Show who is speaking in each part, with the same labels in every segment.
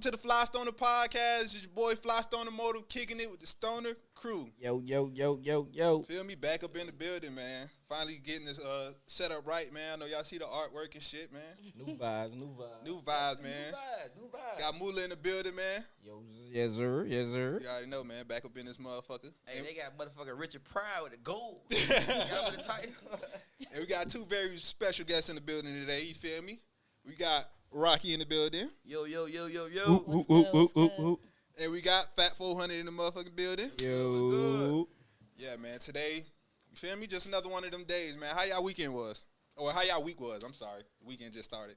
Speaker 1: to the Fly Stoner podcast. It's your boy Fly Stoner Motive kicking it with the Stoner crew.
Speaker 2: Yo, yo, yo, yo, yo.
Speaker 1: Feel me? Back up in the building, man. Finally getting this uh, set up right, man. I know y'all see the artwork and shit, man.
Speaker 2: New vibes, new vibes.
Speaker 1: New vibes, man.
Speaker 2: New vibes.
Speaker 1: Got Moolah in the building, man.
Speaker 2: Yo, yes, sir. Yes, sir.
Speaker 1: You already know, man. Back up in this motherfucker.
Speaker 3: Hey,
Speaker 1: And-
Speaker 3: they got motherfucking Richard Pryor with the gold. Y'all with the title.
Speaker 1: And we got two very special guests in the building today. You feel me? We got Rocky in the building,
Speaker 3: Yo, yo, yo, yo, yo.
Speaker 4: What's good, what's good?
Speaker 1: and we got Fat 400 in the motherfucking building.
Speaker 2: Yo.
Speaker 1: Yeah, man. Today, you feel me? Just another one of them days, man. How y'all weekend was? Or how y'all week was? I'm sorry. Weekend just started.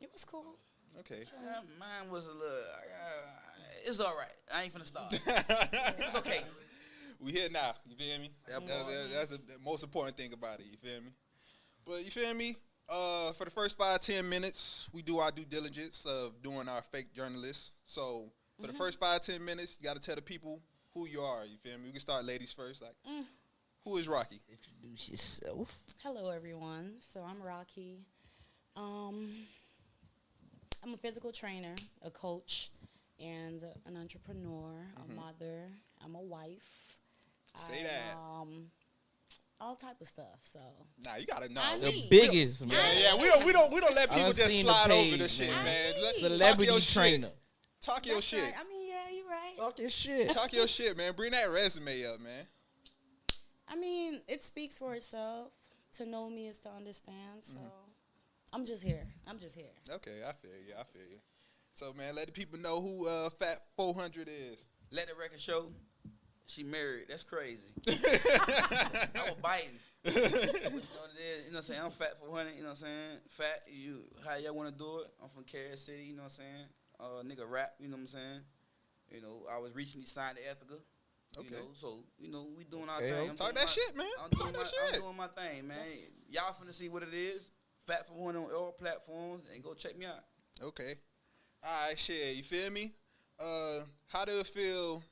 Speaker 4: It was cool.
Speaker 1: Okay.
Speaker 3: Uh, mine was a little. I got- it's all right. I ain't finna start. It's okay.
Speaker 1: we here now. You feel me? That- that-
Speaker 4: Mhm.
Speaker 1: that's the, the most important thing about it. You feel me? But you feel me? Uh, for the first five ten minutes, we do our due diligence of doing our fake journalists. So for the first five ten minutes, you got to tell the people who you are. You feel me? We can start ladies first. Like,
Speaker 4: Mm.
Speaker 1: who is Rocky?
Speaker 2: Introduce yourself.
Speaker 4: Hello, everyone. So I'm Rocky. Um, I'm a physical trainer, a coach, and an entrepreneur,
Speaker 1: Mhm.
Speaker 4: a mother. I'm a wife.
Speaker 1: Say
Speaker 4: I,
Speaker 1: that.
Speaker 4: Um, all type of stuff. So
Speaker 1: Nah, you gotta know.
Speaker 4: I
Speaker 2: The
Speaker 4: Me.
Speaker 2: biggest,
Speaker 1: yeah,
Speaker 2: man.
Speaker 1: yeah. We don't. We don't. We don't let
Speaker 2: I
Speaker 1: people
Speaker 2: done
Speaker 1: just
Speaker 2: seen the
Speaker 1: slide over
Speaker 2: page,
Speaker 1: the shit,
Speaker 2: man.
Speaker 1: man. Let- talk your
Speaker 2: Celebrity
Speaker 1: shit.
Speaker 2: trainer.
Speaker 1: Talk your
Speaker 4: That's
Speaker 1: shit.
Speaker 4: right. I mean, yeah, you're right.
Speaker 2: Talk your shit.
Speaker 1: Talk your shit, man. Bring that resume up, man.
Speaker 4: I mean, it speaks for itself. To know me is to understand. So
Speaker 1: Mm-hmm.
Speaker 4: I'm just here. I'm just here.
Speaker 1: Okay, I feel you. I feel you. So man, let the people know who uh, Fat 400 is.
Speaker 3: Let the record show. She married. That's crazy. I was biting. But you know what it is? You know what I'm saying? I'm fat for 100. You know what I'm saying? Fat, you how y'all want to do it? I'm from Kansas City. You know what I'm saying? Uh, nigga rap. You know what I'm saying? You know, I was recently signed to Ethica.
Speaker 1: Okay.
Speaker 3: You know, so you know, we doing our
Speaker 2: Okay,
Speaker 3: thing.
Speaker 2: okay.
Speaker 3: I'm
Speaker 1: Talk
Speaker 3: doing
Speaker 1: that
Speaker 3: my-
Speaker 1: shit, man.
Speaker 3: I'm
Speaker 1: Talk
Speaker 3: doing, my,
Speaker 1: that shit.
Speaker 3: I'm doing my thing, man.
Speaker 4: That's-
Speaker 3: Y'all finna see what it is. Fat for one on all platforms, and go check me out.
Speaker 1: Okay. All right, shit. You feel me? Uh, how do it feel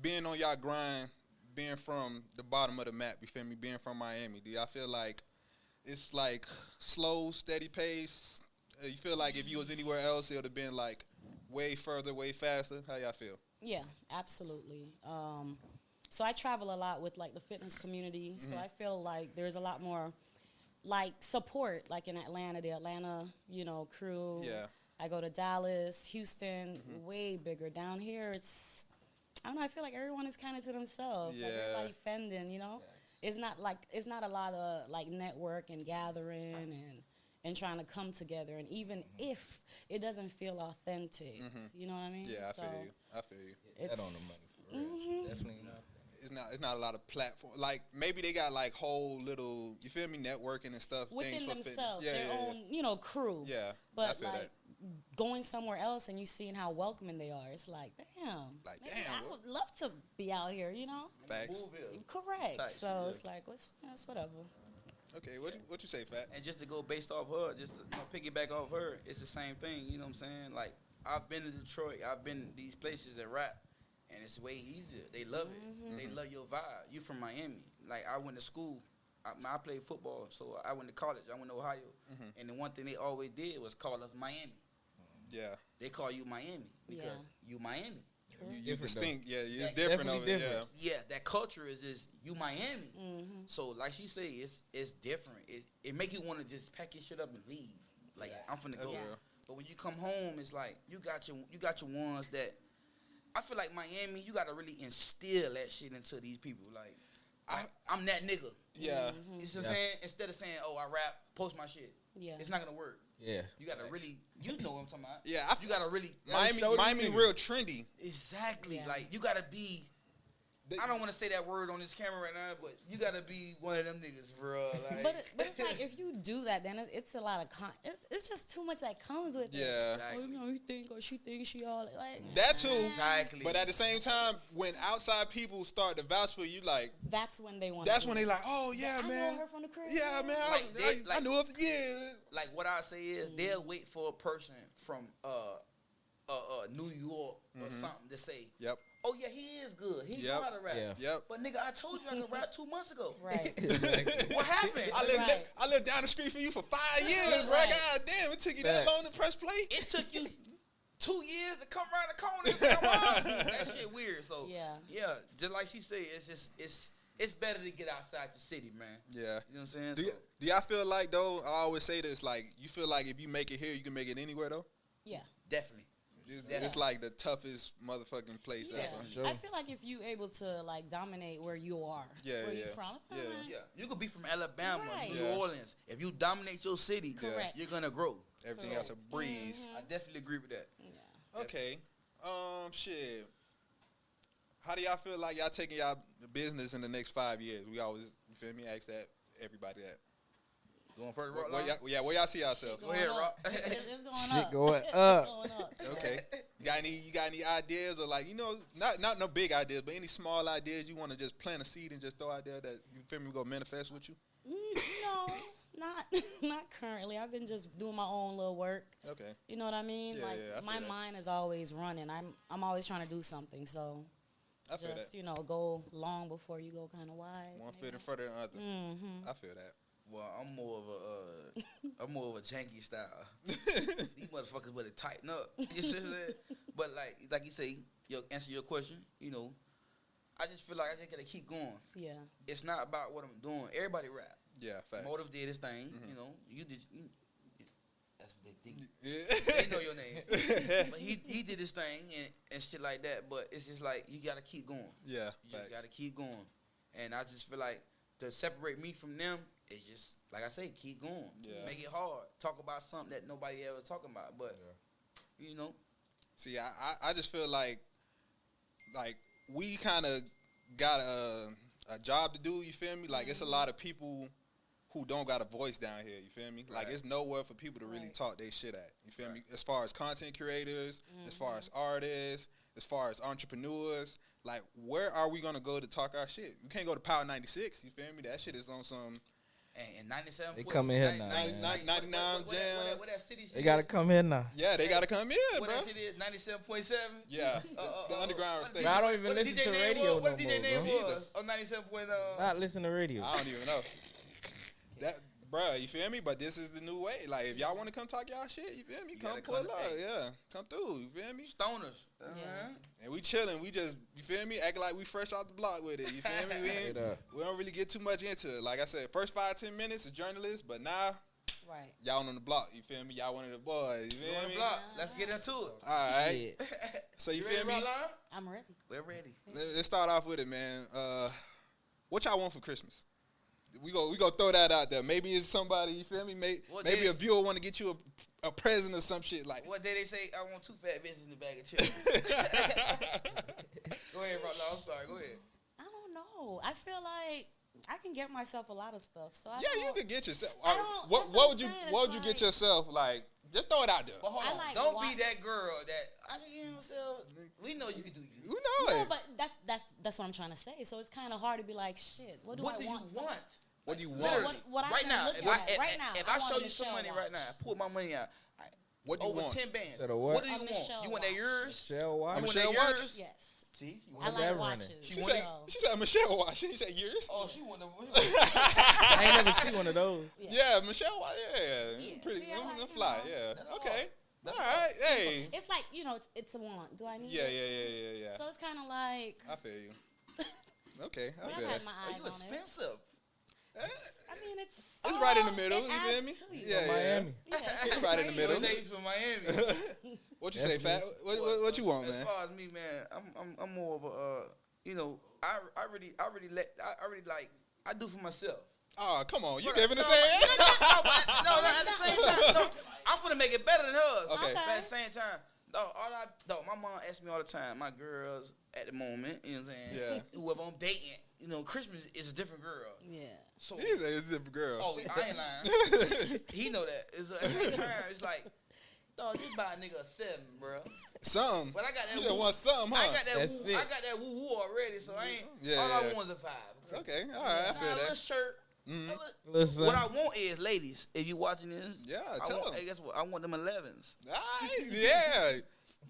Speaker 1: being on y'all grind, being from the bottom of the map? You feel me? Being from Miami, do y'all feel like it's like slow, steady pace? Uh, you feel like if you was anywhere else, it would have been like way further, way faster. How y'all feel?
Speaker 4: Yeah, absolutely. Um, so I travel a lot with like the fitness community. So
Speaker 1: Mm-hmm.
Speaker 4: I feel like there's a lot more like support, like in Atlanta, the Atlanta, you know, crew.
Speaker 1: Yeah. Mm-hmm.
Speaker 4: I go to Dallas, Houston, way bigger. Down here, it's I don't know. I feel like everyone is kind of to themselves. Like
Speaker 1: Yeah.
Speaker 4: everybody fending, you know. It's not like it's not a lot of like network and gathering and and trying to come together. And even
Speaker 1: Mm-hmm.
Speaker 4: if it doesn't feel authentic, you know what I mean?
Speaker 1: Yeah, I
Speaker 4: So
Speaker 1: feel you. I feel you.
Speaker 2: That on the
Speaker 4: it's-
Speaker 2: money. For real. Definitely not.
Speaker 1: it's not it's not a lot of platform. Like maybe they got like whole little you feel me networking and stuff
Speaker 4: within
Speaker 1: for fit-
Speaker 4: themselves,
Speaker 1: Yeah,
Speaker 4: their
Speaker 1: yeah,
Speaker 4: own, you know, crew.
Speaker 1: yeah. yeah I
Speaker 4: But
Speaker 1: feel
Speaker 4: like going somewhere else and you seeing how welcoming they are, it's like, damn.
Speaker 1: Like,
Speaker 4: maybe
Speaker 1: damn,
Speaker 4: I
Speaker 1: what-
Speaker 4: would love to be out here, you know?
Speaker 1: that. Facts.
Speaker 3: Move it.
Speaker 4: Correct.
Speaker 3: Type shit,
Speaker 4: so
Speaker 3: yeah.
Speaker 4: it's like, what's, that's whatever.
Speaker 1: Okay, what you, what you say, Fat?
Speaker 3: And just to go based off her, just to you know, piggyback off her, it's the same thing. You know what I'm saying? Like I've been to Detroit, I've been to these places that rap, and it's way easier. They love it. They love your vibe. You from Miami? Like I went to school. I, I played football, so I went to college. I went to Ohio,
Speaker 1: Mhm.
Speaker 3: and the one thing they always did was call us Miami.
Speaker 1: Yeah,
Speaker 3: They call you Miami because
Speaker 4: Yeah.
Speaker 3: you Miami.
Speaker 1: you, you
Speaker 2: Different though.
Speaker 1: distinct. Yeah, it's
Speaker 3: Yeah,
Speaker 1: different
Speaker 2: definitely
Speaker 1: over there.
Speaker 2: different.
Speaker 3: Yeah, that culture is is you Miami.
Speaker 4: Mm-hmm.
Speaker 3: So like she say, it's it's different. It it make you want to just pack your shit up and leave. Like
Speaker 4: Yeah.
Speaker 3: I'm finna
Speaker 1: That's
Speaker 3: go.
Speaker 1: real.
Speaker 3: But when you come home, it's like you got your you got your ones that I feel like Miami. You gotta really instill that shit into these people. Like I, I'm that nigga.
Speaker 1: Yeah,
Speaker 3: You see what
Speaker 2: Yeah.
Speaker 3: I'm saying? Instead of saying, "Oh, I rap, post my shit,"
Speaker 4: Mm-hmm. Yeah.
Speaker 3: it's not gonna work.
Speaker 2: Yeah.
Speaker 3: You gotta really, you know what I'm talking about.
Speaker 1: Yeah, I-
Speaker 3: you gotta really
Speaker 1: Miami,
Speaker 2: show these
Speaker 1: Miami,
Speaker 2: niggas.
Speaker 1: real trendy.
Speaker 3: exactly.
Speaker 4: Yeah.
Speaker 3: Like you gotta be
Speaker 1: They-
Speaker 3: I don't want to say that word on this camera right now, but you gotta be one of them niggas, bro. Like,
Speaker 4: But, it, but it's like if you do that, then it, it's a lot of con. It's, it's just too much that comes with it.
Speaker 1: Yeah,
Speaker 4: Oh, you know, you think or she thinks she all like
Speaker 1: that too.
Speaker 3: exactly.
Speaker 1: But at the same time, when outside people start to vouch for you, like
Speaker 4: That's when they want.
Speaker 1: that's when they like, oh yeah,
Speaker 4: I
Speaker 1: man,
Speaker 4: know her from the crib.
Speaker 1: yeah, man, I,
Speaker 3: Like, they-
Speaker 1: I- I
Speaker 3: like-
Speaker 1: knew it. Yeah,
Speaker 3: like what I say is they'll wait for a person from uh uh, uh New York or something to say,
Speaker 1: Mm-hmm. yep,
Speaker 3: "Oh yeah, he is good. He
Speaker 1: Yep.
Speaker 3: know how to rap."
Speaker 2: Yeah.
Speaker 1: yep.
Speaker 3: But nigga, I told you I could rap two months ago.
Speaker 4: Right.
Speaker 3: What happened?
Speaker 1: I lived,
Speaker 4: Right.
Speaker 1: I lived down the street for you for five years, bro.
Speaker 4: Right.
Speaker 1: God damn, it took you that
Speaker 2: Facts.
Speaker 1: long to press play.
Speaker 3: it took you two years to come around the corner and say, "Mom," that shit weird. So
Speaker 4: Yeah.
Speaker 3: yeah, just like she said, it's just it's it's better to get outside the city, man.
Speaker 1: Yeah.
Speaker 3: You know what I'm saying?
Speaker 1: Do, y-
Speaker 3: So-
Speaker 1: do y'all feel like though? I always say this. Like you feel like if you make it here, you can make it anywhere though.
Speaker 4: Yeah.
Speaker 3: Definitely.
Speaker 1: It's,
Speaker 3: Yeah.
Speaker 1: it's like the toughest motherfucking place
Speaker 4: Yeah.
Speaker 1: ever.
Speaker 2: Sure.
Speaker 4: I feel like if you able to like dominate where you are,
Speaker 1: Yeah,
Speaker 4: where
Speaker 1: yeah.
Speaker 4: you're from, it's
Speaker 1: Yeah.
Speaker 4: alright.
Speaker 3: Yeah. You could be from Alabama,
Speaker 4: Right.
Speaker 3: New
Speaker 1: Yeah.
Speaker 3: Orleans. If you dominate your city,
Speaker 4: Correct. Mm-hmm.
Speaker 3: you're gonna grow.
Speaker 1: Everything
Speaker 4: Correct.
Speaker 1: else a breeze.
Speaker 3: I definitely agree with that.
Speaker 4: Yeah.
Speaker 1: Okay. Um. Shit. How do y'all feel like y'all taking y'all business in the next five years? We always, you feel me? Ask that everybody that.
Speaker 3: Going further,
Speaker 1: Where,
Speaker 3: rock
Speaker 1: where y'all, yeah, where y'all see
Speaker 4: Shit
Speaker 1: yourself?
Speaker 4: going
Speaker 3: ahead,
Speaker 4: up.
Speaker 3: Rock.
Speaker 4: It's, it's- it's going
Speaker 2: Shit
Speaker 4: up.
Speaker 2: going
Speaker 4: It's
Speaker 2: up.
Speaker 4: going up.
Speaker 1: Okay. You got any? You got any ideas or like you know, not not no big ideas, but any small ideas you want to just plant a seed and just throw out there that you feel me go manifest with you?
Speaker 4: Mm, no, not not currently. I've been just doing my own little work.
Speaker 1: Okay.
Speaker 4: You know what I mean?
Speaker 1: Yeah,
Speaker 4: like
Speaker 1: yeah, I feel
Speaker 4: my
Speaker 1: that.
Speaker 4: mind is always running. I'm I'm always trying to do something. So
Speaker 1: I feel
Speaker 4: just
Speaker 1: that.
Speaker 4: you know, go long before you go kind of wide.
Speaker 1: One foot in front of the other.
Speaker 4: Mm-hmm.
Speaker 1: I feel that.
Speaker 3: Well, I'm more of a uh, I'm more of a janky style. These motherfuckers better tighten up. You see what I'm saying? But like like you say, you answer your question. You know, I just feel like I just gotta keep going.
Speaker 4: Yeah.
Speaker 3: It's not about what I'm doing. Everybody rap.
Speaker 1: Yeah, facts.
Speaker 3: Motive did his thing.
Speaker 1: Mhm.
Speaker 3: You know, you did. You, that's what they think. they know
Speaker 1: Yeah.
Speaker 3: your name. but he he did his thing and, and shit like that. But it's just like you gotta keep going.
Speaker 1: yeah,
Speaker 3: You just
Speaker 1: facts.
Speaker 3: gotta keep going. And I just feel like to separate me from them is just like I say, keep going.
Speaker 1: Yeah.
Speaker 3: Make it hard. Talk about something that nobody ever talking about. But you know,
Speaker 1: See, I, I, I just feel like like we kind of got a a job to do. You feel me? Like it's
Speaker 3: Mm-hmm.
Speaker 1: a lot of people who don't got a voice down here. You feel me? Like
Speaker 3: Right.
Speaker 1: it's nowhere for people to really
Speaker 4: Right.
Speaker 1: talk they shit at. You feel me?
Speaker 3: Right. Mm-hmm.
Speaker 1: As far as content creators, as far as artists, as far as entrepreneurs. Like, where are we gonna go to talk our shit? You can't go to Power 96. You feel me? That shit is on some.
Speaker 3: and, and ninety seven.
Speaker 2: They come in here now, man.
Speaker 1: 99
Speaker 3: What,
Speaker 1: jam.
Speaker 3: that- what that city?
Speaker 2: They gotta come here now.
Speaker 1: Yeah, they gotta come in,
Speaker 3: What
Speaker 1: bro.
Speaker 3: that city is? Ninety seven point seven.
Speaker 1: Yeah,
Speaker 3: Uh, uh,
Speaker 1: the
Speaker 3: uh,
Speaker 1: underground
Speaker 3: what
Speaker 1: station.
Speaker 3: did-
Speaker 2: I don't even
Speaker 3: what the
Speaker 2: listen to
Speaker 3: DJ name
Speaker 2: radio
Speaker 3: was? What the
Speaker 2: no
Speaker 3: DJ name
Speaker 2: more,
Speaker 1: bro.
Speaker 3: was? On ninety seven point uh,
Speaker 2: Not listen to radio.
Speaker 1: I don't even know. That, bruh, you feel me? But this is the new way. Like, if y'all want to come talk y'all shit, you feel me?
Speaker 3: You
Speaker 1: come
Speaker 3: gotta
Speaker 1: pull
Speaker 3: come
Speaker 1: up,
Speaker 3: to- hey.
Speaker 1: yeah. Come through, you feel me?
Speaker 3: Stoners. uh
Speaker 4: Yeah.
Speaker 1: And we chilling. We just, you feel me? Act like we fresh off the block with it. You feel me? We,
Speaker 2: Straight
Speaker 1: ain't,
Speaker 2: up.
Speaker 1: we don't really get too much into it. Like I said, first five ten minutes, a journalist. But now
Speaker 4: Right.
Speaker 1: y'all on the block. You feel me? Y'all one of the boys. You
Speaker 3: Go
Speaker 1: feel
Speaker 3: on
Speaker 1: me?
Speaker 3: the block. Let's get into it.
Speaker 1: All right.
Speaker 2: Shit.
Speaker 1: So you,
Speaker 3: ready,
Speaker 1: feel me?
Speaker 3: Rock Lion?
Speaker 4: I'm ready.
Speaker 3: We're ready.
Speaker 1: Let- Let's start off with it, man. Uh, what y'all want for Christmas? We go, we go throw that out there. Maybe it's somebody. You feel me? Maybe,
Speaker 3: What
Speaker 1: maybe
Speaker 3: day?
Speaker 1: a viewer want to get you a, a present or some shit like.
Speaker 3: What day they say I want two fat bitches in the bag of chips? Go ahead, Rock Lion. I'm sorry. Go ahead.
Speaker 4: I don't know. I feel like I can get myself a lot of stuff. So I
Speaker 1: yeah, you
Speaker 4: don't-
Speaker 1: could get yourself. uh,
Speaker 4: I don't-
Speaker 1: what
Speaker 4: that's
Speaker 1: what
Speaker 4: what
Speaker 1: would you
Speaker 4: I'm saying,
Speaker 1: What would
Speaker 4: it's
Speaker 1: you
Speaker 4: like-
Speaker 1: get yourself? Like, just throw it out there.
Speaker 3: But hold
Speaker 4: I
Speaker 3: on.
Speaker 4: like
Speaker 3: Don't
Speaker 4: wine.
Speaker 3: be that girl that I can get himself. We know you can do
Speaker 1: Who
Speaker 3: you.
Speaker 1: know
Speaker 4: No,
Speaker 1: it?
Speaker 4: but that's that's that's what I'm trying to say. So it's kind of hard to be like, shit. What do
Speaker 3: what
Speaker 4: I
Speaker 3: do
Speaker 4: want?
Speaker 3: you
Speaker 4: so-
Speaker 3: want?
Speaker 1: What do you
Speaker 4: No,
Speaker 1: want?
Speaker 4: what- what I
Speaker 3: right
Speaker 4: can
Speaker 3: now,
Speaker 4: look
Speaker 3: if
Speaker 4: at,
Speaker 3: I, if,
Speaker 4: right now,
Speaker 3: if
Speaker 4: I
Speaker 3: I,
Speaker 4: want
Speaker 3: show
Speaker 4: a
Speaker 3: you some
Speaker 4: Michelle
Speaker 3: money right
Speaker 4: watch.
Speaker 3: now, I pull my money out. I-
Speaker 1: What do you
Speaker 3: over
Speaker 1: want?
Speaker 3: ten bands.
Speaker 2: Said a what?
Speaker 3: do
Speaker 4: A
Speaker 3: you want?
Speaker 4: Michelle
Speaker 3: you want that
Speaker 4: watch.
Speaker 3: yours?
Speaker 2: Michelle
Speaker 1: A
Speaker 2: Watch.
Speaker 3: You want
Speaker 1: Michelle
Speaker 3: that
Speaker 1: watch?
Speaker 3: yours?
Speaker 4: Yes.
Speaker 3: See, you
Speaker 4: I
Speaker 3: want
Speaker 2: that
Speaker 4: like
Speaker 2: running?
Speaker 4: watches.
Speaker 1: She
Speaker 2: She
Speaker 1: said,
Speaker 4: so-
Speaker 1: she said Michelle Watch. She said yours.
Speaker 3: Oh, she want to.
Speaker 2: I ain't never see one of those.
Speaker 1: yeah. Michelle Watch. Yeah,
Speaker 4: Yeah.
Speaker 1: pretty.
Speaker 4: See, I
Speaker 1: I'm,
Speaker 4: like
Speaker 1: I'm
Speaker 4: them
Speaker 1: fly.
Speaker 4: all.
Speaker 1: Yeah.
Speaker 3: That's
Speaker 1: okay.
Speaker 3: all. That's
Speaker 1: all right. Hey.
Speaker 4: It's like you know, it's, it's a want. Do I need?
Speaker 1: Yeah, yeah,
Speaker 4: it?
Speaker 1: yeah, yeah, yeah.
Speaker 4: So it's kind of like
Speaker 1: I feel you. Okay, I
Speaker 4: I mean,
Speaker 1: feel that.
Speaker 4: I've had my
Speaker 3: Are
Speaker 4: eyes
Speaker 3: you
Speaker 4: on it.
Speaker 3: expensive?
Speaker 4: I mean, it's
Speaker 1: It's right in the
Speaker 4: oh,
Speaker 1: middle,
Speaker 4: It
Speaker 1: you feel
Speaker 4: adds
Speaker 1: me?
Speaker 4: to you.
Speaker 1: Yeah.
Speaker 2: Miami.
Speaker 4: Yeah,
Speaker 1: It's right in the
Speaker 3: Your
Speaker 1: middle.
Speaker 3: name's from Miami.
Speaker 1: What you say, Fat?
Speaker 2: Definitely.
Speaker 1: What, what, what you want,
Speaker 3: as
Speaker 1: man?
Speaker 3: As far as me, man, I'm I'm, I'm more of a uh, you know I I really I really let I, I really like I do for myself.
Speaker 1: Oh, come on, you
Speaker 3: Bruh,
Speaker 1: giving the
Speaker 3: no,
Speaker 1: same?
Speaker 3: No, but I- no, no, at the same time, no, I'm gonna make it better than hers.
Speaker 1: Okay.
Speaker 4: Okay.
Speaker 3: But at the same time, no, all I no, my mom asks me all the time. My girls at the moment, you know what I'm saying? Yeah. Whoever I'm dating, you know, Christmas is a different girl.
Speaker 4: Yeah.
Speaker 3: So
Speaker 1: He's a zip girl.
Speaker 3: Oh, I ain't lying. he know that. It's like, at the same time, it's like, dog, just buy a nigga a seven, bro.
Speaker 1: Some.
Speaker 3: But I got that.
Speaker 1: You just
Speaker 3: woo-
Speaker 1: want some,
Speaker 3: I
Speaker 1: huh?
Speaker 3: got that.
Speaker 2: That's
Speaker 3: Woo,
Speaker 2: it.
Speaker 3: I got that woo woo already, so I ain't.
Speaker 1: Yeah,
Speaker 3: all
Speaker 1: yeah.
Speaker 3: I want is a vibe.
Speaker 1: Okay, all right, I
Speaker 3: Nah,
Speaker 1: feel
Speaker 3: a little
Speaker 1: that.
Speaker 3: shirt.
Speaker 1: Mhm.
Speaker 3: a little-
Speaker 2: Listen.
Speaker 3: What I want is, ladies, if you watching this,
Speaker 1: Yeah,
Speaker 3: I
Speaker 1: tell
Speaker 3: want,
Speaker 1: 'em.
Speaker 3: hey, guess what? I want them 11s.
Speaker 1: Aight, yeah.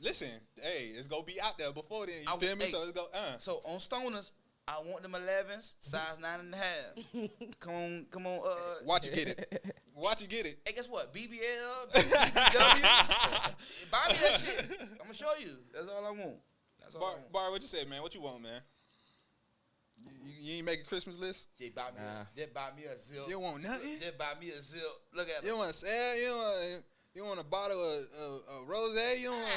Speaker 1: Listen, hey, it's gonna be out there before then. You
Speaker 3: I-
Speaker 1: feel me?
Speaker 3: hey.
Speaker 1: So it's go. Uh,
Speaker 3: So on stoners, I want them 11s,
Speaker 1: Mm-hmm.
Speaker 3: size nine and a half. come on, come on. Uh,
Speaker 1: Watch you get it. Watch you get it.
Speaker 3: hey, guess what? BBL, BBW. buy me that shit. I'm gonna show you. That's all I want. That's all
Speaker 1: Bar,
Speaker 3: I want.
Speaker 1: Bar, what you say, man? What you want, man? You, you- you ain't make a Christmas list?
Speaker 3: They buy me.
Speaker 2: Nah.
Speaker 3: A, they buy me a zip.
Speaker 1: You don't want nothing?
Speaker 3: They buy me a zip. Look at
Speaker 1: You
Speaker 3: them.
Speaker 1: don't want to sell? You don't want, you don't want a bottle of, of, of rose? You don't want,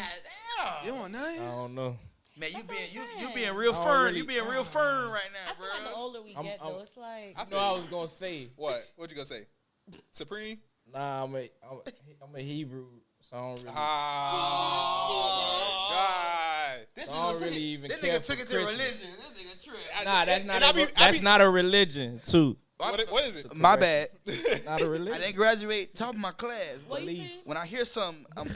Speaker 3: Ah,
Speaker 1: you don't want nothing?
Speaker 2: I don't know.
Speaker 3: Man, you
Speaker 4: That's what
Speaker 3: being
Speaker 4: I'm
Speaker 3: you you
Speaker 4: saying.
Speaker 3: being real
Speaker 2: I don't
Speaker 3: firm.
Speaker 2: really-
Speaker 3: you being real firm right
Speaker 4: I
Speaker 3: now,
Speaker 4: feel like the
Speaker 3: bro.
Speaker 4: older we
Speaker 2: I'm-
Speaker 4: get,
Speaker 2: I'm-
Speaker 4: though, it's like
Speaker 1: I
Speaker 4: I,
Speaker 1: feel
Speaker 2: No,
Speaker 1: you.
Speaker 2: I was gonna say,
Speaker 1: What? What you gonna say? Supreme?
Speaker 2: nah, I'm a, I'm a, I'm a Hebrew, so I don't
Speaker 3: Ah,
Speaker 2: really.
Speaker 1: Ah, God.
Speaker 3: This
Speaker 2: I don't
Speaker 3: nigga took
Speaker 2: really
Speaker 3: it-
Speaker 2: even
Speaker 3: This
Speaker 2: care
Speaker 3: nigga
Speaker 2: for
Speaker 3: took it to
Speaker 2: Christmas.
Speaker 3: religion. This nigga tripped.
Speaker 2: Nah, that's
Speaker 1: And
Speaker 2: not
Speaker 1: I
Speaker 2: a,
Speaker 1: be-
Speaker 2: re-
Speaker 1: I
Speaker 2: that's
Speaker 1: be-
Speaker 2: not a religion too.
Speaker 1: What, what is it?
Speaker 3: My bad.
Speaker 2: Not a
Speaker 3: I
Speaker 2: religion.
Speaker 3: didn't graduate top of my class.
Speaker 4: well, you
Speaker 2: believe.
Speaker 4: see,
Speaker 3: When I hear something, I'm,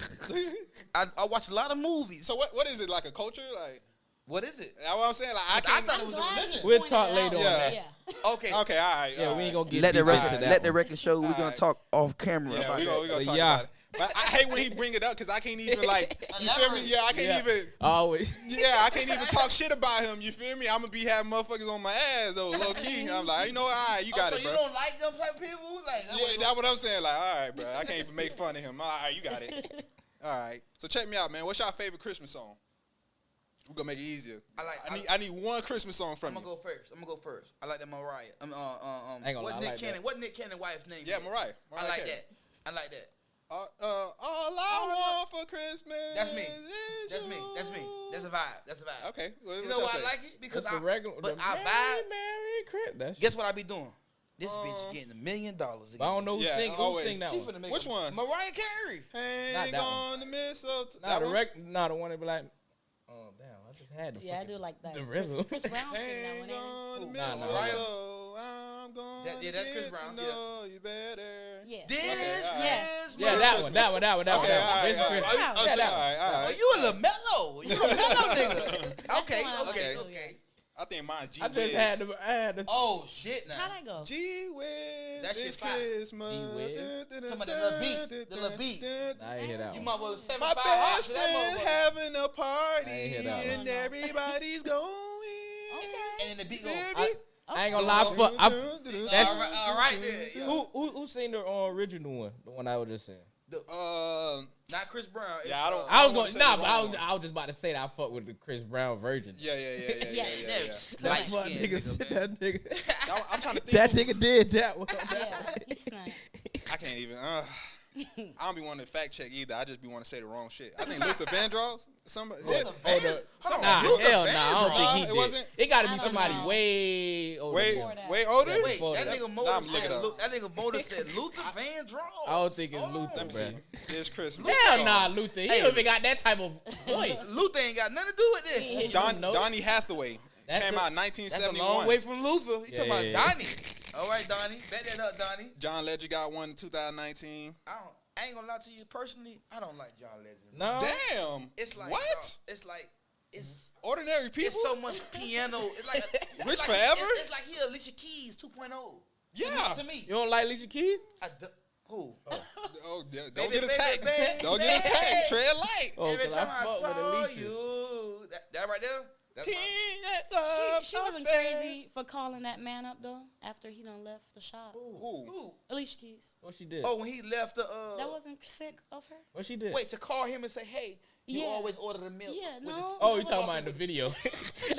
Speaker 3: I, I watch a lot of movies.
Speaker 1: So
Speaker 3: So
Speaker 1: what? What is it like a culture? Like
Speaker 3: what is it?
Speaker 1: that's what I'm saying. Like I
Speaker 3: I
Speaker 1: can't.
Speaker 3: thought it
Speaker 4: I'm
Speaker 3: was
Speaker 4: glad
Speaker 3: a religion.
Speaker 4: you
Speaker 2: We'll
Speaker 4: pointed
Speaker 2: talk
Speaker 4: it
Speaker 2: later
Speaker 4: out.
Speaker 1: on that.
Speaker 4: Yeah.
Speaker 3: Okay.
Speaker 1: okay, all right.
Speaker 2: Yeah,
Speaker 1: all
Speaker 2: we
Speaker 1: right.
Speaker 2: ain't gonna get
Speaker 3: Let the
Speaker 2: deep
Speaker 3: record
Speaker 2: into that.
Speaker 3: let the
Speaker 2: one.
Speaker 3: record show. We're gonna
Speaker 1: Alright.
Speaker 3: talk off camera.
Speaker 1: Yeah,
Speaker 3: about
Speaker 1: we
Speaker 3: that.
Speaker 1: gonna, we gonna
Speaker 2: But
Speaker 1: talk
Speaker 2: yeah.
Speaker 1: about it. But I hate when he bring it up because I can't even like. You feel me?
Speaker 3: Elaborate.
Speaker 1: Yeah, I can't
Speaker 2: Yeah.
Speaker 1: even.
Speaker 2: Always.
Speaker 1: Yeah, I can't even talk shit about him. You feel me? I'm gonna be having motherfuckers on my ass though, low key. I'm like, you know, all right, you
Speaker 3: Oh,
Speaker 1: got
Speaker 3: so
Speaker 1: it, bro.
Speaker 3: you don't like them type of people? Like
Speaker 1: yeah,
Speaker 3: that was-
Speaker 1: that's what I'm saying. Like, all right, bro, I can't even make fun of him. All right, you got it. All right. So check me out, man. What's your favorite Christmas song? We're gonna make it easier.
Speaker 3: I like-
Speaker 1: I need. I, need one Christmas song
Speaker 3: I'm
Speaker 1: from you.
Speaker 3: gonna go first. I'm gonna go first. I like that Mariah. I'm, uh, uh, um,
Speaker 2: I ain't gonna
Speaker 3: what
Speaker 2: lie, I
Speaker 3: Nick
Speaker 2: like
Speaker 3: Cannon?
Speaker 2: that.
Speaker 3: What Nick Cannon wife's name?
Speaker 1: Yeah,
Speaker 3: is?
Speaker 1: Mariah. Mariah
Speaker 3: I like
Speaker 1: Carey.
Speaker 3: that. I like that.
Speaker 1: Uh, uh, all I want for Christmas.
Speaker 3: That's me.
Speaker 1: is
Speaker 3: That's me. That's me. That's a vibe. That's a vibe.
Speaker 1: Okay. What,
Speaker 3: You
Speaker 1: what
Speaker 3: know
Speaker 1: y'all
Speaker 3: why
Speaker 1: say?
Speaker 3: I like it? Because
Speaker 2: That's the
Speaker 3: I
Speaker 2: regular.
Speaker 3: but
Speaker 2: the
Speaker 3: I
Speaker 2: Merry,
Speaker 3: vibe-
Speaker 2: Merry Christmas. That's
Speaker 3: guess what I be doing? This
Speaker 1: Uh,
Speaker 4: Uh-huh.
Speaker 3: bitch getting a million dollars.
Speaker 2: I don't know who
Speaker 1: Yeah,
Speaker 2: sing who
Speaker 1: always.
Speaker 2: sing that
Speaker 3: She
Speaker 2: one.
Speaker 3: finna make
Speaker 1: Which
Speaker 3: a-
Speaker 1: one?
Speaker 3: Mariah Carey.
Speaker 1: Hang
Speaker 2: that one.
Speaker 1: on the mistletoe.
Speaker 2: Not
Speaker 1: that
Speaker 2: the
Speaker 1: one?
Speaker 2: rec- not the one that be like, oh damn, I just had to.
Speaker 4: Yeah, I do like that.
Speaker 2: The
Speaker 4: Chris,
Speaker 2: rhythm.
Speaker 4: Chris Brown sing that
Speaker 1: Hang
Speaker 4: one. ain't
Speaker 1: on the
Speaker 3: Ooh,
Speaker 2: nah, nah,
Speaker 1: mistletoe.
Speaker 3: Mariah.
Speaker 1: I'm gonna
Speaker 3: That- yeah, that's
Speaker 1: get
Speaker 3: Chris
Speaker 1: to
Speaker 3: Brown, yeah.
Speaker 1: know you better.
Speaker 4: it? Yeah.
Speaker 3: This
Speaker 1: all
Speaker 4: right.
Speaker 3: Christmas.
Speaker 2: Yeah, that one, that one, that one, that one,
Speaker 1: Okay, all
Speaker 2: that
Speaker 1: right,
Speaker 2: one.
Speaker 1: all
Speaker 2: This is
Speaker 1: right.
Speaker 2: Chris-
Speaker 4: Yeah,
Speaker 1: Oh,
Speaker 2: yeah,
Speaker 1: so-
Speaker 2: that
Speaker 1: all
Speaker 2: one.
Speaker 1: right, all
Speaker 3: Oh,
Speaker 1: right.
Speaker 3: you a little mellow. You a mellow nigga. Okay,
Speaker 4: one I
Speaker 3: okay,
Speaker 4: like.
Speaker 3: okay.
Speaker 1: I think mine's G
Speaker 2: I
Speaker 1: Wiz.
Speaker 2: just had to. I had to.
Speaker 3: Oh shit, now.
Speaker 4: How'd that go?
Speaker 1: G Wiz.
Speaker 3: That shit
Speaker 1: it's
Speaker 3: fire.
Speaker 1: Christmas.
Speaker 2: G Wiz.
Speaker 1: Dun, dun,
Speaker 3: Talking about the
Speaker 1: dun,
Speaker 3: little
Speaker 1: dun,
Speaker 3: beat, the little
Speaker 1: dun,
Speaker 3: beat.
Speaker 1: dun,
Speaker 2: I ain't hear that
Speaker 3: You
Speaker 2: one.
Speaker 3: might well seven
Speaker 1: My
Speaker 3: five hours
Speaker 1: best
Speaker 3: for that
Speaker 1: friend
Speaker 3: motherfucker.
Speaker 1: having a party
Speaker 2: I ain't hear that
Speaker 1: and
Speaker 4: one.
Speaker 1: everybody's going.
Speaker 4: Okay.
Speaker 3: And then the beat goes.
Speaker 1: Baby.
Speaker 2: I ain't gonna
Speaker 4: Okay.
Speaker 2: lie. For, I, That's-
Speaker 3: Oh. all right, all right there. yeah.
Speaker 2: who who who sing the uh, original one? The one I was just saying.
Speaker 1: Um,
Speaker 3: Not Chris Brown. it's,
Speaker 1: Yeah, I don't-
Speaker 3: uh,
Speaker 2: I
Speaker 1: wanna
Speaker 2: was going
Speaker 1: say
Speaker 2: to
Speaker 1: the
Speaker 2: nah, but I
Speaker 1: wrong
Speaker 2: was, I was just about to say that I fuck with the Chris Brown version.
Speaker 1: yeah, yeah, yeah, yeah, yeah,
Speaker 4: Yeah.
Speaker 1: yeah, yeah.
Speaker 2: That's
Speaker 3: Light
Speaker 2: why
Speaker 3: skin,
Speaker 2: nigga said
Speaker 3: man.
Speaker 2: that nigga.
Speaker 1: Now, I'm trying to think.
Speaker 2: that
Speaker 1: who-
Speaker 2: nigga did that one.
Speaker 4: Yeah, he's not.
Speaker 1: I can't even. Uh, I don't be wanting to fact check either. I just be wanting to say the wrong shit. I think Luther Vandross. Some. Yeah,
Speaker 2: Hold up.
Speaker 1: Hold on,
Speaker 2: Nah, hell
Speaker 1: Luther
Speaker 2: no.
Speaker 1: Vandross.
Speaker 2: I
Speaker 1: It
Speaker 2: don't think he did.
Speaker 1: wasn't-
Speaker 2: It got to be
Speaker 4: I don't
Speaker 2: somebody
Speaker 4: know.
Speaker 2: way older.
Speaker 1: Way,
Speaker 2: than him.
Speaker 4: Before that.
Speaker 1: way older.
Speaker 2: Yeah,
Speaker 3: Wait,
Speaker 2: before
Speaker 3: that
Speaker 2: that.
Speaker 3: nigga
Speaker 1: Nah,
Speaker 3: Motor
Speaker 1: I'm looking
Speaker 3: said,
Speaker 1: up.
Speaker 3: Lu- that nigga Motor said Luther Van Draw.
Speaker 2: I don't think it's
Speaker 3: Hold on.
Speaker 2: Luther,
Speaker 1: Let me
Speaker 2: bro.
Speaker 1: see. It's Chris.
Speaker 2: Hell
Speaker 1: Luther.
Speaker 2: nah, Luther. He
Speaker 3: Hey.
Speaker 2: don't even got that type of voice.
Speaker 3: Luther ain't got nothing to do with this.
Speaker 4: Yeah.
Speaker 1: Don,
Speaker 2: Nope.
Speaker 1: Donnie Hathaway
Speaker 2: That's
Speaker 1: came
Speaker 2: the-
Speaker 1: out in
Speaker 3: That's a
Speaker 1: 1971.
Speaker 3: long way from Luther. You
Speaker 2: Yeah,
Speaker 3: talking
Speaker 2: yeah,
Speaker 3: about
Speaker 2: yeah.
Speaker 3: Donnie? All right, Donnie, bet that up, Donnie.
Speaker 1: John Ledger got one in 2019.
Speaker 3: I don't. I ain't gonna lie to you personally. I don't like John Legend.
Speaker 2: No.
Speaker 1: Damn.
Speaker 3: It's like
Speaker 1: what?
Speaker 3: dawg, It's like it's
Speaker 1: Ordinary people.
Speaker 3: it's so much piano. It's like it's
Speaker 1: Rich
Speaker 3: like-
Speaker 1: Forever?
Speaker 3: It's, it's like he Alicia Keys 2.0.
Speaker 1: yeah.
Speaker 3: To me,
Speaker 2: You don't like Alicia Keys?
Speaker 3: I d- who?
Speaker 1: Oh, yeah, don't
Speaker 3: Baby,
Speaker 1: get
Speaker 3: baby,
Speaker 1: attacked.
Speaker 3: baby,
Speaker 1: don't get attacked.
Speaker 3: baby.
Speaker 1: Tread light.
Speaker 2: Oh,
Speaker 3: Every
Speaker 2: 'cause I
Speaker 3: time I,
Speaker 2: fuck with
Speaker 3: saw
Speaker 2: Alicia.
Speaker 3: you, that, that right there. That's
Speaker 1: Teen
Speaker 3: my-
Speaker 1: at
Speaker 4: She,
Speaker 1: the
Speaker 4: she wasn't
Speaker 1: buffet.
Speaker 4: crazy for calling that man up though after he done left the shop.
Speaker 1: Ooh.
Speaker 3: Ooh.
Speaker 4: Alicia Keys.
Speaker 2: What she did?
Speaker 3: Oh, when he left the uh,
Speaker 4: That wasn't sick of her.
Speaker 2: What she did?
Speaker 3: wait to call him and say, "Hey, you
Speaker 4: Yeah.
Speaker 3: always order the milk."
Speaker 4: Yeah,
Speaker 3: with the-
Speaker 4: no.
Speaker 2: Oh, you
Speaker 4: that
Speaker 2: talking
Speaker 4: wasn't-
Speaker 2: about in the video?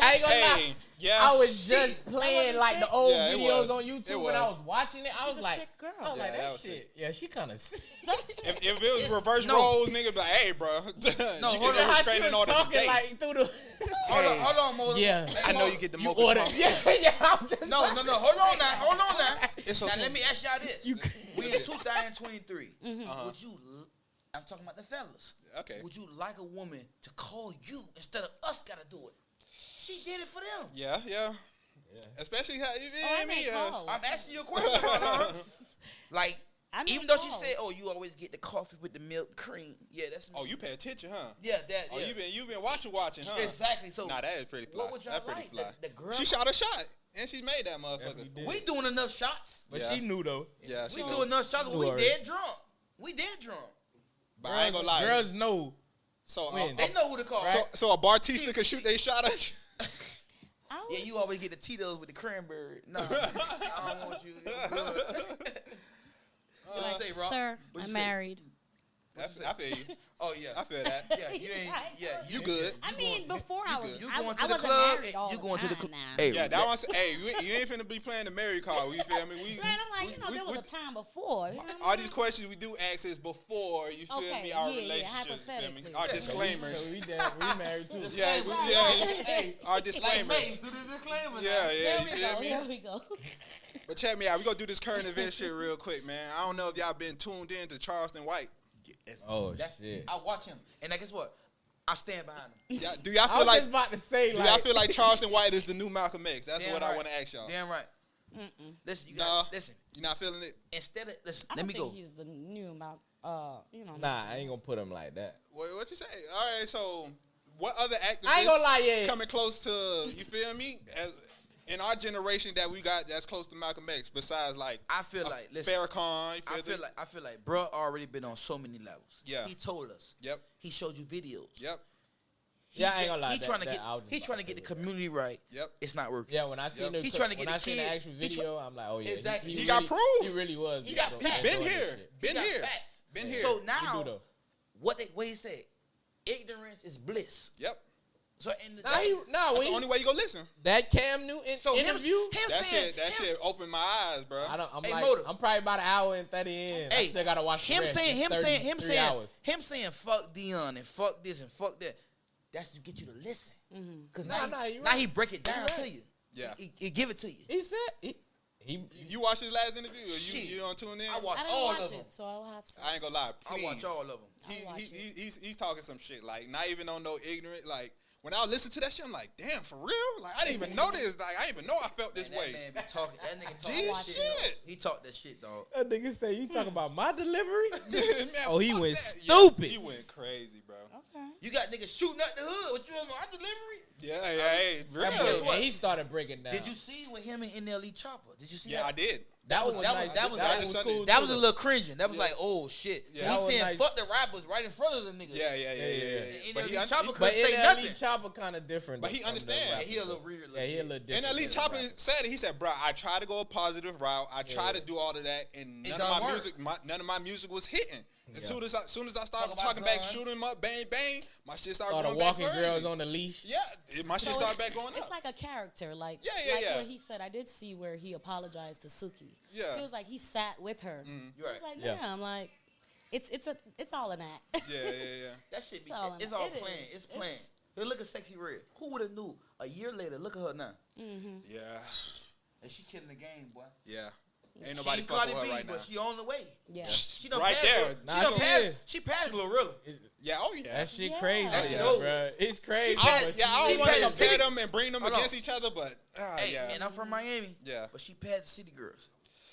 Speaker 2: I ain't gonna
Speaker 1: Hey,
Speaker 2: lie.
Speaker 1: yeah.
Speaker 2: I was
Speaker 3: shit.
Speaker 2: just playing
Speaker 4: That wasn't
Speaker 2: like the
Speaker 4: sick.
Speaker 2: old
Speaker 1: Yeah, it
Speaker 2: videos
Speaker 1: was.
Speaker 2: on
Speaker 1: It
Speaker 2: YouTube when I
Speaker 1: was.
Speaker 2: was watching it. I
Speaker 4: She's
Speaker 2: was
Speaker 4: a
Speaker 2: like,
Speaker 4: sick girl.
Speaker 2: I was
Speaker 1: Yeah,
Speaker 2: like,
Speaker 1: that
Speaker 2: that
Speaker 1: was
Speaker 2: shit. Yeah, she kind of sick.
Speaker 1: If, if it was reverse
Speaker 3: No.
Speaker 1: roles, nigga, be like, hey, bro.
Speaker 3: No,
Speaker 1: you
Speaker 3: hold
Speaker 1: can
Speaker 3: on.
Speaker 1: do
Speaker 2: How she
Speaker 1: restraining
Speaker 2: was
Speaker 1: order
Speaker 2: talking
Speaker 1: today.
Speaker 2: like through the.
Speaker 3: Hold on,
Speaker 1: Hey.
Speaker 3: hold on, Moses.
Speaker 2: Yeah.
Speaker 3: Hey,
Speaker 1: I know
Speaker 3: Moses.
Speaker 1: you get the
Speaker 2: You
Speaker 1: mocha
Speaker 2: order.
Speaker 1: pump.
Speaker 2: Yeah, yeah. I'm just.
Speaker 3: No, no, no. Hold on now. Hold on now.
Speaker 1: It's
Speaker 3: now
Speaker 1: okay.
Speaker 3: let me ask y'all this.
Speaker 2: You-
Speaker 3: we in 2023.
Speaker 4: Mm-hmm. uh,
Speaker 1: Uh-huh. Eh.
Speaker 3: Would you? l- I'm talking about the fellas.
Speaker 1: Okay.
Speaker 3: Would you like a woman to call you instead of us gotta do it? She did it for them.
Speaker 1: Yeah, yeah.
Speaker 2: Yeah.
Speaker 1: Especially how you
Speaker 4: Oh, I
Speaker 1: feel me?
Speaker 4: make
Speaker 1: Uh,
Speaker 4: calls.
Speaker 3: I'm asking you a question. huh? like,
Speaker 4: I make
Speaker 3: even though she
Speaker 4: calls.
Speaker 3: said, "Oh, you always get the coffee with the milk cream." Yeah, that's me.
Speaker 1: oh, you pay attention, huh?
Speaker 3: Yeah, that.
Speaker 1: Oh,
Speaker 3: yeah.
Speaker 1: you been you been watching, watching, huh?
Speaker 3: Exactly. So
Speaker 1: Nah, that is pretty fly.
Speaker 3: What would y'all
Speaker 1: That's pretty
Speaker 3: like?
Speaker 1: fly.
Speaker 3: The, the girl.
Speaker 1: She shot a shot, and she made that
Speaker 2: we
Speaker 1: motherfucker.
Speaker 2: did.
Speaker 3: We doing enough shots.
Speaker 2: But
Speaker 1: Yeah.
Speaker 2: she knew though.
Speaker 1: Yeah, she
Speaker 3: We
Speaker 1: was-
Speaker 3: doing enough shots. but
Speaker 2: You
Speaker 3: We
Speaker 2: are-
Speaker 3: dead drunk. We dead drunk.
Speaker 1: But I ain't gonna lie.
Speaker 2: Girls know.
Speaker 1: so, uh,
Speaker 2: Win.
Speaker 1: uh,
Speaker 3: They know who to call.
Speaker 1: so, so a Bartista could shoot they shot at you.
Speaker 4: I
Speaker 3: Yeah,
Speaker 4: would-
Speaker 3: you always get the Tito's with the cranberry. No, I don't want you. It's good.
Speaker 4: Be
Speaker 3: What you
Speaker 4: like,
Speaker 3: say, Rock?
Speaker 4: Sir,
Speaker 3: What you
Speaker 4: I'm
Speaker 3: say?
Speaker 4: married.
Speaker 1: I,
Speaker 3: What you
Speaker 1: fe- I feel you.
Speaker 3: Oh yeah,
Speaker 1: I feel that.
Speaker 3: yeah. You ain't.
Speaker 4: Right.
Speaker 3: Yeah,
Speaker 1: You
Speaker 3: ain't-
Speaker 1: good.
Speaker 4: I mean, before I was,
Speaker 3: You
Speaker 4: I,
Speaker 3: going
Speaker 4: I
Speaker 3: to the
Speaker 4: wasn't
Speaker 3: club?
Speaker 4: married
Speaker 3: and
Speaker 4: all
Speaker 3: You
Speaker 4: the
Speaker 3: going to the
Speaker 4: time
Speaker 3: club?
Speaker 4: now.
Speaker 3: Hey,
Speaker 1: Yeah, that one's. hey, you, ain't- you ain't finna be playing the Mary card. You feel me? We,
Speaker 4: Right, I'm like, you know,
Speaker 1: we-
Speaker 4: there was
Speaker 1: we-
Speaker 4: a time before. you know what I
Speaker 1: all
Speaker 4: mean?
Speaker 1: these questions we do ask is before you feel
Speaker 4: Okay,
Speaker 1: me. Our
Speaker 4: yeah, yeah,
Speaker 1: relationships, you feel me?
Speaker 4: hypothetically.
Speaker 1: Our
Speaker 2: So
Speaker 1: disclaimers.
Speaker 2: we, dad, we married too.
Speaker 1: yeah, we,
Speaker 4: Right,
Speaker 1: yeah,
Speaker 4: right.
Speaker 1: hey, our
Speaker 3: Like
Speaker 1: disclaimers.
Speaker 3: Maze, do the disclaimer.
Speaker 1: Yeah, yeah,
Speaker 4: there
Speaker 1: you
Speaker 4: we
Speaker 1: feel
Speaker 4: go.
Speaker 1: me?
Speaker 4: There we go.
Speaker 1: But check me out. We gonna do this current event shit real quick, man. I don't know if y'all been tuned in to Charleston White.
Speaker 2: Oh,
Speaker 3: That's-
Speaker 2: shit.
Speaker 3: I watch him, and like, guess what? I stand behind him.
Speaker 1: Y'all, do y'all
Speaker 2: I
Speaker 1: feel
Speaker 2: was
Speaker 1: like?
Speaker 2: just about to say,
Speaker 1: Do
Speaker 2: like,
Speaker 1: y'all feel like Charleston White is the new Malcolm X? That's
Speaker 3: Damn
Speaker 1: what I
Speaker 3: right.
Speaker 1: want to ask y'all.
Speaker 3: Damn right.
Speaker 4: Mm-mm.
Speaker 3: Listen, you
Speaker 1: Nah.
Speaker 3: got to listen.
Speaker 1: You not feeling it?
Speaker 3: Instead of listen,
Speaker 4: I
Speaker 3: let
Speaker 4: don't
Speaker 3: me
Speaker 4: think
Speaker 3: go.
Speaker 4: he's the new Mal. Uh, you know.
Speaker 2: nah, I ain't gonna put him like that.
Speaker 1: What, what you say? All right, so what other activists
Speaker 2: I ain't gonna lie, yeah.
Speaker 1: coming close to you feel me? As, in our generation that we got that's close to Malcolm X, besides like
Speaker 3: I
Speaker 1: a
Speaker 3: feel like listen.
Speaker 1: Farrakhan, you feel
Speaker 3: I feel
Speaker 1: me?
Speaker 3: like I feel like bro already been on so many levels.
Speaker 1: Yeah.
Speaker 3: He told us.
Speaker 1: Yep,
Speaker 3: He showed you videos.
Speaker 1: yep,
Speaker 3: He,
Speaker 2: Yeah, I ain't gonna lie,
Speaker 3: He
Speaker 2: that-
Speaker 3: trying to
Speaker 2: that
Speaker 3: get
Speaker 2: I was just
Speaker 3: he
Speaker 2: about
Speaker 3: trying to
Speaker 2: to
Speaker 3: get the
Speaker 2: say that.
Speaker 3: community right.
Speaker 1: yep.
Speaker 3: It's not working.
Speaker 2: Yeah, when I seen
Speaker 1: Yep.
Speaker 2: the
Speaker 3: He
Speaker 2: co-
Speaker 3: tryna get
Speaker 2: when
Speaker 3: the
Speaker 2: I seen
Speaker 3: kid-
Speaker 2: the actual
Speaker 3: he try-
Speaker 2: video, I'm like, oh yeah,
Speaker 3: Exactly.
Speaker 1: He got proof.
Speaker 2: He really was.
Speaker 3: He
Speaker 2: just
Speaker 3: got
Speaker 2: doing-
Speaker 1: He
Speaker 3: facts.
Speaker 2: doing
Speaker 1: been
Speaker 2: this
Speaker 1: here,
Speaker 2: shit.
Speaker 1: been
Speaker 3: He got
Speaker 1: here,
Speaker 3: facts.
Speaker 1: been here.
Speaker 3: So
Speaker 2: He do
Speaker 3: now
Speaker 2: though.
Speaker 3: what they what he said, ignorance is bliss.
Speaker 1: yep.
Speaker 3: So and
Speaker 2: Nah, he, nah,
Speaker 1: That's
Speaker 2: when
Speaker 1: the
Speaker 2: he-
Speaker 1: only way you go listen.
Speaker 2: that Cam Newton
Speaker 3: so him, him
Speaker 2: interview.
Speaker 1: That
Speaker 3: saying
Speaker 1: shit, that
Speaker 3: him,
Speaker 1: shit opened my eyes, bro.
Speaker 2: I don't. I'm
Speaker 3: Hey,
Speaker 2: like,
Speaker 3: Motive.
Speaker 2: I'm probably about an hour and thirty in. I
Speaker 3: Hey,
Speaker 2: still gotta watch the
Speaker 3: him
Speaker 2: rest.
Speaker 3: saying
Speaker 2: It's
Speaker 3: him saying him
Speaker 2: 33
Speaker 3: saying
Speaker 2: hours.
Speaker 3: him saying fuck Dion and fuck this and fuck that. That's to get you to listen. Cause
Speaker 2: Nah,
Speaker 3: now,
Speaker 2: nah,
Speaker 3: he,
Speaker 2: you
Speaker 3: now
Speaker 2: right.
Speaker 3: he break it
Speaker 2: You
Speaker 3: down
Speaker 2: right.
Speaker 3: to you.
Speaker 1: Yeah.
Speaker 3: He, he give it to you.
Speaker 2: He said he. he
Speaker 1: You- you watch his last interview? Or you
Speaker 3: Shit.
Speaker 1: you don't tune in?
Speaker 3: I watch
Speaker 4: I didn't
Speaker 3: all
Speaker 4: watch
Speaker 3: of them.
Speaker 4: it, so I'll have to.
Speaker 1: I ain't gonna lie. Please.
Speaker 3: I watch all of them.
Speaker 4: I'll
Speaker 1: He's,
Speaker 4: watch
Speaker 1: he,
Speaker 4: it.
Speaker 1: he, he's, he's talking some shit like not even on no ignorant like when I listen to that shit I'm like damn for real like I didn't even know this like I didn't even know I felt this
Speaker 3: Man,
Speaker 1: way
Speaker 3: That man be talking. That nigga talk
Speaker 1: Gee,
Speaker 3: that shit. dog.
Speaker 1: shit.
Speaker 3: He talked that shit, dog.
Speaker 2: that nigga say you talking about my delivery.
Speaker 1: Man,
Speaker 2: Oh, he
Speaker 1: fuck
Speaker 2: went
Speaker 1: that.
Speaker 2: stupid.
Speaker 1: he went crazy bro
Speaker 4: Okay.
Speaker 3: You got niggas shooting out the hood. What you on my delivery?
Speaker 1: yeah yeah hey real
Speaker 2: That boy-
Speaker 3: Guess what?
Speaker 2: and he started breaking down.
Speaker 3: Did you see with him and NLE Chopper? Did you see
Speaker 1: yeah I
Speaker 3: that?
Speaker 1: did
Speaker 2: That was
Speaker 3: That was-
Speaker 2: nice.
Speaker 3: that was-
Speaker 1: that
Speaker 2: that
Speaker 1: was
Speaker 2: was
Speaker 1: Sunday.
Speaker 2: cool.
Speaker 3: That was
Speaker 2: too,
Speaker 3: a
Speaker 2: though.
Speaker 3: little cringing. That was
Speaker 1: Yeah.
Speaker 3: like, oh shit.
Speaker 1: Yeah.
Speaker 2: That
Speaker 3: He
Speaker 2: was
Speaker 3: saying
Speaker 2: nice.
Speaker 3: fuck the rappers right in front of the niggas.
Speaker 1: yeah yeah yeah yeah, yeah,
Speaker 2: Yeah,
Speaker 1: yeah.
Speaker 3: yeah.
Speaker 1: but he,
Speaker 3: NLE
Speaker 1: un-
Speaker 3: Chopper
Speaker 1: he-
Speaker 2: But
Speaker 3: couldn't say nothing.
Speaker 2: NLE Chopper kind of different.
Speaker 1: But
Speaker 2: though,
Speaker 1: he
Speaker 2: from the
Speaker 1: understand.
Speaker 2: rappers,
Speaker 3: Yeah, he a
Speaker 2: though.
Speaker 3: little weird.
Speaker 2: Yeah, he a
Speaker 3: shit.
Speaker 2: little
Speaker 1: and
Speaker 2: different.
Speaker 1: Ali
Speaker 2: than the
Speaker 1: Chopper
Speaker 2: rappers.
Speaker 1: said it. He said, "Bro, I tried to go a positive route. I tried to
Speaker 2: Yeah.
Speaker 1: do all of that, and
Speaker 3: It
Speaker 1: none
Speaker 3: don't
Speaker 1: of my
Speaker 3: work.
Speaker 1: music, my, none of my music was hitting. As
Speaker 2: Yeah.
Speaker 1: soon as I, soon as I started
Speaker 3: Talk about
Speaker 1: talking back,
Speaker 3: guns.
Speaker 1: shooting him up, bang bang, my shit started
Speaker 2: All the
Speaker 1: going back
Speaker 2: walking
Speaker 1: crazy.
Speaker 2: girls on the leash.
Speaker 1: Yeah, it- my shit
Speaker 4: So
Speaker 1: started
Speaker 4: it's-
Speaker 1: back going
Speaker 4: It's
Speaker 1: up.
Speaker 4: like a character, like
Speaker 1: Yeah, yeah,
Speaker 4: like
Speaker 1: yeah.
Speaker 4: what he said. I did see where he apologized to Suki.
Speaker 1: Yeah. Mm,
Speaker 4: he was like he sat with her.
Speaker 3: You right.
Speaker 4: He was like,
Speaker 2: Yeah.
Speaker 4: yeah. I'm like, it's it's a it's all an act.
Speaker 1: yeah, yeah, yeah.
Speaker 3: That shit be.
Speaker 4: It's all in
Speaker 3: It's
Speaker 4: it.
Speaker 3: all
Speaker 4: It
Speaker 3: planned.
Speaker 4: is.
Speaker 3: It's
Speaker 4: It's-
Speaker 3: planned. Hey, Look at sexy red. Who would have knew? A year later, look at her now.
Speaker 4: Mm-hmm.
Speaker 1: Yeah,
Speaker 3: And she killing the game, boy.
Speaker 1: yeah. Ain't nobody
Speaker 3: she
Speaker 1: fucking
Speaker 3: Cardi
Speaker 1: with her
Speaker 3: B,
Speaker 1: right now.
Speaker 3: but she on the way.
Speaker 4: yeah,
Speaker 3: She done
Speaker 1: Right
Speaker 3: passed
Speaker 1: there.
Speaker 3: Lil-
Speaker 2: Nah,
Speaker 3: she done
Speaker 2: she
Speaker 3: passed.
Speaker 2: is.
Speaker 3: She passed Glorilla.
Speaker 1: yeah, oh yeah.
Speaker 2: That shit
Speaker 4: Yeah.
Speaker 2: crazy,
Speaker 4: That
Speaker 1: shit
Speaker 2: yeah,
Speaker 3: over.
Speaker 2: bro. It's crazy.
Speaker 1: I,
Speaker 2: but
Speaker 1: yeah, I
Speaker 3: she
Speaker 1: don't want to
Speaker 3: passed the
Speaker 1: compare
Speaker 3: city-
Speaker 1: them and bring them
Speaker 3: Hold
Speaker 1: against
Speaker 3: on.
Speaker 1: each other, but ah,
Speaker 3: Hey,
Speaker 1: yeah,
Speaker 3: and I'm from Miami.
Speaker 1: Yeah.
Speaker 3: But she passed the city girls.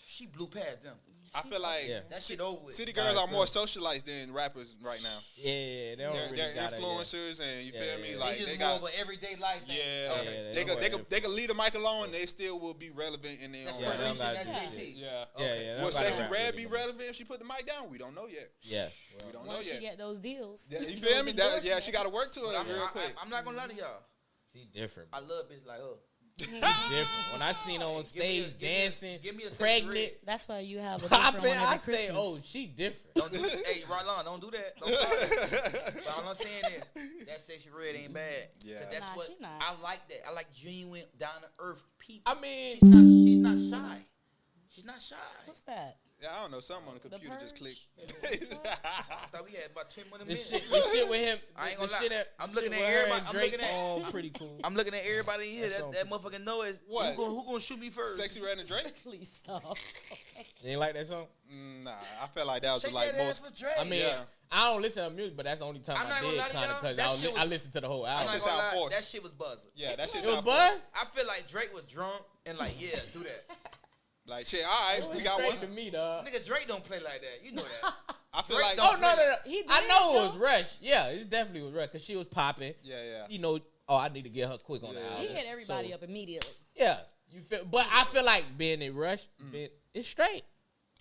Speaker 3: She blew past them.
Speaker 1: I feel like
Speaker 2: Yeah.
Speaker 3: That shit over with.
Speaker 1: city
Speaker 2: Nah,
Speaker 1: girls are
Speaker 2: it's
Speaker 1: more
Speaker 2: a-
Speaker 1: socialized than rappers right now.
Speaker 2: Yeah, yeah, they don't
Speaker 1: They're,
Speaker 2: really
Speaker 1: they're
Speaker 2: got It,
Speaker 1: influencers, and you
Speaker 2: Yeah,
Speaker 1: feel
Speaker 2: yeah,
Speaker 1: me?
Speaker 2: yeah.
Speaker 1: Like
Speaker 3: it's just
Speaker 1: they
Speaker 3: more
Speaker 1: got
Speaker 3: of an everyday life thing.
Speaker 1: Yeah,
Speaker 2: yeah,
Speaker 3: Okay.
Speaker 2: they
Speaker 1: they could
Speaker 2: don't
Speaker 1: they
Speaker 2: wear
Speaker 1: could
Speaker 2: them.
Speaker 1: they could leave the mic alone. They still will be relevant in their
Speaker 3: That's
Speaker 1: own
Speaker 2: Yeah,
Speaker 3: yeah,
Speaker 1: right.
Speaker 2: they don't
Speaker 3: revolution.
Speaker 2: got
Speaker 3: That's
Speaker 2: that
Speaker 3: JT.
Speaker 1: Yeah.
Speaker 2: Yeah,
Speaker 3: Okay.
Speaker 2: yeah.
Speaker 1: Will
Speaker 2: nobody
Speaker 1: Sexy
Speaker 2: rap
Speaker 1: Red
Speaker 2: really
Speaker 1: be
Speaker 2: don't.
Speaker 1: relevant if she put the mic down? We don't know yet.
Speaker 2: Yeah.
Speaker 1: We don't know
Speaker 4: once
Speaker 1: yet.
Speaker 4: she get those deals,
Speaker 1: Oh, Yeah, you feel me?
Speaker 4: those
Speaker 1: That, yeah, she
Speaker 4: endorsements.
Speaker 1: got to work to
Speaker 3: But
Speaker 1: it
Speaker 3: I'm,
Speaker 1: real
Speaker 3: I,
Speaker 1: quick.
Speaker 3: I, am not gonna lie to y'all.
Speaker 2: She different.
Speaker 3: I love bitches like her.
Speaker 2: different. When I seen her on
Speaker 3: Give me a-
Speaker 2: stage
Speaker 3: give me a-
Speaker 2: dancing,
Speaker 3: give me a sexy
Speaker 2: pregnant,
Speaker 3: red.
Speaker 4: That's why you have a different
Speaker 2: popping,
Speaker 4: one
Speaker 2: I
Speaker 4: every
Speaker 2: say,
Speaker 4: Christmas.
Speaker 2: oh, she different.
Speaker 3: Don't do, hey, Rolon, don't do that. Don't do that. but all I'm saying is that sexy red ain't bad. 'Cause
Speaker 1: Yeah.
Speaker 3: that's
Speaker 4: Nah,
Speaker 3: what
Speaker 4: she not.
Speaker 3: I like. That I like genuine, down to earth people.
Speaker 2: I mean,
Speaker 3: She's not. She's not shy. She's not shy.
Speaker 4: What's that?
Speaker 1: Yeah, I don't know. Something on the
Speaker 4: The
Speaker 1: computer just
Speaker 4: Purge?
Speaker 1: clicked.
Speaker 3: I thought we had about ten more
Speaker 2: the
Speaker 3: minutes.
Speaker 2: shit, the shit with him.
Speaker 3: I ain't
Speaker 2: the
Speaker 3: gonna
Speaker 2: shit
Speaker 3: lie.
Speaker 2: at-
Speaker 3: I'm
Speaker 2: the
Speaker 3: looking
Speaker 2: shit
Speaker 3: at
Speaker 2: with her
Speaker 3: everybody-
Speaker 2: and
Speaker 3: I'm
Speaker 2: Drake
Speaker 3: looking at-
Speaker 2: on pretty cool.
Speaker 3: I'm looking at everybody in here.
Speaker 2: That's
Speaker 3: That, that motherfucking noise.
Speaker 1: What?
Speaker 3: Who gonna, who gonna shoot me first?
Speaker 1: Sexy Red and Drake?
Speaker 4: Please stop.
Speaker 2: You ain't like that song?
Speaker 1: Mm, Nah, I felt like that was
Speaker 3: Shake
Speaker 1: like
Speaker 3: that
Speaker 1: most.
Speaker 3: ass for Drake.
Speaker 2: I mean,
Speaker 1: Yeah.
Speaker 2: I don't listen to music, but that's the only time
Speaker 3: I'm
Speaker 2: I
Speaker 3: not gonna
Speaker 2: did
Speaker 3: lie to
Speaker 2: kind
Speaker 3: y'all,
Speaker 2: of because
Speaker 3: that
Speaker 2: I,
Speaker 3: shit
Speaker 2: li-
Speaker 3: was-
Speaker 2: I listened to the whole
Speaker 3: I'm
Speaker 2: album.
Speaker 3: not
Speaker 1: shit's
Speaker 3: gonna
Speaker 1: how it
Speaker 3: lie,
Speaker 1: forced.
Speaker 3: that shit was buzzing.
Speaker 1: Yeah, that
Speaker 2: It
Speaker 1: shit's
Speaker 2: was
Speaker 1: out.
Speaker 2: buzz.
Speaker 3: I feel like Drake was drunk and like, yeah, do that.
Speaker 1: Like shit. All right, we got
Speaker 2: Drake
Speaker 1: one.
Speaker 2: to me, dog.
Speaker 3: Nigga, Drake don't play like that. You know that.
Speaker 1: I feel like.
Speaker 3: Drake
Speaker 2: Oh
Speaker 3: don't-
Speaker 2: no, no, no.
Speaker 4: He
Speaker 2: I
Speaker 4: did,
Speaker 2: know it was
Speaker 4: though.
Speaker 2: Rush. Yeah, it definitely was Rush because she was popping.
Speaker 1: Yeah, yeah.
Speaker 2: You know, oh, I need to get her quick on
Speaker 1: Yeah.
Speaker 2: the album.
Speaker 4: he hit everybody
Speaker 2: So,
Speaker 4: up immediately.
Speaker 2: Yeah, you feel, but I feel like being in Rush,
Speaker 1: Mm.
Speaker 2: being- it's straight.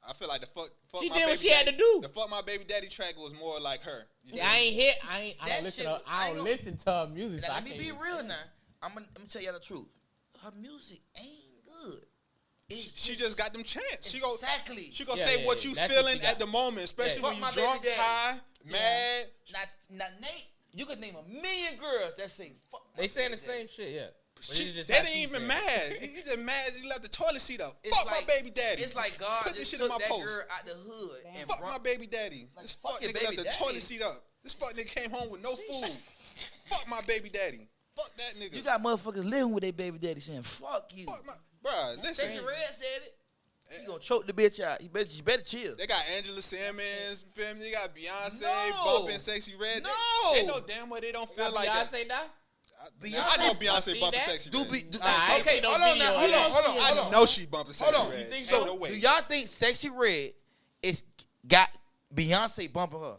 Speaker 1: I feel like the fuck. fuck
Speaker 2: She
Speaker 1: my
Speaker 2: did what
Speaker 1: baby
Speaker 2: she had
Speaker 1: daddy-
Speaker 2: to do.
Speaker 1: The fuck my baby daddy track was more like her. You
Speaker 2: See,
Speaker 1: feel
Speaker 2: I
Speaker 1: me?
Speaker 2: ain't hit. I ain't. I
Speaker 3: That
Speaker 2: don't listen.
Speaker 3: shit-
Speaker 2: to, I
Speaker 3: I
Speaker 2: don't
Speaker 3: ain't
Speaker 2: listen to her music.
Speaker 3: Now,
Speaker 2: so I
Speaker 3: let me
Speaker 2: can't
Speaker 3: be
Speaker 2: even-
Speaker 3: real now. I'm gonna, I'm gonna tell y'all the truth. her music ain't good. It
Speaker 1: She just got them chance. She go
Speaker 3: exactly.
Speaker 1: she gonna
Speaker 2: Yeah,
Speaker 1: say
Speaker 2: yeah,
Speaker 1: what
Speaker 2: yeah.
Speaker 1: you
Speaker 2: That's what
Speaker 1: feeling
Speaker 2: she
Speaker 1: at
Speaker 2: got.
Speaker 1: the moment, especially
Speaker 3: Yeah.
Speaker 1: when
Speaker 3: Fuck my
Speaker 1: you
Speaker 3: baby
Speaker 1: drunk,
Speaker 3: daddy.
Speaker 1: high,
Speaker 4: Yeah.
Speaker 1: mad.
Speaker 3: Now, now Nate, you could name a million girls that sing fuck. my
Speaker 2: They saying the
Speaker 3: baby
Speaker 2: same
Speaker 3: daddy.
Speaker 2: shit, yeah. But it's
Speaker 1: She,
Speaker 2: just
Speaker 1: that
Speaker 2: how she
Speaker 1: ain't even
Speaker 2: said it.
Speaker 1: mad. You just mad. You left the toilet seat up.
Speaker 3: It's
Speaker 1: fuck
Speaker 3: like-
Speaker 1: my baby daddy.
Speaker 3: It's like God
Speaker 1: Put this
Speaker 3: just
Speaker 1: shit
Speaker 3: took
Speaker 1: in my
Speaker 3: that
Speaker 1: post.
Speaker 3: girl out the hood
Speaker 4: Damn.
Speaker 3: and
Speaker 1: fuck
Speaker 3: brought
Speaker 1: my baby daddy.
Speaker 3: Like,
Speaker 1: this
Speaker 3: fuck
Speaker 1: fuck
Speaker 3: your
Speaker 1: nigga left
Speaker 3: baby
Speaker 1: the
Speaker 3: daddy.
Speaker 1: toilet seat up. This fuck nigga came home with no food. fuck my baby daddy. Fuck that nigga.
Speaker 3: You got motherfuckers living with their baby daddy saying, fuck you.
Speaker 1: fuck my bruh. Listen,
Speaker 3: Stacey Red said it. He gonna choke the bitch out. You better, you better chill.
Speaker 1: they got Angela Simmons. You feel me? They got Beyonce,
Speaker 3: No.
Speaker 1: bumping sexy red. They-
Speaker 3: No.
Speaker 1: they, know damn well they don't feel
Speaker 2: Got
Speaker 1: like that.
Speaker 2: Beyonce now?
Speaker 1: I, I know
Speaker 3: Beyonce-
Speaker 2: I
Speaker 1: Beyonce
Speaker 2: seen
Speaker 1: bumping
Speaker 2: that.
Speaker 1: sexy
Speaker 3: Do
Speaker 1: red.
Speaker 3: be do,
Speaker 2: I ain't
Speaker 3: okay.
Speaker 2: seen no
Speaker 3: hold on
Speaker 2: video
Speaker 3: now.
Speaker 2: of
Speaker 3: Hold on.
Speaker 2: that.
Speaker 3: Hold on.
Speaker 4: I
Speaker 3: Hold
Speaker 1: I
Speaker 3: on.
Speaker 1: know she bumping sexy
Speaker 3: Hold on.
Speaker 1: red.
Speaker 3: You think
Speaker 1: Ain't
Speaker 3: so?
Speaker 1: no way.
Speaker 3: Do y'all think Sexy Red is got Beyonce bumping her?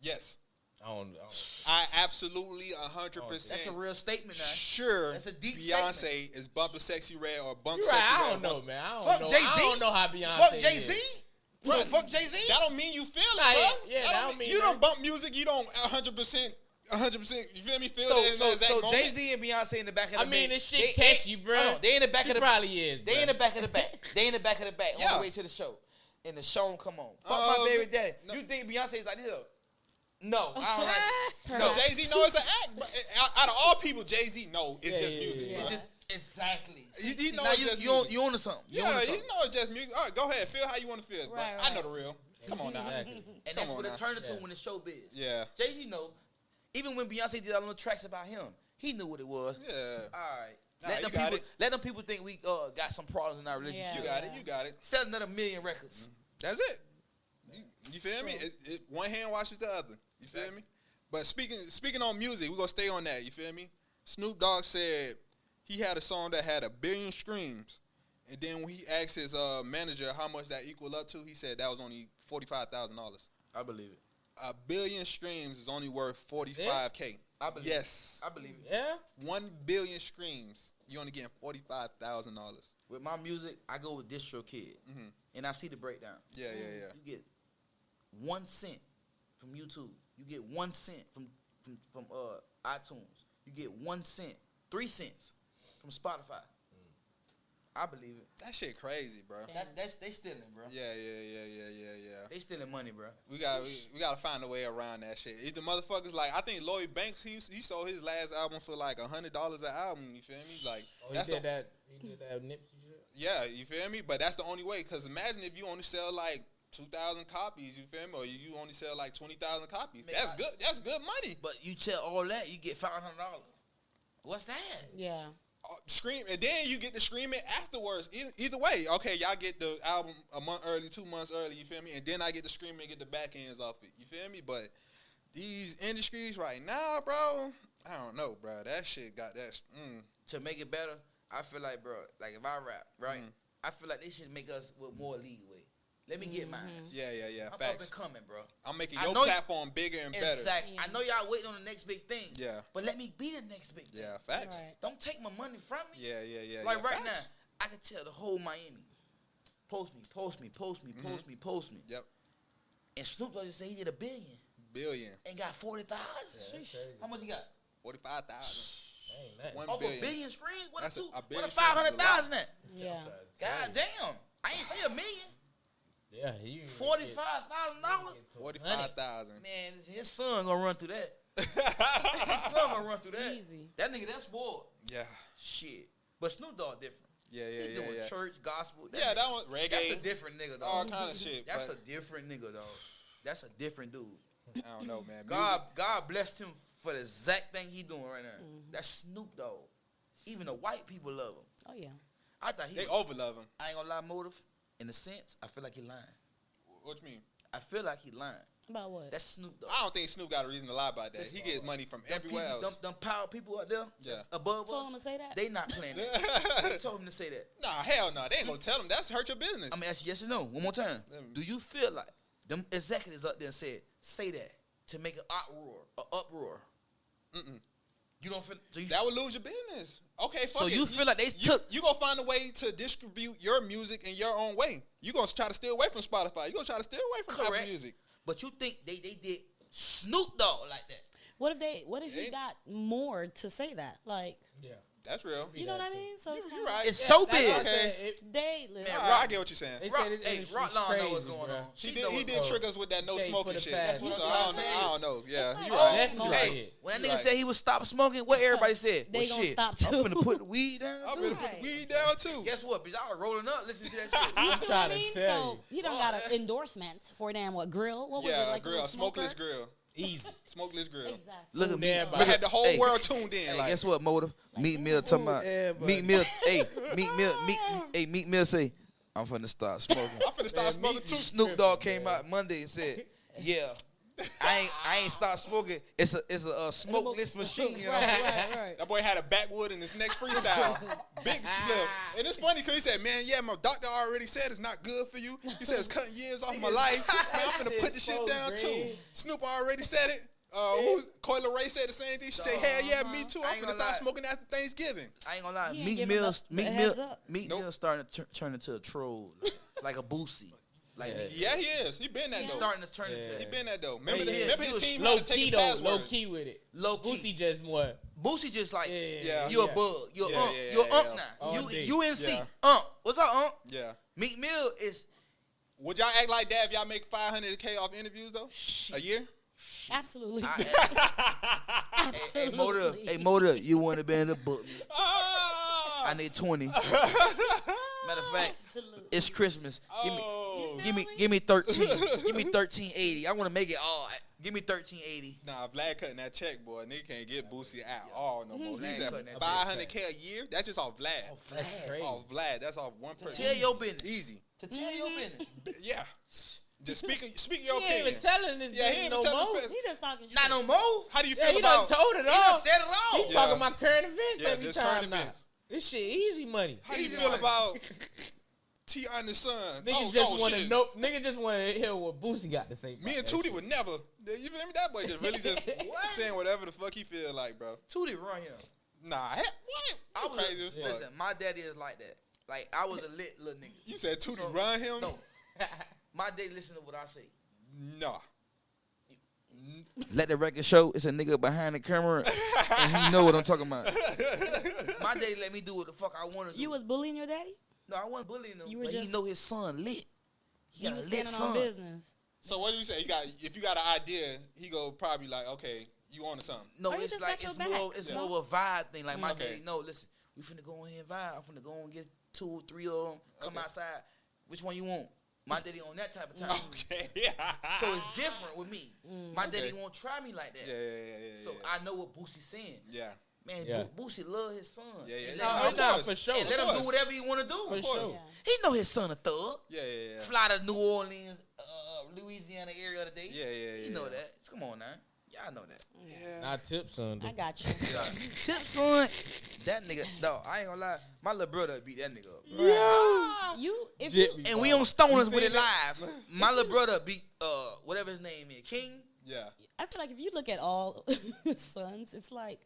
Speaker 1: yes,
Speaker 2: I don't, I don't.
Speaker 1: I absolutely hundred
Speaker 3: That's a
Speaker 1: percent.
Speaker 3: real statement now.
Speaker 1: Sure,
Speaker 3: That's a deep
Speaker 1: Beyonce is bumping sexy red or bump
Speaker 2: You're
Speaker 1: sexy
Speaker 2: right. I
Speaker 1: red.
Speaker 2: don't know, man. I don't
Speaker 3: Fuck
Speaker 2: know. I
Speaker 3: Jay-Z?
Speaker 2: don't know how Beyonce.
Speaker 3: Fuck
Speaker 2: is.
Speaker 3: Jay Z. So fuck Jay Z.
Speaker 1: That don't mean you feel
Speaker 2: Like,
Speaker 1: it, bro.
Speaker 2: yeah,
Speaker 1: that don't
Speaker 2: that don't
Speaker 1: mean,
Speaker 2: mean
Speaker 1: you don't
Speaker 2: that.
Speaker 1: bump music. You don't 100 percent, 100 percent. You feel me? Feel
Speaker 3: So
Speaker 1: it in
Speaker 3: so,
Speaker 1: that exact
Speaker 3: so
Speaker 1: moment.
Speaker 3: Jay Z and Beyonce in the back of the
Speaker 2: I mean,
Speaker 3: bed.
Speaker 2: this shit catchy,
Speaker 3: they-
Speaker 2: bro.
Speaker 3: hold on, They in the back
Speaker 2: she
Speaker 3: of the
Speaker 2: probably is.
Speaker 3: They
Speaker 2: bruh.
Speaker 3: in the back of the back. They in the back of the back on
Speaker 1: Yeah.
Speaker 3: the way to the show. And the show don't come on. Fuck
Speaker 1: Um,
Speaker 3: my baby daddy.
Speaker 1: no.
Speaker 3: You think Beyonce's like this? No, I don't like it.
Speaker 1: no, Jay Z knows it's an act. But out- out of all people, Jay Z know it's
Speaker 2: Yeah,
Speaker 1: just
Speaker 2: yeah,
Speaker 1: music.
Speaker 2: yeah.
Speaker 1: bro.
Speaker 3: It's just- exactly.
Speaker 1: You- you know
Speaker 3: now
Speaker 1: it's
Speaker 3: you,
Speaker 1: just
Speaker 3: you, on,
Speaker 1: music.
Speaker 3: you onto something. You
Speaker 1: Yeah,
Speaker 3: onto
Speaker 1: you
Speaker 3: something.
Speaker 1: know it's just music. All right, go ahead, feel how you want to feel. but
Speaker 4: Right,
Speaker 1: I
Speaker 4: right.
Speaker 1: know the real. Come on now.
Speaker 2: Exactly.
Speaker 3: and
Speaker 1: come
Speaker 3: that's
Speaker 1: on
Speaker 3: what
Speaker 1: now.
Speaker 3: it turned into
Speaker 2: Yeah.
Speaker 3: when the show biz.
Speaker 1: Yeah,
Speaker 3: Jay Z know, even when Beyonce did all the tracks about him, he knew what it was.
Speaker 1: yeah.
Speaker 3: All right.
Speaker 1: Nah,
Speaker 3: let,
Speaker 1: you
Speaker 3: them
Speaker 1: got
Speaker 3: people,
Speaker 1: it.
Speaker 3: let them people think we uh, got some problems in our relationship.
Speaker 1: You
Speaker 4: Yeah.
Speaker 1: got it. You got it.
Speaker 3: Sell another million records.
Speaker 1: That's it. You, you feel me? It, it, one hand washes the other. You feel
Speaker 3: Exactly.
Speaker 1: me? But speaking speaking on music, we're gonna stay on that. You feel me? Snoop Dogg said he had a song that had a billion streams, and then when he asked his uh, manager how much that equal up to, he said that was only forty five thousand dollars.
Speaker 3: Mm-hmm. I believe it.
Speaker 1: A billion streams is only worth forty five k.
Speaker 3: I believe
Speaker 1: Yes,
Speaker 3: it. I believe it.
Speaker 2: Yeah.
Speaker 1: one billion streams, you only getting forty five thousand dollars.
Speaker 3: With my music, I go with Distro Kid.
Speaker 1: Mhm.
Speaker 3: And I see the breakdown.
Speaker 1: Yeah, yeah, yeah.
Speaker 3: You get one cent from YouTube. You get one cent from from, from uh, iTunes. You get one cent, three cents from Spotify. Mm. I believe it.
Speaker 1: That shit crazy, bro.
Speaker 3: That, that's they stealing, bro.
Speaker 1: Yeah, yeah, yeah, yeah, yeah, yeah.
Speaker 3: They stealing money, bro.
Speaker 1: We got we, we got to find a way around that shit. Either motherfuckers like I think Lloyd Banks he he sold his last album for like a hundred dollars an album. You feel me? Like
Speaker 2: Oh, he
Speaker 1: that's
Speaker 2: did
Speaker 1: the,
Speaker 2: that. He did that Nipsey shit.
Speaker 1: yeah, you feel me? But that's the only way. Cause imagine if you only sell like two thousand copies. You feel me? Or you only sell like twenty thousand copies.
Speaker 3: Man,
Speaker 1: That's
Speaker 3: I-
Speaker 1: good. That's good money.
Speaker 3: But you tell all that, you get five hundred dollars. What's that?
Speaker 4: Yeah.
Speaker 1: Uh, Scream and then you get to screaming afterwards. Either, either way, okay, y'all get the album a month early, two months early. You feel me? And then I get to scream and get the back ends off it. You feel me? But these industries right now, bro, I don't know, bro. That shit got that. sh- Mm,
Speaker 3: To make it better, I feel like, bro, like if I rap, right?
Speaker 1: Mhm.
Speaker 3: I feel like they should make us with more leeway. Let me get mine.
Speaker 1: yeah, yeah, yeah.
Speaker 3: I'm up
Speaker 1: Facts.
Speaker 3: and coming, bro.
Speaker 1: I'm making
Speaker 3: I
Speaker 1: your
Speaker 3: know you-
Speaker 1: platform bigger and better.
Speaker 3: Exactly. I
Speaker 4: Yeah.
Speaker 3: know y'all waiting on the next big thing.
Speaker 1: Yeah.
Speaker 3: But let me be the next big thing.
Speaker 1: Yeah, facts.
Speaker 4: Right.
Speaker 3: Don't take my money from me.
Speaker 1: Yeah, yeah, yeah.
Speaker 3: like
Speaker 1: yeah,
Speaker 3: right
Speaker 1: facts.
Speaker 3: now, I can tell the whole Miami. Post me, post me, post me, post me, post me.
Speaker 1: Mm-hmm. Yep.
Speaker 3: And Snoop Dogg just said he did a billion
Speaker 1: Billion,
Speaker 3: and got forty thousand.
Speaker 2: Yeah, that's
Speaker 4: Sheesh.
Speaker 2: crazy.
Speaker 3: how much he got?
Speaker 1: forty-five thousand.
Speaker 2: That ain't nothing.
Speaker 1: One
Speaker 3: Over
Speaker 1: billion.
Speaker 3: a billion screens? What
Speaker 1: That's
Speaker 3: a
Speaker 1: a-
Speaker 3: two?
Speaker 1: a billion
Speaker 3: what
Speaker 1: streams
Speaker 3: a
Speaker 1: is a
Speaker 3: five hundred thousand at?
Speaker 2: I'm trying
Speaker 4: Yeah.
Speaker 2: to tell
Speaker 3: God
Speaker 2: you.
Speaker 3: damn. I ain't say a million.
Speaker 2: Yeah, he even
Speaker 3: Forty
Speaker 2: get-
Speaker 3: five thousand dollars?
Speaker 2: get to
Speaker 1: Forty-five thousand.
Speaker 3: Man, his son gonna run through that. His son gonna run through that.
Speaker 4: Easy.
Speaker 3: That nigga that's spoiled.
Speaker 1: yeah,
Speaker 3: Shit. But Snoop Dogg different.
Speaker 1: yeah, yeah,
Speaker 3: He
Speaker 1: yeah,
Speaker 3: doing
Speaker 1: yeah.
Speaker 3: church, gospel.
Speaker 1: yeah, that one
Speaker 3: That's a
Speaker 1: reggae,
Speaker 3: different nigga,
Speaker 1: all
Speaker 3: dog.
Speaker 1: kind of shit.
Speaker 3: That's
Speaker 1: but
Speaker 3: a different nigga, dog. That's a different dude.
Speaker 1: I don't know, man.
Speaker 3: God, God blessed him for the exact thing he doing right now. That's Snoop Dogg. Even the white people love him.
Speaker 4: Oh yeah.
Speaker 3: I thought he.
Speaker 1: Music, they
Speaker 3: was-
Speaker 1: overlove him.
Speaker 3: I ain't gonna lie, motive. In a sense, I feel like he lying.
Speaker 1: What you mean?
Speaker 3: I feel like he lying.
Speaker 4: About what?
Speaker 3: That's Snoop Dogg.
Speaker 1: I don't think Snoop got a reason to lie about that.
Speaker 3: That's
Speaker 1: He
Speaker 3: all
Speaker 1: gets
Speaker 3: right.
Speaker 1: money from
Speaker 3: Them
Speaker 1: everywhere
Speaker 3: people,
Speaker 1: else.
Speaker 3: Them, them power people out there,
Speaker 1: Yeah.
Speaker 3: above
Speaker 4: Told him to
Speaker 3: us,
Speaker 4: say that.
Speaker 3: they not playing. it. they told him to say that.
Speaker 1: nah, hell no. They ain't gonna tell him. That's hurt your business.
Speaker 3: I'm gonna ask you yes or no one more time.
Speaker 1: Let me-
Speaker 3: Do you feel like them executives up there said say that to make an uproar, an uproar?
Speaker 1: Mm-mm.
Speaker 3: You don't feel. So you,
Speaker 1: That would lose your business. Okay, fuck
Speaker 3: so
Speaker 1: it.
Speaker 3: you feel like they
Speaker 1: you,
Speaker 3: took?
Speaker 1: you gonna find a way to distribute your music in your own way. You gonna try to steer away from Spotify. You gonna try to steer away from Apple
Speaker 3: Correct.
Speaker 1: Music.
Speaker 3: But you think they they did Snoop Dogg like that?
Speaker 4: What if they? What if
Speaker 1: Ain't-
Speaker 4: he got more to say that? Like,
Speaker 2: Yeah.
Speaker 1: That's real.
Speaker 4: You know what I mean? So it's
Speaker 1: You-
Speaker 4: kind
Speaker 1: you
Speaker 4: of
Speaker 1: right.
Speaker 3: It's
Speaker 1: Yeah,
Speaker 3: so
Speaker 1: that's
Speaker 3: big.
Speaker 1: what I'm saying.
Speaker 2: It-
Speaker 4: they live.
Speaker 3: Man,
Speaker 1: All right, I get what you're saying.
Speaker 2: They
Speaker 3: Rock,
Speaker 2: say this
Speaker 3: hey,
Speaker 2: industry's
Speaker 3: Rock Lawn know what's
Speaker 2: crazy,
Speaker 3: going
Speaker 2: bruh.
Speaker 3: on. She
Speaker 1: He
Speaker 3: know
Speaker 1: did. He
Speaker 3: what's
Speaker 1: did
Speaker 3: going
Speaker 1: trick us with that no
Speaker 2: Yeah, he
Speaker 1: smoking
Speaker 2: put a
Speaker 1: shit.
Speaker 2: fast-
Speaker 1: That's what
Speaker 2: That's
Speaker 1: so I
Speaker 3: what I'm
Speaker 1: don't know.
Speaker 3: saying.
Speaker 1: I don't know. Yeah,
Speaker 4: That's
Speaker 1: you
Speaker 4: like
Speaker 2: Oh,
Speaker 1: right.
Speaker 2: definitely
Speaker 3: on.
Speaker 2: right
Speaker 3: Hey,
Speaker 2: here.
Speaker 3: when
Speaker 1: You
Speaker 3: that nigga
Speaker 1: right.
Speaker 3: said he would stop smoking, what everybody said?
Speaker 4: They
Speaker 3: well,
Speaker 4: gonna
Speaker 3: shit,
Speaker 4: stop
Speaker 3: I'm
Speaker 4: too.
Speaker 3: finna put the weed down.
Speaker 1: I'm
Speaker 3: too.
Speaker 1: gonna put the weed down too.
Speaker 3: Guess what, bitch? I was rolling up listening to that shit.
Speaker 4: You see what I
Speaker 2: tryna
Speaker 4: mean?
Speaker 2: tell
Speaker 4: So he done
Speaker 3: Oh,
Speaker 4: got
Speaker 3: that-
Speaker 4: an endorsement for damn what grill? What was
Speaker 1: yeah,
Speaker 4: it like? a
Speaker 1: grill,
Speaker 4: little
Speaker 1: smokeless
Speaker 4: smoker?
Speaker 1: grill,
Speaker 2: Easy.
Speaker 1: smokeless grill.
Speaker 4: Exactly.
Speaker 3: Look at me.
Speaker 2: Damn,
Speaker 1: I
Speaker 3: Look
Speaker 2: buddy.
Speaker 1: had
Speaker 3: at
Speaker 1: the whole
Speaker 3: hey,
Speaker 1: world tuned in.
Speaker 3: Hey,
Speaker 1: like,
Speaker 3: guess what, Motive? Meat Mill talking about.
Speaker 2: yeah, buddy.
Speaker 3: Meat Mill. Hey, Meat Mill. Meat. Hey, Meat Mill say, I'm finna stop smoking.
Speaker 1: I'm finna stop
Speaker 2: Man,
Speaker 1: smoking
Speaker 2: meat
Speaker 1: too.
Speaker 2: is-
Speaker 3: Snoop Dogg came
Speaker 2: man.
Speaker 3: out Monday and said, "Yeah, I ain't I ain't stopped smoking. It's a it's a, uh smokeless machine." You know?
Speaker 4: Right, right, right.
Speaker 1: That boy had a backwood in his next freestyle. Big split. And it's funny because he said, Man, yeah, my doctor already said it's not good for you. He said it's cutting years off my life. Man, I'm gonna put the shit
Speaker 2: so
Speaker 1: down too.
Speaker 2: green.
Speaker 1: Snoop already said it. Uh, who, Coyle Ray said the same thing. She said, Hell yeah, me too.
Speaker 3: I
Speaker 1: I'm
Speaker 3: ain't
Speaker 1: gonna
Speaker 3: gonna
Speaker 1: stop
Speaker 3: lie.
Speaker 1: smoking after Thanksgiving.
Speaker 3: I ain't gonna lie.
Speaker 4: He ain't
Speaker 3: Meat
Speaker 4: giving
Speaker 3: Mill.
Speaker 4: us the
Speaker 3: Meat
Speaker 4: heads
Speaker 3: Mill.
Speaker 4: up.
Speaker 3: Meat
Speaker 1: Nope.
Speaker 3: Mill starting to tur- turn into a troll, like, like a boosie. Like
Speaker 2: Yeah.
Speaker 1: Yeah, he is. He been that
Speaker 4: He's
Speaker 1: though.
Speaker 3: starting to turn
Speaker 1: he
Speaker 3: into
Speaker 1: been that though. Remember,
Speaker 2: Yeah,
Speaker 1: the,
Speaker 2: yeah.
Speaker 1: remember
Speaker 3: He
Speaker 1: his
Speaker 3: was
Speaker 1: team
Speaker 2: Low
Speaker 1: had to take
Speaker 2: key
Speaker 1: his
Speaker 2: though.
Speaker 1: password.
Speaker 2: Low key with it.
Speaker 3: low
Speaker 2: Boosie
Speaker 3: key.
Speaker 2: just more.
Speaker 3: Boosie just like
Speaker 2: Yeah.
Speaker 3: you a
Speaker 2: Yeah.
Speaker 3: bug. You a
Speaker 1: Yeah,
Speaker 3: ump.
Speaker 1: yeah, yeah,
Speaker 3: you a ump
Speaker 1: yeah.
Speaker 3: now.
Speaker 2: All
Speaker 3: You
Speaker 2: day.
Speaker 3: you UNC
Speaker 1: Yeah.
Speaker 3: ump. What's up ump?
Speaker 1: Yeah.
Speaker 3: Meat Mill is
Speaker 1: Would y'all act like that if y'all make 500k off interviews though?
Speaker 3: shit.
Speaker 1: A year?
Speaker 4: Absolutely.
Speaker 3: I- Hey,
Speaker 4: Absolutely.
Speaker 3: Motor, hey, Motor, you want to be in the book. I
Speaker 1: Ah!
Speaker 3: need 20. Matter of fact,
Speaker 4: Absolutely.
Speaker 3: it's Christmas. Give me,
Speaker 1: Oh.
Speaker 3: give me, give me 13. give me 1380. I want to make it all. Give me 1380.
Speaker 1: Nah, Vlad cutting that check, boy. Nigga can't get Boosie at all
Speaker 2: Mm-hmm.
Speaker 1: no more.
Speaker 3: Vlad
Speaker 1: He's at
Speaker 3: cutting that
Speaker 1: 500K a year. That's just off Vlad.
Speaker 2: That's Oh, crazy.
Speaker 1: Off Vlad. That's off one person.
Speaker 3: Tell your business.
Speaker 1: Easy.
Speaker 3: To tell your
Speaker 1: Mm-hmm.
Speaker 3: business.
Speaker 1: Yeah. Just speak, speak your
Speaker 2: He ain't
Speaker 1: opinion.
Speaker 2: even telling this
Speaker 1: Yeah, he
Speaker 2: bitch
Speaker 1: ain't
Speaker 2: no
Speaker 1: even telling
Speaker 2: more.
Speaker 1: this
Speaker 4: He just talking shit.
Speaker 3: Not no more.
Speaker 1: How do you feel
Speaker 2: Yeah, he done
Speaker 1: about
Speaker 2: told it
Speaker 3: He done
Speaker 2: all.
Speaker 3: said it all.
Speaker 2: He
Speaker 1: Yeah.
Speaker 2: talking about current events
Speaker 1: Yeah,
Speaker 2: every
Speaker 1: just
Speaker 2: time
Speaker 1: current
Speaker 2: now.
Speaker 1: events.
Speaker 2: This shit easy money.
Speaker 1: how do you
Speaker 3: He's
Speaker 1: feel
Speaker 3: right.
Speaker 1: about T.I. and the son?
Speaker 2: Nigga
Speaker 1: oh,
Speaker 2: just
Speaker 1: oh,
Speaker 2: want to
Speaker 1: shit.
Speaker 2: know. Nigga just want to hear what Boosie got to say.
Speaker 1: Me and
Speaker 2: about that
Speaker 1: Tootie
Speaker 2: shit.
Speaker 1: would never. You feel me? That boy just really just
Speaker 3: What?
Speaker 1: saying whatever the fuck he feel like, bro.
Speaker 3: Tootie run here.
Speaker 1: Nah, he-
Speaker 3: I
Speaker 1: what?
Speaker 3: was
Speaker 1: You crazy as
Speaker 3: listen,
Speaker 1: fuck.
Speaker 3: my daddy is like that. Like, I was a lit little nigga.
Speaker 1: You said Tootie
Speaker 3: So-
Speaker 1: run him?
Speaker 3: No. My daddy listen to what I say.
Speaker 1: Nah.
Speaker 3: Let the record show it's a nigga behind the camera and he know what I'm talking about. My daddy let me do what the fuck I want to do.
Speaker 4: You was bullying your daddy?
Speaker 3: no, I wasn't bullying him.
Speaker 4: You were
Speaker 3: but he
Speaker 4: just-
Speaker 3: know his son lit. He
Speaker 4: You
Speaker 3: got
Speaker 4: was
Speaker 3: a lit
Speaker 4: standing on
Speaker 3: son.
Speaker 4: business.
Speaker 1: So what do you say? You got if you got an idea, he go probably like, okay, you on to something.
Speaker 3: No,
Speaker 4: Or he
Speaker 3: it's
Speaker 4: just
Speaker 3: like
Speaker 4: got
Speaker 3: it's
Speaker 4: your
Speaker 3: more
Speaker 4: back,
Speaker 3: it's
Speaker 1: you
Speaker 3: more
Speaker 4: know? Mm,
Speaker 3: of a vibe thing. Like my
Speaker 1: Okay.
Speaker 3: daddy know, listen, we finna go in here and vibe. I'm finna go and get two or three of them. Come
Speaker 1: Okay.
Speaker 3: outside. Which one you want? My
Speaker 4: Mm.
Speaker 3: daddy on that type of time.
Speaker 4: Oh,
Speaker 1: Okay. yeah.
Speaker 3: So it's different with me.
Speaker 4: Mm.
Speaker 3: My daddy
Speaker 1: Okay.
Speaker 3: won't try me like that.
Speaker 1: Yeah, yeah, yeah, yeah.
Speaker 3: So
Speaker 1: yeah.
Speaker 3: I know what Boosie's saying.
Speaker 1: yeah.
Speaker 3: Man,
Speaker 2: Yeah.
Speaker 3: Bo- Boosie love his son.
Speaker 1: Yeah, yeah,
Speaker 3: And
Speaker 1: yeah.
Speaker 2: No,
Speaker 3: let him
Speaker 1: Nah,
Speaker 3: do-
Speaker 2: no,
Speaker 1: course.
Speaker 2: for sure.
Speaker 3: and
Speaker 1: of
Speaker 3: let him do
Speaker 1: course.
Speaker 3: whatever he want to do.
Speaker 2: For
Speaker 1: course.
Speaker 2: sure.
Speaker 3: He know his son a thug.
Speaker 1: Yeah, yeah, yeah.
Speaker 3: Fly to New Orleans, uh, Louisiana area today.
Speaker 1: Yeah, yeah, yeah.
Speaker 3: You know
Speaker 1: yeah.
Speaker 3: that. Come on now. Y'all know that.
Speaker 1: Yeah.
Speaker 2: Not tips on.
Speaker 4: I got you.
Speaker 3: Tip son. That nigga, no, I ain't gonna lie. My little brother beat that nigga up. bro.
Speaker 4: Bruh. You, if you,
Speaker 2: Jiffy.
Speaker 3: And we on stoners
Speaker 2: You
Speaker 3: with it
Speaker 2: seen
Speaker 3: live. My little brother beat uh whatever his name is, King.
Speaker 1: yeah.
Speaker 4: I feel like if you look at all sons, it's like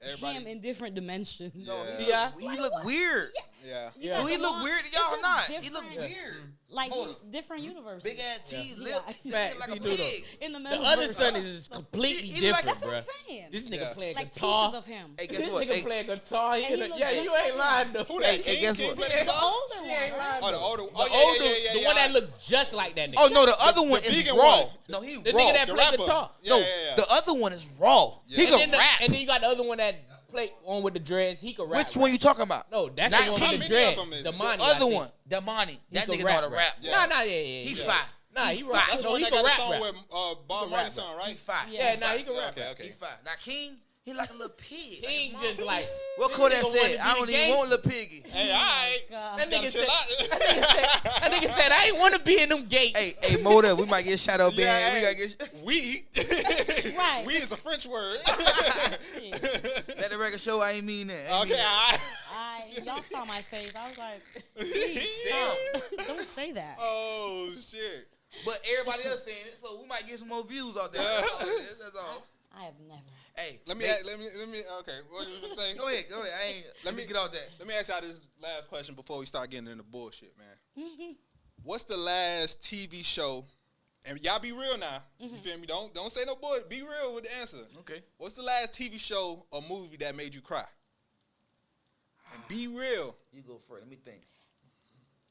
Speaker 1: Everybody.
Speaker 4: him in different dimensions.
Speaker 1: No, he-
Speaker 2: Yeah.
Speaker 3: He look weird.
Speaker 1: yeah.
Speaker 4: You
Speaker 2: Yeah.
Speaker 4: got
Speaker 3: Do he
Speaker 4: the
Speaker 3: look
Speaker 4: long-
Speaker 3: weird to
Speaker 4: it's
Speaker 3: y'all
Speaker 4: just
Speaker 3: or not? He look
Speaker 4: different-
Speaker 3: weird.
Speaker 4: Like
Speaker 3: Hold up.
Speaker 4: different universes.
Speaker 3: Big ass T,
Speaker 4: Yeah.
Speaker 3: lip,
Speaker 4: Facts,
Speaker 3: looking like
Speaker 2: he
Speaker 3: a
Speaker 2: do though.
Speaker 3: pig.
Speaker 4: in the
Speaker 2: The
Speaker 4: middle.
Speaker 2: other son is just completely
Speaker 3: He- he like-
Speaker 2: different,
Speaker 4: That's
Speaker 2: bro.
Speaker 4: what I'm saying.
Speaker 2: This nigga
Speaker 1: Yeah.
Speaker 2: playing
Speaker 4: like
Speaker 2: guitar.
Speaker 4: pieces of him.
Speaker 3: Hey, guess
Speaker 2: This
Speaker 3: what?
Speaker 2: nigga
Speaker 3: Hey,
Speaker 2: playing guitar. He a-
Speaker 4: And he look
Speaker 2: yeah,
Speaker 4: just
Speaker 2: you
Speaker 4: like
Speaker 2: ain't
Speaker 4: him.
Speaker 2: lying though.
Speaker 1: Who that?
Speaker 3: Hey, hey,
Speaker 1: King,
Speaker 3: guess
Speaker 1: King
Speaker 3: what?
Speaker 1: played
Speaker 2: Yeah.
Speaker 1: guitar?
Speaker 4: The older
Speaker 2: She
Speaker 4: one,
Speaker 2: ain't lying.
Speaker 4: right?
Speaker 1: Oh, the
Speaker 2: though.
Speaker 1: older.
Speaker 2: The
Speaker 1: Oh, yeah,
Speaker 2: older,
Speaker 1: yeah, yeah, yeah,
Speaker 2: the
Speaker 1: yeah.
Speaker 2: one that look just like that nigga.
Speaker 3: oh no, the other one
Speaker 1: the
Speaker 3: is
Speaker 1: vegan
Speaker 3: raw.
Speaker 1: one.
Speaker 3: No, he
Speaker 2: the
Speaker 3: raw.
Speaker 2: nigga that
Speaker 1: the
Speaker 2: played
Speaker 1: rapper.
Speaker 2: guitar.
Speaker 1: Yeah,
Speaker 3: no,
Speaker 1: yeah, yeah.
Speaker 3: the other one is raw.
Speaker 1: Yeah. And
Speaker 3: He
Speaker 2: and,
Speaker 3: can
Speaker 2: then the-
Speaker 3: rap.
Speaker 2: and then you got the other one that played on with the dreads. He could rap.
Speaker 3: Which one you talking about?
Speaker 2: No, that's
Speaker 3: Not
Speaker 2: the one
Speaker 1: King.
Speaker 2: with the
Speaker 1: How many of
Speaker 2: dreads.
Speaker 1: them is it?
Speaker 2: Damani,
Speaker 3: The
Speaker 2: I
Speaker 3: other
Speaker 2: think.
Speaker 3: one, Damani.
Speaker 2: He
Speaker 3: That
Speaker 2: could
Speaker 3: nigga know how to rap.
Speaker 1: Yeah.
Speaker 2: Nah, nah, yeah, yeah.
Speaker 3: He
Speaker 2: yeah.
Speaker 3: fine.
Speaker 2: Nah, he,
Speaker 3: He
Speaker 2: rap.
Speaker 3: fine.
Speaker 1: That's the
Speaker 2: No,
Speaker 1: one
Speaker 2: he
Speaker 1: that got
Speaker 2: can
Speaker 1: the
Speaker 2: rap.
Speaker 1: song
Speaker 2: rap.
Speaker 1: with uh, Bob
Speaker 2: rap,
Speaker 1: Marley's
Speaker 2: bro.
Speaker 1: song,
Speaker 3: He
Speaker 1: right?
Speaker 3: fine.
Speaker 4: Yeah.
Speaker 2: Yeah, nah, he can
Speaker 1: Yeah,
Speaker 2: rap.
Speaker 1: okay,
Speaker 3: He
Speaker 1: okay.
Speaker 3: fine. Now King, he like a little pig.
Speaker 2: King just like
Speaker 3: What
Speaker 2: this
Speaker 3: Kodak
Speaker 2: nigga
Speaker 3: said?
Speaker 2: wanna
Speaker 3: I
Speaker 2: be
Speaker 3: don't
Speaker 2: the
Speaker 3: even
Speaker 2: gangster.
Speaker 3: want little piggy.
Speaker 1: Hey, all right.
Speaker 4: Oh God.
Speaker 2: That nigga
Speaker 1: Gotta chill
Speaker 2: said.
Speaker 1: out.
Speaker 2: That nigga said. That nigga said I ain't want to be in them gates.
Speaker 3: Hey, hey, Moda, we might get shadow banned.
Speaker 1: Yeah,
Speaker 3: we
Speaker 1: hey.
Speaker 3: gotta get.
Speaker 1: We.
Speaker 4: Right.
Speaker 1: We is a French word.
Speaker 4: Shit.
Speaker 3: Let the record show. I ain't mean that. I ain't
Speaker 1: okay,
Speaker 3: mean that.
Speaker 1: all right.
Speaker 4: I, y'all saw my face. I was like, please stop. Don't say that.
Speaker 1: Oh, shit.
Speaker 3: But everybody else saying it, so we might get some more views out there. That's all. it is, That's all.
Speaker 4: I have never.
Speaker 3: Hey,
Speaker 1: Let me,
Speaker 3: make-
Speaker 1: ask- let me, let me, okay. What you been saying?
Speaker 3: Go ahead, go ahead. I ain't, let me get off that.
Speaker 1: Let me ask y'all this last question before we start getting into bullshit, man. What's the last TV show? And y'all be real now.
Speaker 4: Mm-hmm.
Speaker 1: You feel me? Don't don't say no boy. Be real with the answer.
Speaker 3: Okay.
Speaker 1: What's the last TV show or movie that made you cry? Be real.
Speaker 3: You go first. Let me think.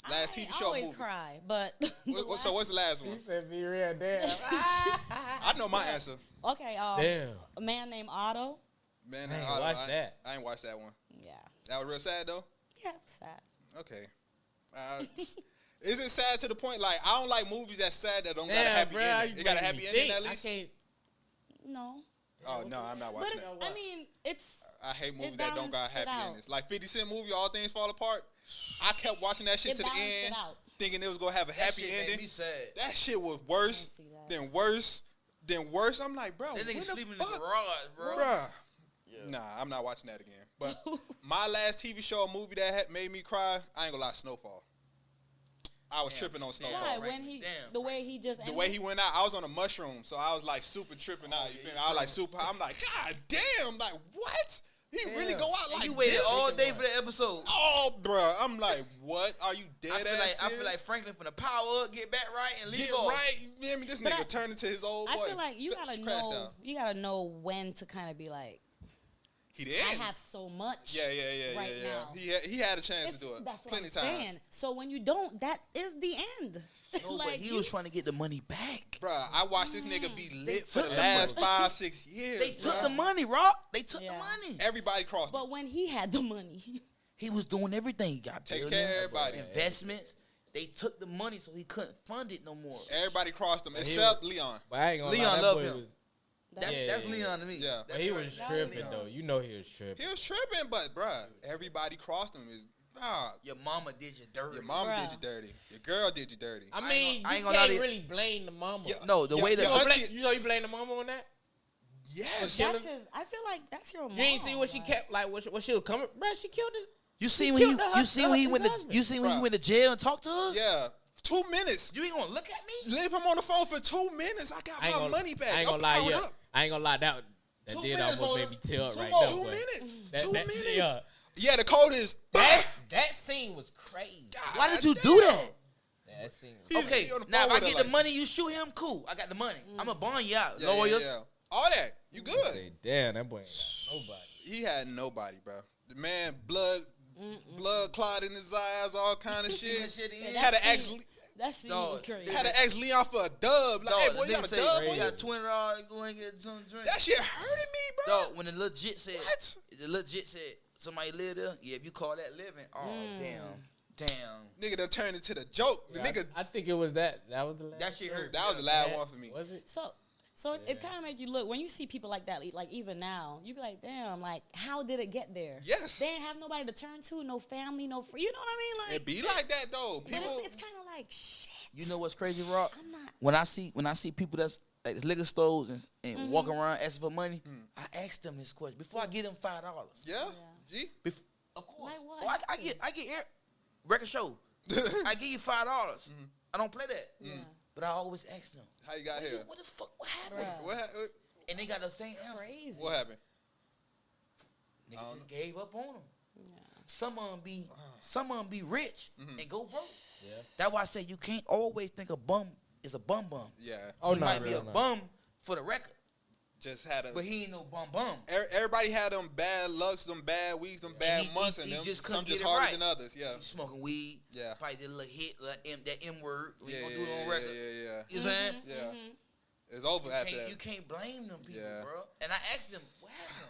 Speaker 1: Last TV
Speaker 4: I ain't
Speaker 1: show
Speaker 4: always
Speaker 1: movie.
Speaker 4: cry, but
Speaker 1: What- what- so what's the last one?
Speaker 2: He said, "Be real, damn."
Speaker 1: I know my answer.
Speaker 4: okay, um,
Speaker 2: damn.
Speaker 4: a man named Otto.
Speaker 1: Man,
Speaker 2: I ain't
Speaker 1: don't-
Speaker 2: watched
Speaker 1: I,
Speaker 2: that.
Speaker 1: I ain't watched that one.
Speaker 4: Yeah,
Speaker 1: That was real sad though.
Speaker 4: yeah, it was sad.
Speaker 1: Okay. Uh, is it sad to the point like I don't like movies that's sad that don't got a
Speaker 2: Damn,
Speaker 1: happy
Speaker 2: bro.
Speaker 1: ending?
Speaker 2: you
Speaker 1: It got a
Speaker 2: making me
Speaker 1: happy ending
Speaker 2: think.
Speaker 1: at
Speaker 2: I
Speaker 1: least.
Speaker 2: can't-
Speaker 4: No,
Speaker 1: Oh no, I'm not
Speaker 4: but
Speaker 1: watching
Speaker 4: it's,
Speaker 1: that.
Speaker 4: I mean, it's
Speaker 1: I hate movies
Speaker 4: it
Speaker 1: that don't got
Speaker 4: balanced it
Speaker 1: happy
Speaker 4: out.
Speaker 1: endings. Like 50 Cent movie, All Things Fall Apart. I kept watching that shit
Speaker 4: It
Speaker 1: to the
Speaker 4: balanced it
Speaker 1: end,
Speaker 4: out.
Speaker 1: thinking it was gonna have a
Speaker 3: That
Speaker 1: happy
Speaker 3: shit Made me
Speaker 1: ending.
Speaker 3: sad.
Speaker 1: That shit was worse
Speaker 4: see that.
Speaker 1: than worse than worse. I'm like, bro,
Speaker 3: That
Speaker 1: when
Speaker 3: nigga
Speaker 1: the
Speaker 3: sleeping in the
Speaker 1: fuck-
Speaker 3: garage, bro.
Speaker 1: Bruh. Nah, I'm not watching that again. But my last TV show or movie that had made me cry, I ain't gonna lie, Snowfall. I was
Speaker 3: Damn,
Speaker 1: tripping on
Speaker 3: damn.
Speaker 1: Snowfall.
Speaker 4: why when
Speaker 3: Franklin,
Speaker 4: he
Speaker 3: damn,
Speaker 4: the way he just
Speaker 1: The
Speaker 4: ended-
Speaker 1: way he went out, I was on a mushroom, so I was like super tripping out. You
Speaker 3: yeah,
Speaker 1: feel me?
Speaker 3: you
Speaker 1: I was like
Speaker 3: tripping.
Speaker 1: super. high. I'm like, God damn! Like what? He really
Speaker 2: Damn.
Speaker 1: go out
Speaker 3: And
Speaker 1: like
Speaker 3: you waited
Speaker 1: this?
Speaker 3: all day for that episode.
Speaker 1: Oh, bro, I'm like, what? Are you dead?
Speaker 3: I feel like
Speaker 1: ass
Speaker 3: I feel
Speaker 1: serious?
Speaker 3: like Franklin finna power up, get back right, and leave
Speaker 1: get
Speaker 3: off.
Speaker 1: right. You feel me? This
Speaker 4: But
Speaker 1: nigga
Speaker 4: I-
Speaker 1: turned into his old Oh, boy.
Speaker 4: I feel like you
Speaker 1: Crash
Speaker 4: gotta
Speaker 1: down.
Speaker 4: know you gotta know when to kind of be like
Speaker 1: He did.
Speaker 4: I have so much.
Speaker 1: Yeah, yeah, yeah,
Speaker 4: right
Speaker 1: yeah, yeah.
Speaker 4: now.
Speaker 1: He had, he had a chance
Speaker 4: It's-
Speaker 1: to do it.
Speaker 4: That's what
Speaker 1: plenty
Speaker 4: I'm
Speaker 1: times.
Speaker 4: saying. So when you don't, that is the end.
Speaker 3: No, but he
Speaker 4: you-
Speaker 3: was trying to get the money back.
Speaker 1: Bruh, I watched this nigga be lit for
Speaker 3: took
Speaker 1: the
Speaker 3: the
Speaker 1: last
Speaker 3: money.
Speaker 1: five, six years.
Speaker 3: They took
Speaker 1: bruh.
Speaker 3: the money, Rock. They took
Speaker 4: Yeah.
Speaker 3: the money.
Speaker 1: Everybody crossed.
Speaker 4: but when he had the money,
Speaker 3: He was doing everything. He got
Speaker 1: Take care of
Speaker 3: buildings,
Speaker 1: everybody.
Speaker 3: investments. They took the money, so he couldn't fund it no more.
Speaker 1: him. Everybody crossed him
Speaker 2: he
Speaker 1: except Leon.
Speaker 2: But I ain't gonna
Speaker 3: Leon
Speaker 2: lie, that
Speaker 3: love
Speaker 2: boy
Speaker 3: him.
Speaker 2: was.
Speaker 3: That's,
Speaker 2: Yeah,
Speaker 3: that's
Speaker 2: yeah,
Speaker 3: Leon to me.
Speaker 1: yeah.
Speaker 2: But he was
Speaker 4: That was
Speaker 2: tripping
Speaker 4: Leon.
Speaker 2: though. You know he was tripping.
Speaker 1: He was tripping, but bruh, everybody crossed him. Is nah,
Speaker 3: Your mama did you dirty.
Speaker 1: your mama
Speaker 4: Bruh.
Speaker 1: did you dirty. Your girl did you dirty.
Speaker 2: I
Speaker 3: I ain't
Speaker 2: mean,
Speaker 3: gonna- I ain't
Speaker 2: you
Speaker 3: gonna
Speaker 2: can't
Speaker 3: lie to you.
Speaker 2: really blame the mama.
Speaker 1: Yeah.
Speaker 3: No, the
Speaker 1: Your-
Speaker 3: way
Speaker 1: your
Speaker 2: You,
Speaker 3: that
Speaker 2: know,
Speaker 1: auntie-
Speaker 2: blame, you know you blame the mama on that.
Speaker 1: yes.
Speaker 2: Kill
Speaker 4: that's
Speaker 2: him.
Speaker 4: his. I feel like that's your mom.
Speaker 2: You ain't see what she
Speaker 4: like-
Speaker 2: kept like what she, what she was coming, bro. She killed this.
Speaker 3: you see
Speaker 2: He
Speaker 3: when you
Speaker 2: killed her
Speaker 3: you see when he
Speaker 2: husband.
Speaker 3: went to you see when he
Speaker 1: Bruh.
Speaker 3: went to jail and talked to her.
Speaker 1: Yeah. Two minutes.
Speaker 3: You ain't gonna look at me.
Speaker 1: Leave him on the phone for two minutes. I got
Speaker 2: I ain't
Speaker 1: my
Speaker 2: gonna,
Speaker 1: money back.
Speaker 2: I ain't gonna
Speaker 1: I'm
Speaker 2: lie,
Speaker 1: powered
Speaker 2: yeah.
Speaker 1: up.
Speaker 2: I ain't gonna lie, that that
Speaker 3: Two
Speaker 2: did
Speaker 3: minutes,
Speaker 2: almost made
Speaker 3: mother.
Speaker 2: me tear up
Speaker 3: Two
Speaker 2: right
Speaker 3: more.
Speaker 2: now.
Speaker 1: Two
Speaker 2: boy.
Speaker 1: minutes.
Speaker 2: That-
Speaker 1: two
Speaker 2: that-
Speaker 1: minutes. Yeah.
Speaker 2: yeah.
Speaker 1: the code is.
Speaker 2: That that scene was crazy.
Speaker 1: God
Speaker 3: Why did you
Speaker 1: damn.
Speaker 3: do that?
Speaker 2: That scene. Was,
Speaker 1: He-
Speaker 3: Okay,
Speaker 1: he on the phone
Speaker 3: now if I
Speaker 1: with her
Speaker 3: get the
Speaker 1: like-
Speaker 3: money, you shoot him. Cool, I got the money. I'm
Speaker 2: Mm.
Speaker 3: gonna bond you out,
Speaker 1: Yeah, yeah,
Speaker 3: lawyers.
Speaker 1: yeah. All that. You
Speaker 2: I
Speaker 1: good.
Speaker 2: say, damn, that boy ain't got nobody.
Speaker 1: He had nobody, bro. The man, blood, blood clot in his eyes, all kind of
Speaker 3: That
Speaker 1: shit.
Speaker 3: shit
Speaker 4: Yeah,
Speaker 3: is-
Speaker 4: that
Speaker 1: Had to
Speaker 4: scene-
Speaker 1: actually-
Speaker 4: That scene
Speaker 3: Dog,
Speaker 4: was crazy.
Speaker 1: Had to ask Leon for a dub. Like,
Speaker 3: Dog,
Speaker 1: hey, boy,
Speaker 3: the
Speaker 1: you
Speaker 3: nigga
Speaker 1: got a
Speaker 3: say,
Speaker 1: dub?
Speaker 3: "You
Speaker 1: boy?"
Speaker 3: got twenty dollars. Go and get some drink.
Speaker 1: That shit hurting me, bro.
Speaker 3: Dog, when the legit said,
Speaker 1: What?
Speaker 3: the legit said, somebody live there. Yeah, if you call that living, oh damn, damn,
Speaker 1: Nigga done turned into the joke. The
Speaker 2: Yeah, I-
Speaker 1: nigga,
Speaker 2: I, think it was that. That was the last.
Speaker 3: that shit hurt.
Speaker 1: that was the
Speaker 2: that-
Speaker 1: loud one for me.
Speaker 2: Was it?
Speaker 4: so, so it, it
Speaker 2: Yeah.
Speaker 4: kind of make you look when you see people like that. Like even now, you be like, damn, like how did it get there?
Speaker 1: Yes.
Speaker 4: They didn't have nobody to turn to, no family, no friend. You know what I mean? Like
Speaker 1: It be like that, though.
Speaker 4: But
Speaker 1: People,
Speaker 4: it's, it's kind of like shit.
Speaker 3: You know what's crazy, Rock?
Speaker 4: I'm not.
Speaker 3: When I see when I see people that's like liquor stores and, and walking around asking for money, I ask them this question before I give them five dollars.
Speaker 1: yeah, G.
Speaker 3: Bef- of course.
Speaker 4: Like what?
Speaker 3: Well, I, I get I get air, record show.
Speaker 1: Mm.
Speaker 3: I give you five dollars. I don't play that,
Speaker 4: Yeah.
Speaker 3: but I always ask them,
Speaker 1: How you got
Speaker 3: what,
Speaker 1: here?
Speaker 3: the- what the fuck? What happened?
Speaker 4: Bruh.
Speaker 1: What, hap- what,
Speaker 3: And they got the same answer.
Speaker 4: Crazy.
Speaker 1: what happened?
Speaker 3: Niggas just gave up on them.
Speaker 4: Yeah.
Speaker 3: Some of them be
Speaker 1: Uh-huh.
Speaker 3: some of 'em be rich
Speaker 1: Mm-hmm.
Speaker 3: and go broke.
Speaker 2: Yeah.
Speaker 3: That's why I say you can't always think a bum is a bum bum.
Speaker 1: Yeah.
Speaker 2: Oh
Speaker 3: he
Speaker 2: no,
Speaker 3: might
Speaker 2: no,
Speaker 3: be
Speaker 2: no,
Speaker 3: a
Speaker 2: no.
Speaker 3: bum for the record,
Speaker 1: Just had a.
Speaker 3: but he ain't no bum bum.
Speaker 1: er- Everybody had them bad lucks, them bad weeks, them bad
Speaker 3: he-
Speaker 1: months,
Speaker 3: he-
Speaker 1: and
Speaker 3: he
Speaker 1: them
Speaker 3: just couldn't
Speaker 1: some just
Speaker 3: get it
Speaker 1: harder
Speaker 3: right.
Speaker 1: than others. Yeah,
Speaker 3: He smoking weed.
Speaker 1: Yeah.
Speaker 3: Probably did a little hit, like M, that M word. We
Speaker 1: yeah,
Speaker 3: ain't gonna
Speaker 1: yeah,
Speaker 3: do it on
Speaker 1: yeah,
Speaker 3: record.
Speaker 1: yeah, yeah.
Speaker 3: You know what I'm
Speaker 4: Mm-hmm.
Speaker 3: saying?
Speaker 1: Yeah, it's over
Speaker 3: You
Speaker 1: after
Speaker 3: can't,
Speaker 1: that.
Speaker 3: you can't blame them people,
Speaker 1: Yeah.
Speaker 3: bro. And I asked them, what happened?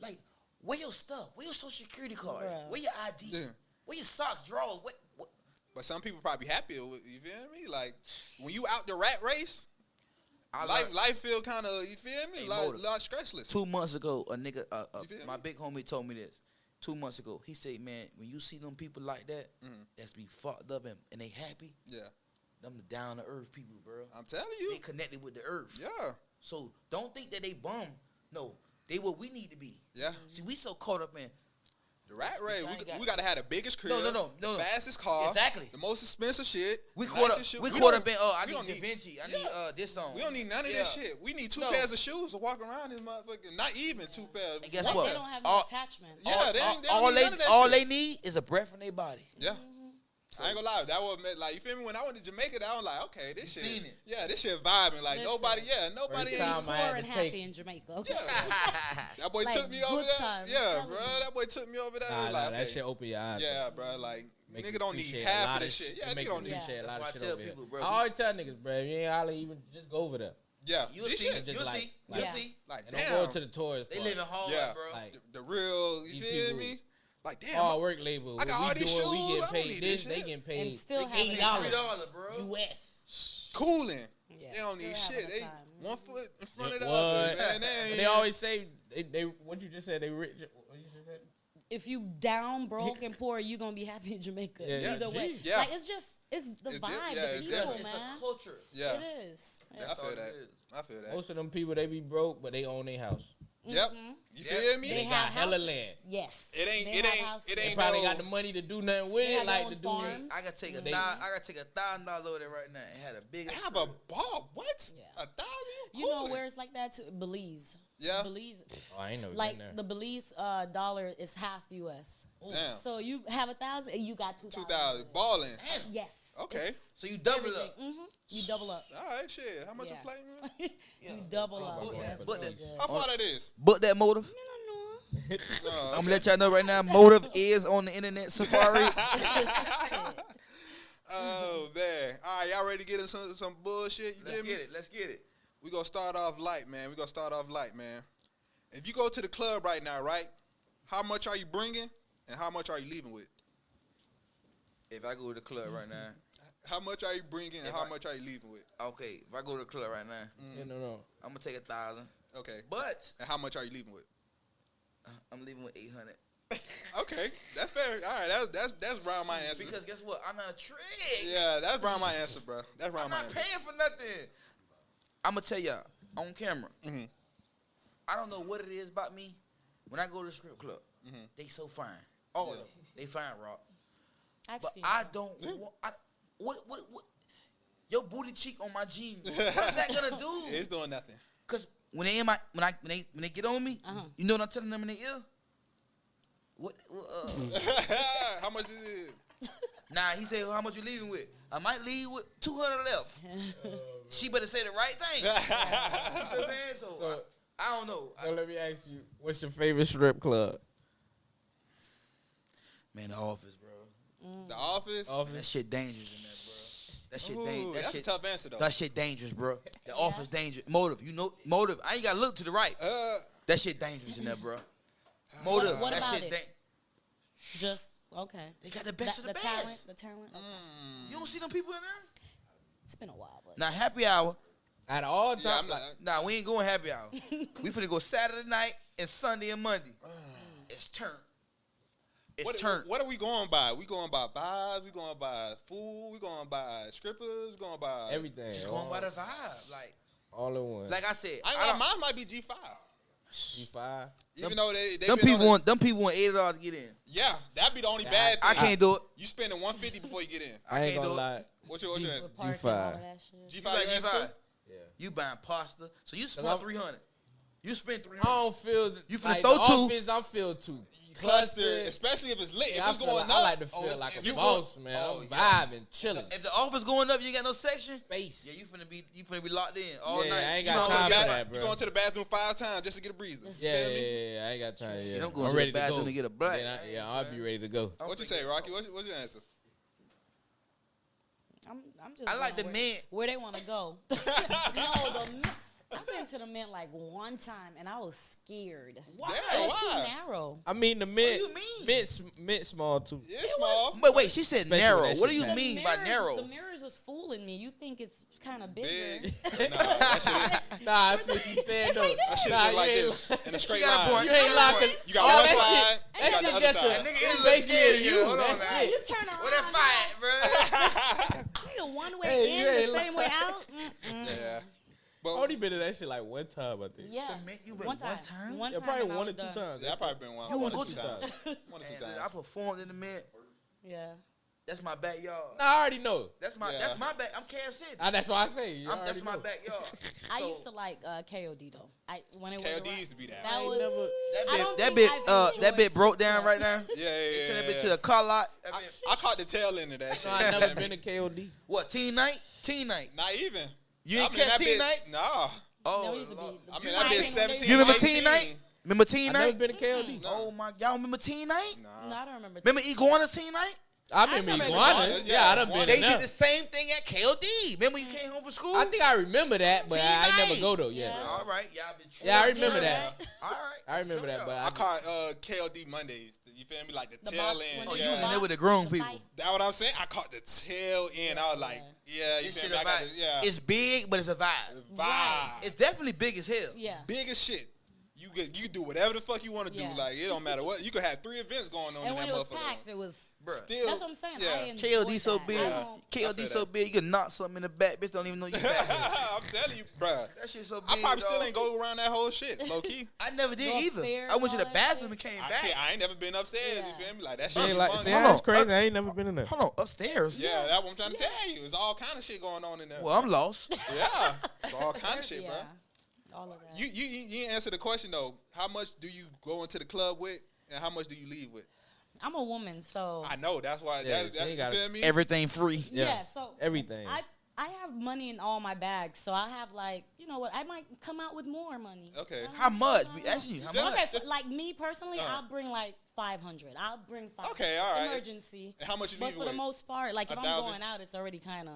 Speaker 3: Like, where your stuff? Where your social security card?
Speaker 4: Bruh.
Speaker 3: Where your ID?
Speaker 1: Yeah.
Speaker 3: Where your socks, drawers? What? what?
Speaker 1: But some people probably happier. With, you feel me? Like when you out the rat race, life life feel kind of you feel me?
Speaker 3: Ain't
Speaker 1: Like
Speaker 3: motive.
Speaker 1: lot stressless.
Speaker 3: two months ago, a nigga, uh, uh,
Speaker 1: You feel
Speaker 3: my
Speaker 1: me?
Speaker 3: big homie told me this. Two months ago, he said, "Man, when you see them people like that,
Speaker 1: Mm-hmm.
Speaker 3: that's be fucked up and, and they happy.
Speaker 1: Yeah,
Speaker 3: Them the down to earth people, bro.
Speaker 1: I'm telling
Speaker 3: They
Speaker 1: you.
Speaker 3: connected with the earth.
Speaker 1: Yeah,
Speaker 3: So don't think that they bum. No, they what we need to be.
Speaker 1: yeah.
Speaker 3: See, we so caught up in
Speaker 1: The rat race.
Speaker 3: I
Speaker 1: We,
Speaker 3: ain't
Speaker 1: g-
Speaker 3: got-
Speaker 1: we gotta have the biggest crib.
Speaker 3: No, no, no, no,
Speaker 1: The
Speaker 3: no.
Speaker 1: fastest car.
Speaker 3: Exactly.
Speaker 1: Uh-huh. The most expensive shit.
Speaker 3: we
Speaker 1: the
Speaker 3: caught up.
Speaker 1: nicest shit.
Speaker 3: We caught
Speaker 1: don't-
Speaker 3: up in. Oh, I
Speaker 1: we
Speaker 3: need Da
Speaker 1: don't need.
Speaker 3: Vinci. I need
Speaker 1: Yeah.
Speaker 3: uh, this on.
Speaker 1: We don't need none of this
Speaker 3: Yeah.
Speaker 1: shit. We need two
Speaker 3: No.
Speaker 1: pairs of shoes to walk around this motherfucker. Not even two pairs.
Speaker 3: And guess
Speaker 4: Like,
Speaker 3: what?
Speaker 4: They don't have no
Speaker 3: All-
Speaker 4: attachment.
Speaker 1: Yeah, they ain't- they don't
Speaker 3: all
Speaker 1: need
Speaker 3: they
Speaker 1: none of that
Speaker 3: all
Speaker 1: shit.
Speaker 3: they need is a breath in their body.
Speaker 1: Yeah. I ain't gonna lie, that was meant, like you feel me. When I went to Jamaica, that I was like, okay, this
Speaker 2: You
Speaker 1: shit,
Speaker 2: seen it.
Speaker 1: yeah, this shit vibing. Like
Speaker 4: Listen.
Speaker 1: nobody, yeah, nobody.
Speaker 2: First
Speaker 1: Ain't,
Speaker 2: time I
Speaker 4: Poor
Speaker 2: had
Speaker 4: and
Speaker 2: to take.
Speaker 4: happy in Jamaica. Okay.
Speaker 1: yeah, that boy
Speaker 4: Like,
Speaker 1: took me over
Speaker 4: good
Speaker 1: there.
Speaker 4: times,
Speaker 1: yeah,
Speaker 4: I'm telling
Speaker 1: bro,
Speaker 4: you.
Speaker 1: that boy took me over there.
Speaker 2: Nah, nah,
Speaker 1: like,
Speaker 2: that
Speaker 1: okay,
Speaker 2: shit open your eyes.
Speaker 1: yeah, bro, like
Speaker 2: Make you
Speaker 1: nigga don't
Speaker 2: appreciate
Speaker 1: need
Speaker 2: a
Speaker 1: half
Speaker 2: lot
Speaker 1: of
Speaker 2: of
Speaker 1: this
Speaker 2: shit.
Speaker 1: shit. Yeah,
Speaker 2: It make
Speaker 1: nigga
Speaker 2: you
Speaker 1: don't need.
Speaker 2: appreciate a
Speaker 3: That's
Speaker 2: lot
Speaker 3: why I
Speaker 2: of shit
Speaker 3: tell
Speaker 2: over there.
Speaker 3: people, bro,
Speaker 2: I always tell niggas, bro, you ain't holler even just go over there.
Speaker 1: Yeah,
Speaker 3: You'll
Speaker 1: this
Speaker 3: see.
Speaker 1: shit,
Speaker 3: You'll
Speaker 2: Just like-
Speaker 3: see.
Speaker 2: like-
Speaker 3: You'll
Speaker 4: Yeah.
Speaker 3: see.
Speaker 1: like
Speaker 2: And
Speaker 1: damn,
Speaker 2: don't go to the tourist.
Speaker 3: They
Speaker 2: part.
Speaker 3: living hard,
Speaker 1: Yeah.
Speaker 3: bro.
Speaker 1: the,
Speaker 2: Like
Speaker 1: the real. You
Speaker 2: These
Speaker 1: feel
Speaker 2: people- Oh.
Speaker 1: me? Like damn,
Speaker 2: all work label.
Speaker 1: I got all
Speaker 2: what we
Speaker 1: these
Speaker 2: doing,
Speaker 1: shoes, I
Speaker 2: we getting
Speaker 1: don't
Speaker 2: paid
Speaker 1: need
Speaker 2: this,
Speaker 1: this
Speaker 2: they
Speaker 1: shit.
Speaker 2: getting paid
Speaker 4: And still
Speaker 2: like
Speaker 4: having
Speaker 2: eight
Speaker 3: Three
Speaker 2: dollars
Speaker 4: $3,
Speaker 3: dollar, bro.
Speaker 2: US.
Speaker 1: cooling.
Speaker 4: Yeah,
Speaker 1: They don't
Speaker 4: still
Speaker 1: need
Speaker 4: having
Speaker 1: shit.
Speaker 4: a
Speaker 1: They
Speaker 4: time.
Speaker 1: one foot in front of the
Speaker 2: What?
Speaker 1: other. Man, they,
Speaker 2: But
Speaker 1: ain't-
Speaker 2: they always say they, they what you just said they rich. What you just said?
Speaker 4: If you down, broke, and poor, you gonna be happy in Jamaica.
Speaker 2: Yeah,
Speaker 4: Either
Speaker 2: yeah.
Speaker 4: way,
Speaker 1: Yeah.
Speaker 4: like it's just it's the
Speaker 1: It's di-
Speaker 4: vibe,
Speaker 1: yeah,
Speaker 4: of the
Speaker 1: it's
Speaker 4: people,
Speaker 1: different.
Speaker 3: It's
Speaker 4: man.
Speaker 3: a culture.
Speaker 1: yeah,
Speaker 4: It is.
Speaker 1: I
Speaker 3: That's
Speaker 1: feel
Speaker 3: all it
Speaker 1: that.
Speaker 3: is.
Speaker 1: I feel that.
Speaker 2: Most of them people they be broke, but they own their house.
Speaker 1: Yep. You
Speaker 3: Yep.
Speaker 1: feel me?
Speaker 4: They
Speaker 2: They,
Speaker 4: have
Speaker 2: got hella
Speaker 4: houses.
Speaker 2: land.
Speaker 4: Mm-hmm. Yes.
Speaker 1: It ain't-
Speaker 4: They
Speaker 1: it
Speaker 4: have
Speaker 1: ain't-
Speaker 4: houses.
Speaker 1: it
Speaker 2: They,
Speaker 1: ain't-
Speaker 2: probably
Speaker 1: no-
Speaker 2: got the money to do nothing with
Speaker 4: They
Speaker 2: it,
Speaker 4: got
Speaker 2: like
Speaker 4: their
Speaker 2: to
Speaker 4: own
Speaker 2: do
Speaker 4: farms.
Speaker 3: I gotta take a
Speaker 2: They-
Speaker 3: thou- I gotta take a thousand dollar load right now and had a big.
Speaker 1: I have a ball. What?
Speaker 4: Yeah.
Speaker 1: A thousand?
Speaker 4: You know
Speaker 1: Cool.
Speaker 4: where it's like that too? Belize.
Speaker 1: Yeah.
Speaker 4: Belize.
Speaker 2: Oh, I ain't know.
Speaker 4: Like
Speaker 2: there.
Speaker 4: the Belize uh, dollar is half U.S.
Speaker 1: Damn.
Speaker 4: So you have a thousand, and you got two
Speaker 1: Two
Speaker 4: thousand.
Speaker 1: thousand. Balling.
Speaker 4: Yes.
Speaker 1: Okay.
Speaker 3: So you double
Speaker 4: Everything.
Speaker 3: up.
Speaker 4: hmm You double up.
Speaker 1: All right. Shit. How much
Speaker 4: Yeah.
Speaker 1: a flight? Man?
Speaker 4: You double up.
Speaker 2: Book
Speaker 4: That's
Speaker 2: that-
Speaker 3: book
Speaker 4: real
Speaker 3: that.
Speaker 4: good.
Speaker 1: How far that is?
Speaker 3: Book that motive.
Speaker 4: No,
Speaker 1: Uh,
Speaker 3: I'm gonna let y'all know right now. Motive is on the internet safari.
Speaker 4: no, no.
Speaker 1: oh man. All right. Y'all ready to get into some, some bullshit? You
Speaker 3: Let's
Speaker 1: feel me?
Speaker 3: get it. Let's get it.
Speaker 1: We gonna start off light, man. We gonna start off light, man. If you go to the club right now, right? How much are you bringing, and how much are you leaving with?
Speaker 3: If I go to the club right now,
Speaker 1: How much are you bringing, and
Speaker 3: If
Speaker 1: how
Speaker 3: I-
Speaker 1: much are you leaving with?
Speaker 3: okay. If I go to the club right now,
Speaker 2: Yeah, no, no.
Speaker 3: I'm gonna take a thousand,
Speaker 1: Okay.
Speaker 3: but
Speaker 1: And how much are you leaving with?
Speaker 3: I'm leaving with eight hundred.
Speaker 1: Okay, that's fair. All right, that's that's that's round my answer.
Speaker 3: Because guess what? I'm not a trick.
Speaker 1: yeah, that's round my answer, bro. That's round
Speaker 3: I'm
Speaker 1: my
Speaker 3: not
Speaker 1: answer.
Speaker 3: paying for nothing. I'm gonna tell y'all on camera.
Speaker 1: Mhm.
Speaker 3: I don't know what it is about me. When I go to the strip club,
Speaker 1: Mhm.
Speaker 3: they so fine. All
Speaker 1: Yeah.
Speaker 3: of them, they fine, Rock.
Speaker 4: I've
Speaker 3: But
Speaker 4: seen.
Speaker 3: I
Speaker 4: it.
Speaker 3: don't want. I, what what what? Your booty cheek on my jeans. What's that gonna do?
Speaker 1: It's doing nothing.
Speaker 3: Cause when they in my when I when they when they get on me,
Speaker 4: Uh-huh.
Speaker 3: you know what I'm telling them in the ear. What? what, Uh,
Speaker 1: how much is it?
Speaker 3: nah, he said, how much you leaving with? I might leave with 200 left. she better say the right thing. You know what I'm saying? So,
Speaker 2: So-
Speaker 3: I, I don't know. I-
Speaker 2: So let me ask you, what's your favorite strip club?
Speaker 3: man, the office, bro.
Speaker 1: The office.
Speaker 3: That
Speaker 2: Office.
Speaker 3: shit dangerous in there, bro. That Oh, shit
Speaker 1: Ooh,
Speaker 3: dangerous.
Speaker 1: that's
Speaker 3: That
Speaker 1: a
Speaker 3: shit,
Speaker 1: tough answer though.
Speaker 3: that shit dangerous, bro. The office dangerous. Motive, you know, motive. I ain't gotta look to the right.
Speaker 1: uh,
Speaker 3: That shit dangerous in there, bro. Motive.
Speaker 4: What- what
Speaker 3: that
Speaker 4: about
Speaker 3: shit
Speaker 4: it?
Speaker 3: dang-
Speaker 4: just okay.
Speaker 3: They got the
Speaker 4: The,
Speaker 3: best
Speaker 4: the,
Speaker 3: of the, best. Mm.
Speaker 4: talent, the talent. Okay.
Speaker 1: hmm.
Speaker 3: You don't see them people in there?
Speaker 4: It's been a while, but
Speaker 3: Now, happy hour.
Speaker 2: Out of all
Speaker 1: yeah,
Speaker 2: time,
Speaker 1: I'm not.
Speaker 3: Nah, we ain't going happy hour. we finna go Saturday night and Sunday and Monday. It's turn. It's
Speaker 1: What,
Speaker 3: turn.
Speaker 1: what are we going by? We going by vibes. We going by food. We going by strippers. We going by
Speaker 2: everything.
Speaker 3: Just going
Speaker 2: all,
Speaker 3: by the vibe. Like,
Speaker 2: all in one.
Speaker 3: like I said,
Speaker 1: I ain't
Speaker 3: I
Speaker 1: gonna
Speaker 3: don't-
Speaker 1: lie, mine might be G five.
Speaker 2: you five.
Speaker 1: Even
Speaker 3: Them-
Speaker 1: though they, they
Speaker 3: them
Speaker 1: been on
Speaker 3: people
Speaker 1: the-
Speaker 3: want them people want eight dollars to get in.
Speaker 1: yeah, that'd be the only
Speaker 2: Yeah,
Speaker 1: bad.
Speaker 3: I
Speaker 1: thing.
Speaker 3: can't do it.
Speaker 1: You spending one fifty before you get in.
Speaker 2: I, ain't
Speaker 3: can't
Speaker 2: gonna
Speaker 3: do it.
Speaker 2: lie.
Speaker 1: What's your what's your answer?
Speaker 4: the park and all of
Speaker 2: G5.
Speaker 4: that shit.
Speaker 1: G
Speaker 3: You
Speaker 1: five.
Speaker 3: like G5.
Speaker 2: Yeah.
Speaker 3: You buying pasta, so you
Speaker 2: I'm-
Speaker 3: spent three hundred. You spent three
Speaker 2: I
Speaker 3: hundred.
Speaker 2: don't feel th-
Speaker 3: You finna
Speaker 2: like,
Speaker 3: throw
Speaker 2: the
Speaker 3: two.
Speaker 2: Office, I feel too
Speaker 1: cluster,
Speaker 2: clustered.
Speaker 1: especially if it's lit.
Speaker 2: Yeah,
Speaker 1: if
Speaker 2: I,
Speaker 1: it's
Speaker 2: feel
Speaker 1: going
Speaker 2: like,
Speaker 1: up,
Speaker 2: I like to
Speaker 1: oh,
Speaker 2: feel
Speaker 1: if-
Speaker 2: like
Speaker 1: if
Speaker 2: a
Speaker 1: you go-
Speaker 2: boss, man.
Speaker 1: oh,
Speaker 2: I'm
Speaker 1: yeah.
Speaker 2: vibing, chilling.
Speaker 3: If the office going up, you ain't got no section.
Speaker 2: Space.
Speaker 3: Yeah, you finna be you finna be locked in all
Speaker 2: Yeah,
Speaker 3: night.
Speaker 2: I ain't
Speaker 3: You
Speaker 2: got
Speaker 3: know,
Speaker 1: You going,
Speaker 2: time for
Speaker 1: to
Speaker 2: that,
Speaker 1: the bath-
Speaker 2: bro.
Speaker 1: you going to the bathroom five times just to get a breather.
Speaker 4: Just-
Speaker 2: Yeah,
Speaker 1: Feel
Speaker 2: yeah,
Speaker 1: me?
Speaker 2: yeah, yeah, I ain't got time. Yeah,
Speaker 3: I'm going
Speaker 2: I'm
Speaker 3: to
Speaker 2: ready
Speaker 3: the bathroom
Speaker 2: go.
Speaker 3: to get a black.
Speaker 2: Then I, yeah, I'll be ready to go.
Speaker 3: I'm
Speaker 1: What you say,
Speaker 3: thinking-
Speaker 1: Rocky? What's, what's your answer?
Speaker 4: I'm, I'm just.
Speaker 3: I like
Speaker 4: going
Speaker 3: the
Speaker 4: where,
Speaker 3: men.
Speaker 4: where they want to go. no, the mint. I've been to the mint like one time, and I was scared.
Speaker 1: Why?
Speaker 4: It was
Speaker 1: why?
Speaker 4: too narrow.
Speaker 2: I mean, the mint,
Speaker 3: you mean?
Speaker 2: mint, s- mint small too.
Speaker 1: It's small.
Speaker 3: But wait, she said
Speaker 2: Especially when
Speaker 3: narrow.
Speaker 2: that
Speaker 3: What do
Speaker 2: shit
Speaker 3: you
Speaker 2: packed.
Speaker 3: mean by
Speaker 4: mirrors-
Speaker 3: narrow?
Speaker 4: The mirrors was fooling me. You think it's kind of bigger.
Speaker 1: Big. nah, that
Speaker 2: Nah, I see what you said
Speaker 4: It's
Speaker 2: though.
Speaker 4: like
Speaker 1: shit, that shit
Speaker 2: Nah,
Speaker 1: look like
Speaker 2: you ain't-
Speaker 1: this in a straight
Speaker 3: got
Speaker 1: line.
Speaker 3: a point.
Speaker 2: You ain't locking.
Speaker 1: You got
Speaker 2: all
Speaker 1: one
Speaker 2: Oh,
Speaker 1: side.
Speaker 2: that Shit, that
Speaker 1: you got
Speaker 2: shit
Speaker 1: the
Speaker 2: just
Speaker 1: other
Speaker 2: a.
Speaker 1: side.
Speaker 3: Nigga, it
Speaker 2: It's
Speaker 3: look
Speaker 2: basically
Speaker 3: scary.
Speaker 2: a you.
Speaker 3: Hold on,
Speaker 2: That's
Speaker 3: man.
Speaker 2: it.
Speaker 4: You turn around.
Speaker 3: What that fight, bro?
Speaker 4: Nigga, one way
Speaker 2: Hey, you
Speaker 4: in,
Speaker 2: ain't
Speaker 4: the
Speaker 2: lying.
Speaker 4: same way out. Mm. Mm-mm.
Speaker 1: Yeah.
Speaker 2: I
Speaker 1: But
Speaker 2: only been to that shit like one time, I think.
Speaker 4: Yeah.
Speaker 3: The mint, you went one
Speaker 4: one time.
Speaker 3: time?
Speaker 4: One
Speaker 2: Yeah,
Speaker 4: time.
Speaker 2: probably
Speaker 4: and I
Speaker 2: one or two
Speaker 4: was done.
Speaker 2: times.
Speaker 1: that probably been one,
Speaker 3: You
Speaker 1: one
Speaker 3: won't
Speaker 1: or
Speaker 3: go
Speaker 1: two
Speaker 3: to-
Speaker 1: times. One or two
Speaker 3: Man, I
Speaker 1: times.
Speaker 3: performed in the mint.
Speaker 1: Yeah.
Speaker 3: Yeah. That's my backyard.
Speaker 2: I already know.
Speaker 3: That's my
Speaker 1: Yeah.
Speaker 3: that's my back. I'm Cass City.
Speaker 2: Ah, that's why I say you
Speaker 3: I'm, that's
Speaker 2: already
Speaker 3: my
Speaker 2: know.
Speaker 3: backyard.
Speaker 4: I
Speaker 3: So,
Speaker 4: used to like uh, KOD though. I when it was
Speaker 1: KOD
Speaker 4: around-
Speaker 1: used to be that.
Speaker 4: that
Speaker 2: ain't
Speaker 4: was
Speaker 2: never-
Speaker 3: that
Speaker 4: I
Speaker 3: bit,
Speaker 4: don't
Speaker 3: that
Speaker 4: think
Speaker 3: bit
Speaker 4: I've
Speaker 3: uh that
Speaker 4: enjoyed
Speaker 3: bit broke down
Speaker 4: that.
Speaker 3: right now.
Speaker 1: Yeah, yeah, yeah.
Speaker 3: Turn that
Speaker 1: yeah.
Speaker 3: bit to the car lot. That
Speaker 1: I,
Speaker 3: bit-
Speaker 1: I caught the tail end of that shit.
Speaker 2: No, I never been to KOD.
Speaker 3: what teen night? Teen night.
Speaker 1: Not even.
Speaker 3: You didn't
Speaker 1: I mean,
Speaker 3: catch
Speaker 1: that
Speaker 3: Teen
Speaker 1: bit-
Speaker 3: Night?
Speaker 1: Nah.
Speaker 4: that
Speaker 3: Oh,
Speaker 4: used to be
Speaker 3: Lord.
Speaker 4: the-
Speaker 1: I mean, that bit
Speaker 4: think when they-
Speaker 1: 17.
Speaker 3: you remember
Speaker 1: 18.
Speaker 3: Teen Night? Remember Teen
Speaker 2: I
Speaker 3: Night?
Speaker 2: never been to KOD.
Speaker 3: Oh my god, remember Teen Night?
Speaker 4: No,
Speaker 1: Nah.
Speaker 4: I don't remember.
Speaker 3: Remember Iguana Teen Night?
Speaker 2: I remember
Speaker 4: I remember
Speaker 2: Iguanas.
Speaker 1: Iguanas,
Speaker 2: Yeah, I done
Speaker 1: yeah.
Speaker 2: been
Speaker 3: They
Speaker 2: in there.
Speaker 3: did the same thing at KOD. Remember you came home from school?
Speaker 2: I think I remember that, but
Speaker 3: Teen
Speaker 2: I, I never
Speaker 3: Night.
Speaker 2: go though. Yeah,
Speaker 4: Yeah.
Speaker 3: All right, y'all been
Speaker 2: Yeah, I
Speaker 3: tripping.
Speaker 2: remember
Speaker 1: Yeah.
Speaker 2: that.
Speaker 3: All right,
Speaker 2: I remember
Speaker 3: sure
Speaker 2: that, but
Speaker 1: I
Speaker 2: I,
Speaker 1: caught uh, KLD Mondays. You feel me? Like the,
Speaker 4: The
Speaker 1: tail
Speaker 4: box
Speaker 1: end.
Speaker 4: when
Speaker 3: Oh, you
Speaker 1: yeah.
Speaker 3: was in there with the
Speaker 4: box,
Speaker 3: grown people.
Speaker 4: fight.
Speaker 1: That what I'm saying. I caught the tail end. I was like, yeah, you
Speaker 3: This
Speaker 1: feel
Speaker 3: shit
Speaker 1: me? I
Speaker 3: a
Speaker 1: got
Speaker 3: vibe.
Speaker 1: the- yeah.
Speaker 3: It's big, but it's a vibe.
Speaker 1: vibe.
Speaker 3: It's definitely big as hell.
Speaker 4: Yeah.
Speaker 1: big as shit. You get you do whatever the fuck you want to
Speaker 4: Yeah.
Speaker 1: do. Like it don't matter what. You could have three events going on
Speaker 4: And
Speaker 1: in
Speaker 4: when
Speaker 1: that
Speaker 4: it was
Speaker 1: motherfucker.
Speaker 4: packed, it was.
Speaker 3: Bruh.
Speaker 1: Still,
Speaker 4: That's what I'm saying.
Speaker 1: Yeah.
Speaker 4: I enjoyed
Speaker 3: KOD so
Speaker 4: that. I
Speaker 3: big,
Speaker 4: don't-
Speaker 1: I feel
Speaker 3: KOD so
Speaker 1: that.
Speaker 3: big, you can knock something in the back, bitch. Don't even know you back. there.
Speaker 1: I'm telling you, bruh.
Speaker 3: that shit so big.
Speaker 1: I probably
Speaker 3: dog.
Speaker 1: still ain't go around that whole shit, low key.
Speaker 3: I never did
Speaker 4: Go
Speaker 3: either.
Speaker 4: upstairs,
Speaker 3: I went to
Speaker 4: all
Speaker 3: the
Speaker 4: that
Speaker 3: bathroom and
Speaker 4: shit.
Speaker 3: came
Speaker 1: I,
Speaker 3: back.
Speaker 1: shit, I ain't never been upstairs.
Speaker 4: Yeah.
Speaker 1: You feel me? Like that
Speaker 2: See,
Speaker 1: shit.
Speaker 2: like,
Speaker 1: fun.
Speaker 2: see,
Speaker 3: Hold
Speaker 2: that's
Speaker 3: on.
Speaker 2: crazy. I ain't never been in there.
Speaker 3: Hold on, upstairs.
Speaker 1: yeah, that's what I'm trying to
Speaker 4: Yeah.
Speaker 1: tell you. It's all kind of shit going on in there.
Speaker 3: Well, I'm lost.
Speaker 1: yeah, it's all kind of shit,
Speaker 4: yeah.
Speaker 1: bro.
Speaker 4: All of that.
Speaker 1: You you you you didn't answer the question though. How much do you go into the club with, and how much do you leave with?
Speaker 4: I'm a woman, so
Speaker 1: I know that's why.
Speaker 2: Yeah,
Speaker 1: that,
Speaker 2: so
Speaker 1: that's
Speaker 2: you
Speaker 1: you
Speaker 2: gotta-
Speaker 1: feel me?
Speaker 3: Everything free.
Speaker 4: yeah.
Speaker 2: Yeah.
Speaker 4: So
Speaker 2: Everything.
Speaker 4: I I have money in all my bags, so I have like you know what I might come out with more money.
Speaker 1: Okay.
Speaker 4: I don't
Speaker 3: How
Speaker 4: know.
Speaker 3: much?
Speaker 4: I don't
Speaker 3: We
Speaker 4: know.
Speaker 3: asking you how
Speaker 1: Just-
Speaker 3: much?
Speaker 4: Okay, for, like me personally,
Speaker 1: Uh-huh.
Speaker 4: I'll bring like five hundred. I'll bring five.
Speaker 1: Okay, all right.
Speaker 4: Emergency.
Speaker 1: And how much you
Speaker 4: But
Speaker 1: leave
Speaker 4: for the
Speaker 1: with?
Speaker 4: most part, like
Speaker 1: A
Speaker 4: if I'm
Speaker 1: thousand?
Speaker 4: going out, it's already kind of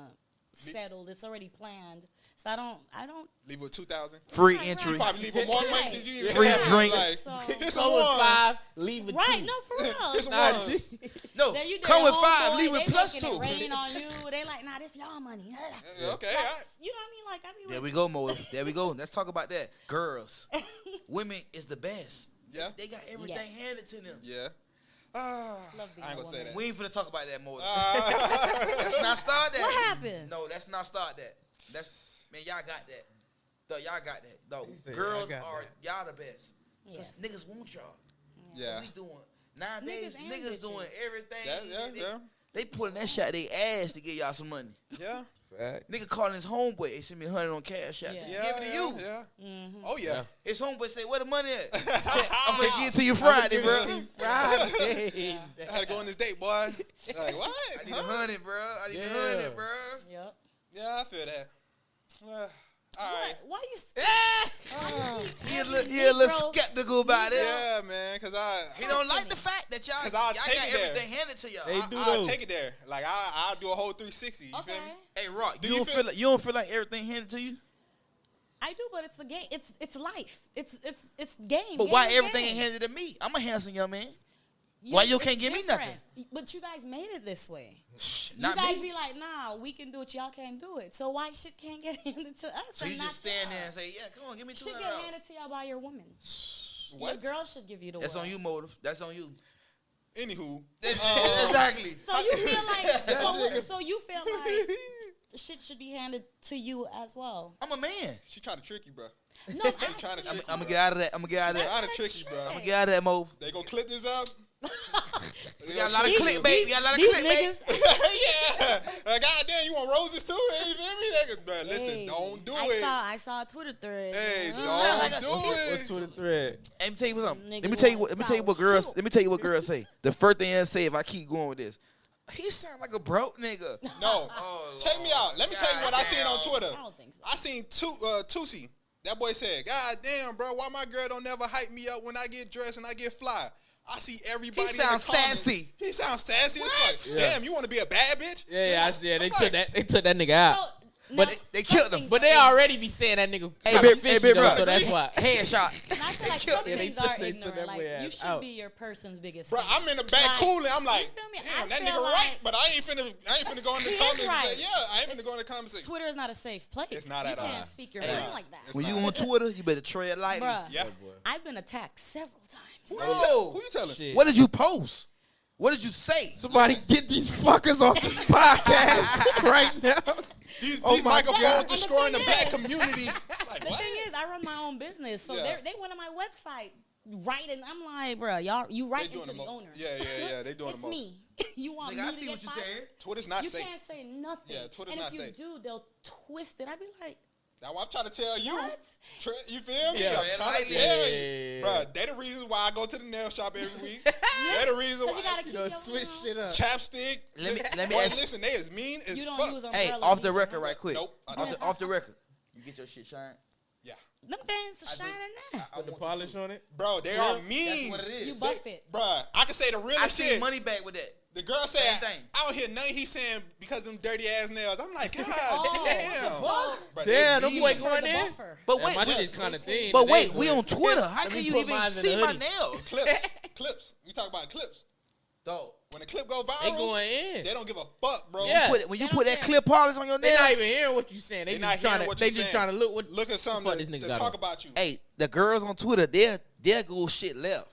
Speaker 4: settled. It's already planned. So I don't. I don't.
Speaker 1: leave with two thousand.
Speaker 3: Free
Speaker 4: Right,
Speaker 3: entry.
Speaker 4: right.
Speaker 1: Probably leave with more money than you even
Speaker 3: Free
Speaker 1: have.
Speaker 3: drinks.
Speaker 1: Like,
Speaker 4: So-
Speaker 1: here's some
Speaker 2: Go with
Speaker 1: ones.
Speaker 2: five, leave with
Speaker 4: Right?
Speaker 2: two.
Speaker 4: No, for real.
Speaker 1: Here's
Speaker 2: Nah,
Speaker 1: ones.
Speaker 2: just-
Speaker 3: No,
Speaker 4: Then you
Speaker 3: come
Speaker 4: their
Speaker 3: with
Speaker 4: homeboy,
Speaker 3: five, leave with
Speaker 4: they
Speaker 3: plus
Speaker 4: making
Speaker 3: two.
Speaker 4: it Rain on you. They like, nah, this y'all money.
Speaker 1: Okay, all right.
Speaker 4: You know what I mean? Like I mean,
Speaker 3: There we go, Mo. There we go. Let's talk about that. Girls, women is the best.
Speaker 1: Yeah.
Speaker 3: They got everything
Speaker 4: Yes.
Speaker 3: handed to them.
Speaker 1: Yeah. Ah,
Speaker 4: Love being
Speaker 1: I ain't
Speaker 4: a
Speaker 1: gonna say
Speaker 4: woman.
Speaker 1: that.
Speaker 3: We ain't finna talk about that, Mo.
Speaker 1: Ah.
Speaker 3: Let's not start that.
Speaker 4: What happened?
Speaker 3: No, let's not start that. That's man, y'all got that. Dog, y'all got that. Dog,
Speaker 2: He said,
Speaker 3: girls
Speaker 2: "I got
Speaker 3: are y'all the best.
Speaker 4: Yes.
Speaker 3: 'Cause niggas want y'all.
Speaker 1: yeah.
Speaker 3: We doing nowadays.
Speaker 4: and
Speaker 3: Niggas, doing
Speaker 4: bitches.
Speaker 3: everything.
Speaker 1: Yeah, yeah,
Speaker 3: they,
Speaker 1: yeah,
Speaker 3: they pulling that shit out they ass to get y'all some money.
Speaker 1: yeah,
Speaker 3: Nigga calling his homeboy. He send me a hundred on cash out.
Speaker 4: Yeah.
Speaker 1: yeah.
Speaker 3: Give it to you.
Speaker 1: yeah, yeah.
Speaker 4: Mhm.
Speaker 1: Oh yeah.
Speaker 3: His homeboy say, "Where the money at?" I'm gonna get it to you Friday, bro. I
Speaker 2: Friday.
Speaker 1: I had to go on this date, boy. Like what?
Speaker 3: need a
Speaker 1: Huh?
Speaker 3: hundred, bro. I need a
Speaker 2: Yeah.
Speaker 3: hundred, bro.
Speaker 4: Yep.
Speaker 1: Yeah, I feel that. Ah, all right.
Speaker 4: What? Why you? s-
Speaker 1: Ah,
Speaker 3: He a little, he a little
Speaker 4: Negro.
Speaker 3: skeptical about it.
Speaker 1: yeah, man. Cause I,
Speaker 3: He don't like the fact that y'all,
Speaker 1: 'Cause
Speaker 3: y'all
Speaker 1: I'll
Speaker 3: got
Speaker 1: take it there.
Speaker 3: everything handed to y'all.
Speaker 2: They
Speaker 1: I,
Speaker 2: do
Speaker 1: I'll
Speaker 2: though.
Speaker 1: take it there. Like I, I'll do a whole 360. You
Speaker 4: Okay.
Speaker 1: feel me?
Speaker 3: Hey Rock,
Speaker 1: Do
Speaker 3: you,
Speaker 1: you
Speaker 3: don't feel,
Speaker 1: feel-
Speaker 3: like you don't feel like everything handed to you?
Speaker 4: I do, but it's a game. It's it's life. It's it's it's game.
Speaker 3: But
Speaker 4: Game
Speaker 3: why
Speaker 4: is
Speaker 3: everything
Speaker 4: game.
Speaker 3: ain't handed to me? I'm a handsome young man. why you
Speaker 4: it's
Speaker 3: can't give me nothing?
Speaker 4: different. But you guys made it this way. You
Speaker 3: Not
Speaker 4: guys
Speaker 3: me.
Speaker 4: be like, nah, we can do it. Y'all can't do it. So why shit can't get handed to us?
Speaker 3: so
Speaker 4: and
Speaker 3: you
Speaker 4: not
Speaker 3: just stand
Speaker 4: y'all?
Speaker 3: there and say, "Yeah, come on, give me two
Speaker 4: Should
Speaker 3: hundred
Speaker 4: get
Speaker 3: dollars."
Speaker 4: handed to y'all by your woman.
Speaker 1: What?
Speaker 4: Your girl should give you the.
Speaker 3: That's
Speaker 4: world.
Speaker 3: on you, motive. That's on you.
Speaker 1: Anywho, Um,
Speaker 3: exactly.
Speaker 4: So you feel like so, so you feel like shit should be handed to you as well.
Speaker 3: I'm a man.
Speaker 1: she trying to trick you, bro.
Speaker 4: No, I
Speaker 1: trying to
Speaker 4: feel
Speaker 1: trick
Speaker 4: you.
Speaker 3: I'm gonna get out of that. I'm gonna get out of
Speaker 1: Trying
Speaker 3: that.
Speaker 1: to trick you, bro.
Speaker 4: trick.
Speaker 1: I'ma
Speaker 3: Get out of that, Mo.
Speaker 1: They gonna clip this up.
Speaker 3: We got a lot of
Speaker 4: These-
Speaker 3: clickbait. We got a lot of
Speaker 4: These
Speaker 3: clickbait.
Speaker 4: niggas.
Speaker 1: yeah. Like, goddamn, you want roses too? Hey, you feel me? Like, bruh, listen,
Speaker 4: Hey,
Speaker 1: don't do
Speaker 4: I
Speaker 1: it.
Speaker 4: Saw, I saw a Twitter thread.
Speaker 1: Hey,
Speaker 4: Uh,
Speaker 1: don't
Speaker 3: Mm-hmm. like a-
Speaker 2: What's
Speaker 1: do it.
Speaker 2: Twitter thread?
Speaker 3: Let me tell you something. Let me
Speaker 4: Nigga
Speaker 3: tell you
Speaker 4: want
Speaker 3: what. Let me tell you what
Speaker 4: flowers,
Speaker 3: girls.
Speaker 4: too.
Speaker 3: Let me tell you what girls say. The first thing they say if I keep going with this, he sound like a broke nigga.
Speaker 1: No.
Speaker 3: Oh,
Speaker 1: Check me out. Let me tell you what I seen on
Speaker 3: Goddamn.
Speaker 1: Twitter.
Speaker 4: I don't think so.
Speaker 1: I seen two, uh, Tusi. That boy said, God damn, bro, why my girl don't never hype me up when I get dressed and I get fly? I see everybody. in the
Speaker 3: sounds
Speaker 1: comments-
Speaker 3: sassy.
Speaker 1: He sounds sassy as fuck.
Speaker 2: Yeah.
Speaker 1: Damn, you want to be a bad bitch?
Speaker 2: Yeah, yeah, I- yeah. They
Speaker 1: I'm
Speaker 2: took
Speaker 1: like-
Speaker 2: that. They took that nigga out. But
Speaker 4: So, now,
Speaker 3: they- they killed
Speaker 4: some
Speaker 3: him.
Speaker 4: things
Speaker 2: But
Speaker 4: are
Speaker 2: they
Speaker 4: ignorant.
Speaker 2: already be saying that nigga
Speaker 3: Hey,
Speaker 2: kinda
Speaker 3: big- hey,
Speaker 2: fishy
Speaker 3: big
Speaker 2: though,
Speaker 3: bro.
Speaker 2: so that's why.
Speaker 3: Headshot.
Speaker 4: And I feel like some
Speaker 2: Yeah, they
Speaker 4: things
Speaker 2: took-
Speaker 4: are
Speaker 2: they took
Speaker 4: ignorant.
Speaker 2: that boy
Speaker 4: Like you
Speaker 2: ass
Speaker 4: should
Speaker 2: out.
Speaker 4: be your person's biggest.
Speaker 1: Bro,
Speaker 4: fan.
Speaker 1: I'm in the back
Speaker 4: Like,
Speaker 1: cooling. I'm like,
Speaker 4: you feel me?
Speaker 1: damn,
Speaker 4: I
Speaker 1: that
Speaker 4: feel
Speaker 1: nigga
Speaker 4: like
Speaker 1: right, but I ain't finna, I ain't finna go in the
Speaker 4: He's
Speaker 1: comments. And
Speaker 4: right.
Speaker 1: say, yeah, I ain't finna go in the comments. And,
Speaker 4: Twitter is not a safe place.
Speaker 1: It's not
Speaker 4: you
Speaker 1: at all.
Speaker 4: can't speak your
Speaker 1: Yeah.
Speaker 4: mind like that.
Speaker 1: It's
Speaker 3: When you
Speaker 1: not.
Speaker 3: on Twitter, you better tread lightly.
Speaker 4: Bruh,
Speaker 1: yeah.
Speaker 4: I've been attacked several times.
Speaker 1: Who you, tell, who you telling?
Speaker 2: Shit.
Speaker 3: What did you post? What did you say?
Speaker 2: Somebody get these fuckers off this podcast right now.
Speaker 1: These,
Speaker 2: Oh
Speaker 1: these
Speaker 2: my
Speaker 1: microphones
Speaker 4: God.
Speaker 1: destroying the
Speaker 4: And the
Speaker 1: black
Speaker 4: thing
Speaker 1: community. like,
Speaker 4: The
Speaker 1: what?
Speaker 4: thing is, I run my own business, so
Speaker 1: Yeah.
Speaker 4: they're they went on my website writing. I'm like, bruh, y'all, you
Speaker 1: They
Speaker 4: writing
Speaker 1: doing
Speaker 4: to the,
Speaker 1: mo-
Speaker 4: owner.
Speaker 1: Yeah, yeah, yeah. They doing
Speaker 4: it's
Speaker 1: the most.
Speaker 4: me. you want
Speaker 3: Nigga,
Speaker 4: me
Speaker 3: I
Speaker 4: to
Speaker 3: see
Speaker 4: get
Speaker 3: what you
Speaker 4: fired?
Speaker 3: saying.
Speaker 1: Twitter's not
Speaker 4: you
Speaker 1: safe.
Speaker 4: can't say nothing.
Speaker 1: Yeah, Twitter's
Speaker 4: and
Speaker 1: not
Speaker 4: if
Speaker 1: safe.
Speaker 4: you do, they'll twist it. I'd be like,
Speaker 1: Now I'm trying to tell you.
Speaker 4: What?
Speaker 1: Tr- you feel me?
Speaker 3: Yeah,
Speaker 1: I'm trying to
Speaker 3: lightly.
Speaker 1: tell
Speaker 2: Yeah, yeah,
Speaker 1: you,
Speaker 2: yeah.
Speaker 1: bro. They the reason why I go to the nail shop every week. they the reason
Speaker 4: so you
Speaker 1: why.
Speaker 4: gotta
Speaker 2: You
Speaker 4: keep
Speaker 2: know,
Speaker 4: your
Speaker 2: switch
Speaker 4: mouth.
Speaker 2: shit up.
Speaker 1: Chapstick.
Speaker 3: Let me- let me
Speaker 1: boy,
Speaker 3: ask-
Speaker 1: listen. They as mean as
Speaker 4: You don't
Speaker 1: fuck.
Speaker 4: use umbrellas.
Speaker 3: Hey, off the
Speaker 4: either.
Speaker 3: record, right quick.
Speaker 1: Nope, I
Speaker 3: Off
Speaker 1: don't.
Speaker 3: the, off the record. You get your shit shined.
Speaker 1: yeah,
Speaker 4: Them things are shining now.
Speaker 2: Put the polish on it.
Speaker 1: bro. They are mean.
Speaker 3: That's what it is.
Speaker 4: You buff it.
Speaker 1: Bro, I can say the real
Speaker 3: I
Speaker 1: shit.
Speaker 3: see money back with that.
Speaker 1: The girl said,
Speaker 3: Same thing.
Speaker 1: "I don't hear nothing he's saying because them dirty ass nails." I'm like, God damn.
Speaker 4: Oh,
Speaker 1: Bruh, they
Speaker 2: Damn, them
Speaker 1: mean.
Speaker 2: boy
Speaker 4: the
Speaker 2: going
Speaker 4: buffer.
Speaker 2: in.
Speaker 4: buffer.
Speaker 3: But
Speaker 2: That
Speaker 3: wait,
Speaker 2: my
Speaker 3: wait,
Speaker 2: shit's kind of thin.
Speaker 3: but
Speaker 2: today,
Speaker 3: wait, we
Speaker 2: boy.
Speaker 3: on Twitter. How
Speaker 2: Let
Speaker 3: can
Speaker 2: me
Speaker 3: you
Speaker 2: put
Speaker 3: even
Speaker 2: mine in the
Speaker 3: see my
Speaker 2: hoodie.
Speaker 3: nails?
Speaker 1: clips, clips. We talk about clips.
Speaker 3: Dog.
Speaker 1: When the clip go viral,
Speaker 2: They going in.
Speaker 1: They don't give a fuck, bro.
Speaker 2: Yeah.
Speaker 3: Put it, when
Speaker 4: They
Speaker 3: you
Speaker 4: don't
Speaker 3: put that
Speaker 4: care.
Speaker 3: clear polish on your
Speaker 2: They
Speaker 3: nail,
Speaker 2: not even hearing what you saying. They,
Speaker 1: They not
Speaker 2: just trying
Speaker 1: hearing
Speaker 2: to.
Speaker 1: what
Speaker 2: They
Speaker 1: you
Speaker 2: just
Speaker 1: saying.
Speaker 2: trying to look what.
Speaker 1: Look at
Speaker 2: fuck
Speaker 1: something
Speaker 2: this
Speaker 1: to,
Speaker 2: nigga
Speaker 1: to
Speaker 2: got
Speaker 1: talk
Speaker 2: on.
Speaker 1: about you.
Speaker 3: hey, the girls on Twitter, they'll they'll go shit left.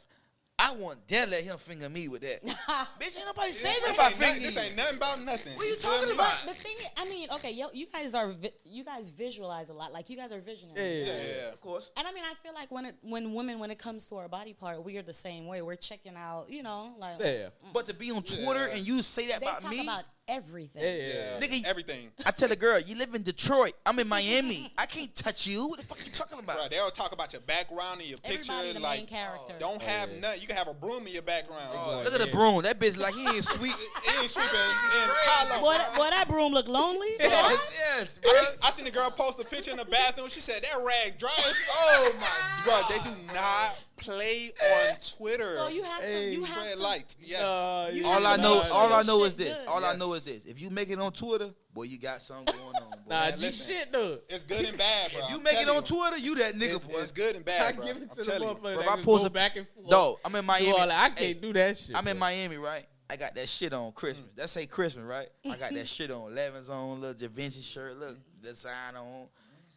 Speaker 3: I want they'll let him finger me with that. Bitch, ain't nobody
Speaker 1: this,
Speaker 3: saying
Speaker 1: this,
Speaker 3: about
Speaker 1: ain't nothing,
Speaker 3: finger
Speaker 1: this
Speaker 3: you.
Speaker 1: ain't nothing about nothing.
Speaker 3: What you
Speaker 1: feel
Speaker 3: talking
Speaker 1: me?
Speaker 3: about?
Speaker 4: The thing, is, I mean, okay, yo, you guys are vi- you guys visualize a lot. Like you guys are visionaries.
Speaker 1: Yeah, yeah.
Speaker 3: Of course.
Speaker 4: And I mean, I feel like when it, when women, when it comes to our body part, we are the same way. We're checking out, you know, like
Speaker 2: Yeah.
Speaker 3: But to be on Twitter
Speaker 1: Yeah.
Speaker 3: and you say that
Speaker 4: they
Speaker 3: about
Speaker 4: talk
Speaker 3: me,
Speaker 4: about everything.
Speaker 2: Yeah.
Speaker 1: yeah.
Speaker 3: Nigga, you-
Speaker 1: everything.
Speaker 3: I tell the girl, you live in Detroit. I'm in Miami. I can't touch you. What the fuck you talking about?
Speaker 1: Bro, they don't talk about your background and your picture.
Speaker 4: Everybody the
Speaker 1: like,
Speaker 4: main character.
Speaker 1: don't
Speaker 2: Oh,
Speaker 1: have
Speaker 2: yeah.
Speaker 1: nothing. You can have a broom in your background.
Speaker 2: Oh,
Speaker 1: It
Speaker 3: Look at the
Speaker 2: yeah.
Speaker 3: broom. That bitch like he ain't sweet.
Speaker 1: ain't sweeping in hollow.
Speaker 4: Boy, that, boy, that broom look lonely.
Speaker 3: yes, yes, bro.
Speaker 1: I, I seen a girl post a picture in the bathroom. She said that rag dry. as oh my, bro, they do not play on Twitter.
Speaker 4: so you have to, you have
Speaker 1: red
Speaker 4: to.
Speaker 1: light. Yes.
Speaker 2: Uh,
Speaker 4: You
Speaker 3: All
Speaker 4: have
Speaker 3: I
Speaker 4: to
Speaker 3: know,
Speaker 4: make sure
Speaker 3: all
Speaker 4: your
Speaker 3: I know
Speaker 4: shit
Speaker 3: is this.
Speaker 4: good.
Speaker 3: All I
Speaker 1: Yes.
Speaker 3: know is this. If you make it on Twitter, boy, you got something going on. Boy.
Speaker 2: Nah,
Speaker 1: Man,
Speaker 2: G
Speaker 1: listen.
Speaker 2: shit though.
Speaker 1: it's good and bad, bro.
Speaker 3: if you
Speaker 1: I'm
Speaker 3: make it
Speaker 1: telling
Speaker 3: on Twitter, you that
Speaker 1: you.
Speaker 3: nigga,
Speaker 1: It's-
Speaker 3: boy.
Speaker 1: it's good and
Speaker 2: I
Speaker 1: bad, bro.
Speaker 2: give it to
Speaker 1: I'm
Speaker 2: the
Speaker 1: telling you.
Speaker 2: motherfucker.
Speaker 3: Bro,
Speaker 2: that
Speaker 3: if I
Speaker 2: can
Speaker 3: post
Speaker 2: go
Speaker 3: a-
Speaker 2: back and forth.
Speaker 3: Dog, I'm in Miami.
Speaker 2: Do all that. I can't
Speaker 3: Hey,
Speaker 2: do that shit.
Speaker 3: I'm in
Speaker 2: bro. Mm.
Speaker 3: Miami, right? I got that shit on Christmas. That say Christmas, right? I got that shit on. Levin's on, little Da Vinci shirt, look, design on.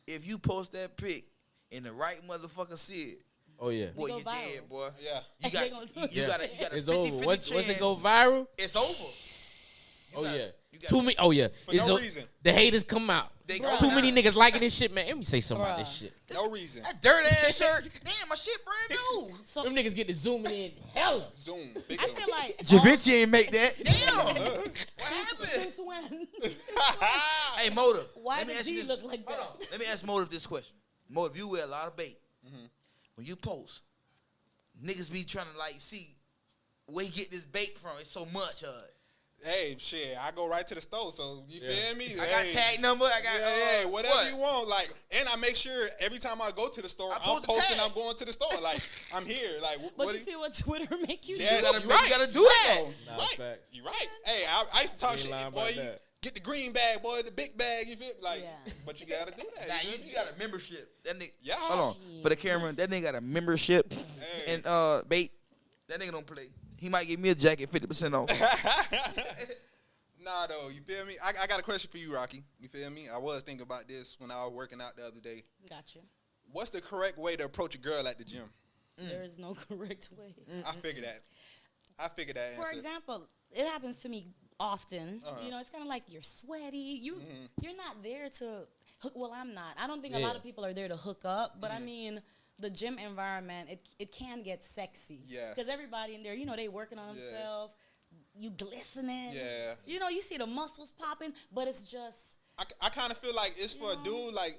Speaker 3: If you post that pic and the right motherfucker see it,
Speaker 2: Oh yeah.
Speaker 3: boy,
Speaker 4: go
Speaker 3: you
Speaker 4: viral.
Speaker 3: dead, boy.
Speaker 1: Yeah.
Speaker 3: You
Speaker 4: They
Speaker 3: got,
Speaker 4: gonna-
Speaker 3: you, you
Speaker 2: Yeah.
Speaker 3: got, a, you got a
Speaker 2: It's
Speaker 3: 50-50
Speaker 2: over. Once,
Speaker 3: chance.
Speaker 2: once it go viral,
Speaker 3: It's over.
Speaker 2: oh
Speaker 3: gotta-
Speaker 2: yeah.
Speaker 3: you gotta-
Speaker 2: Too many. Oh yeah.
Speaker 1: For
Speaker 2: It's
Speaker 1: no
Speaker 2: o-
Speaker 1: reason.
Speaker 2: The haters come out.
Speaker 3: They
Speaker 4: Bruh.
Speaker 2: Too
Speaker 3: go
Speaker 2: many
Speaker 3: down.
Speaker 2: niggas liking this shit, man. Let me say something about this
Speaker 4: Bruh.
Speaker 2: shit.
Speaker 1: No reason.
Speaker 3: That dirt ass shirt. Damn, my shit brand new.
Speaker 4: So
Speaker 2: Them niggas get to zooming in hella.
Speaker 1: Zoom. Big
Speaker 4: I
Speaker 1: Zoom.
Speaker 4: feel like
Speaker 3: Da Vinci ain't make that. Damn.
Speaker 1: Uh,
Speaker 3: What
Speaker 4: all-
Speaker 3: happened?
Speaker 4: since when?
Speaker 3: Hey, Motive.
Speaker 4: Why
Speaker 3: let me
Speaker 4: did
Speaker 3: ask you
Speaker 4: D
Speaker 3: this.
Speaker 4: look like that?
Speaker 3: Hold on. Let me ask Motive this question. Motive, you wear a lot of bait.
Speaker 1: Mm-hmm.
Speaker 3: When you post, niggas be trying to like see where you get this bait from. It's so much of it.
Speaker 1: hey, shit, I go right to the store. So you
Speaker 2: Yeah.
Speaker 1: feel me?
Speaker 3: I got
Speaker 1: Hey.
Speaker 3: tag number. I got
Speaker 1: Yeah,
Speaker 3: uh,
Speaker 1: yeah, whatever
Speaker 3: what?
Speaker 1: you want. Like, and I make sure every time I go to the store,
Speaker 3: I
Speaker 1: I'm
Speaker 3: post the
Speaker 1: posting.
Speaker 3: tag.
Speaker 1: I'm going to the store. Like, I'm here. Like, wh- what?
Speaker 4: But you
Speaker 1: do-
Speaker 4: see what Twitter make you
Speaker 1: Yes,
Speaker 4: do?
Speaker 1: you
Speaker 3: gotta- you
Speaker 1: right.
Speaker 3: gotta do that.
Speaker 1: Yo,
Speaker 2: Nah,
Speaker 1: right.
Speaker 2: facts.
Speaker 1: You right. Hey, I, I used to talk
Speaker 2: ain't
Speaker 1: shit.
Speaker 2: lying
Speaker 1: Boy,
Speaker 2: about
Speaker 1: you
Speaker 2: that.
Speaker 1: get the green bag, boy, the big bag. You feel me? like?
Speaker 4: Yeah.
Speaker 1: But you gotta do that.
Speaker 3: Nah,
Speaker 1: you,
Speaker 3: you,
Speaker 1: feel me?
Speaker 3: you got a membership. That nigga.
Speaker 1: Yeah.
Speaker 3: Hold on. For the camera, that nigga got a membership.
Speaker 1: Hey.
Speaker 3: And uh, bait. That nigga don't play. He might give me a jacket 50% off.
Speaker 1: Nah, though, you feel me? I, I got a question for you, Rocky. You feel me? I was thinking about this when I was working out the other day.
Speaker 4: Gotcha.
Speaker 1: What's the correct way to approach a girl at the gym?
Speaker 4: There is no correct way.
Speaker 1: I figured that. I figured that.
Speaker 4: For
Speaker 1: answer.
Speaker 4: example, it happens to me often.
Speaker 1: Uh-huh.
Speaker 4: You know, it's kind of like you're sweaty. You you're not there to hook. Well, I'm not. I don't think a
Speaker 2: Yeah.
Speaker 4: lot of people are there to hook up. But I mean, the gym environment it it can get sexy.
Speaker 1: Yeah.
Speaker 4: Because everybody in there, you know, they working on
Speaker 1: Yeah.
Speaker 4: themselves. You glistening.
Speaker 1: Yeah.
Speaker 4: You know, you see the muscles popping, but it's just
Speaker 1: I, I kind of feel like it's for
Speaker 4: Yeah.
Speaker 1: a dude like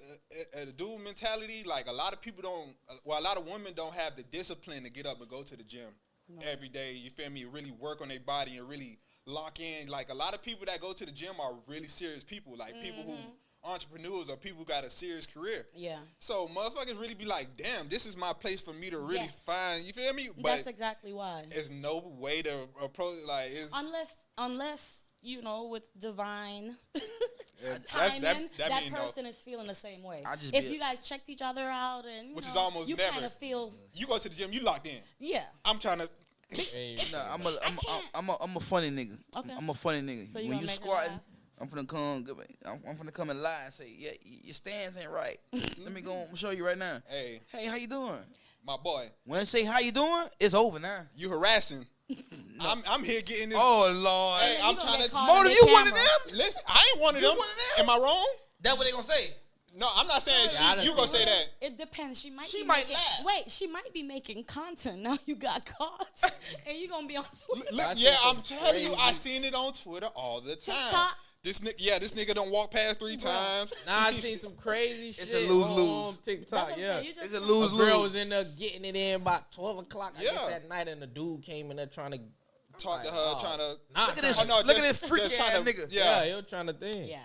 Speaker 1: a, a dude mentality. Like a lot of people don't, well, a lot of women don't have the discipline to get up and go to the gym
Speaker 4: No.
Speaker 1: every day. You feel me? Really work on their body and really lock in. Like a lot of people that go to the gym are really serious people. Like people
Speaker 4: Mm-hmm.
Speaker 1: who entrepreneurs or people who got a serious career.
Speaker 4: yeah.
Speaker 1: So motherfuckers really be like, damn, this is my place for me to really
Speaker 4: Yes.
Speaker 1: find. You feel me? But
Speaker 4: That's exactly why.
Speaker 1: there's no way to approach. Like it's,
Speaker 4: unless unless you know with divine
Speaker 1: that's-
Speaker 4: timing that,
Speaker 1: mean, no.
Speaker 4: person is feeling the same way
Speaker 3: I just
Speaker 4: if
Speaker 3: be-
Speaker 4: you guys checked each other out and you
Speaker 1: Which
Speaker 4: know,
Speaker 1: is almost
Speaker 4: you
Speaker 1: never.
Speaker 4: kind of feel
Speaker 1: You go to the gym, you locked in.
Speaker 4: yeah
Speaker 1: I'm trying to.
Speaker 2: Ain't-
Speaker 3: No, I'm a, I'm, a,
Speaker 4: can't.
Speaker 3: I'm, a, I'm a funny nigga.
Speaker 4: Okay.
Speaker 3: I'm a funny nigga.
Speaker 4: So you
Speaker 3: when
Speaker 4: gonna
Speaker 3: you
Speaker 4: make her
Speaker 3: squatting,
Speaker 4: laugh?
Speaker 3: I'm finna come. give me- I'm, I'm finna come and lie and say, yeah, y- your stands ain't right. Let me go and show you right now.
Speaker 1: Hey,
Speaker 3: Hey, how you doing?
Speaker 1: my boy,
Speaker 3: When I say how you doing, it's over now.
Speaker 1: you harassing. I'm, I'm here getting this.
Speaker 3: Oh lord.
Speaker 1: Hey,
Speaker 4: You
Speaker 1: I'm
Speaker 4: gonna
Speaker 1: trying
Speaker 4: get
Speaker 1: to.
Speaker 4: caught
Speaker 1: Mo-
Speaker 4: on
Speaker 3: Motive,
Speaker 4: the
Speaker 3: you one of
Speaker 4: camera.
Speaker 3: them?
Speaker 1: Listen, I ain't one of
Speaker 3: You
Speaker 1: them.
Speaker 3: one of them?
Speaker 1: Am I wrong?
Speaker 3: That's what they gonna say.
Speaker 1: No, I'm not saying
Speaker 2: Yeah, I
Speaker 1: she,
Speaker 2: done
Speaker 1: you gonna
Speaker 2: seen
Speaker 1: say that.
Speaker 4: It depends. She might.
Speaker 3: She
Speaker 4: be
Speaker 3: might
Speaker 4: making,
Speaker 3: laugh.
Speaker 4: Wait, she might be making content now. You got caught, and you gonna be on Twitter.
Speaker 1: Look,
Speaker 2: I seen
Speaker 1: yeah,
Speaker 2: some
Speaker 1: I'm telling you, I
Speaker 2: crazy-
Speaker 1: seen it on Twitter all the time.
Speaker 4: TikTok.
Speaker 1: This nigga, yeah, this nigga don't walk past three times.
Speaker 2: Now I seen some crazy shit.
Speaker 3: a
Speaker 2: on,
Speaker 3: lose-lose.
Speaker 2: um,
Speaker 4: That's
Speaker 2: TikTok,
Speaker 4: what I'm
Speaker 2: yeah.
Speaker 4: saying. You just
Speaker 3: It's a
Speaker 4: come-
Speaker 2: A
Speaker 3: lose
Speaker 2: girl
Speaker 3: lose.
Speaker 2: was in there getting it in by twelve o'clock. I guess
Speaker 1: Yeah.
Speaker 2: that night, and the dude came in there trying to.
Speaker 1: Talk to
Speaker 2: like,
Speaker 1: her,
Speaker 2: oh,
Speaker 1: trying to.
Speaker 2: Nah,
Speaker 3: Look at
Speaker 2: trying
Speaker 3: this.
Speaker 2: to-
Speaker 1: no,
Speaker 3: look
Speaker 1: just-
Speaker 3: at this freaky
Speaker 1: just
Speaker 3: ass
Speaker 1: trying to-
Speaker 3: nigga.
Speaker 1: Yeah,
Speaker 2: Yeah, he was trying to think.
Speaker 4: Yeah.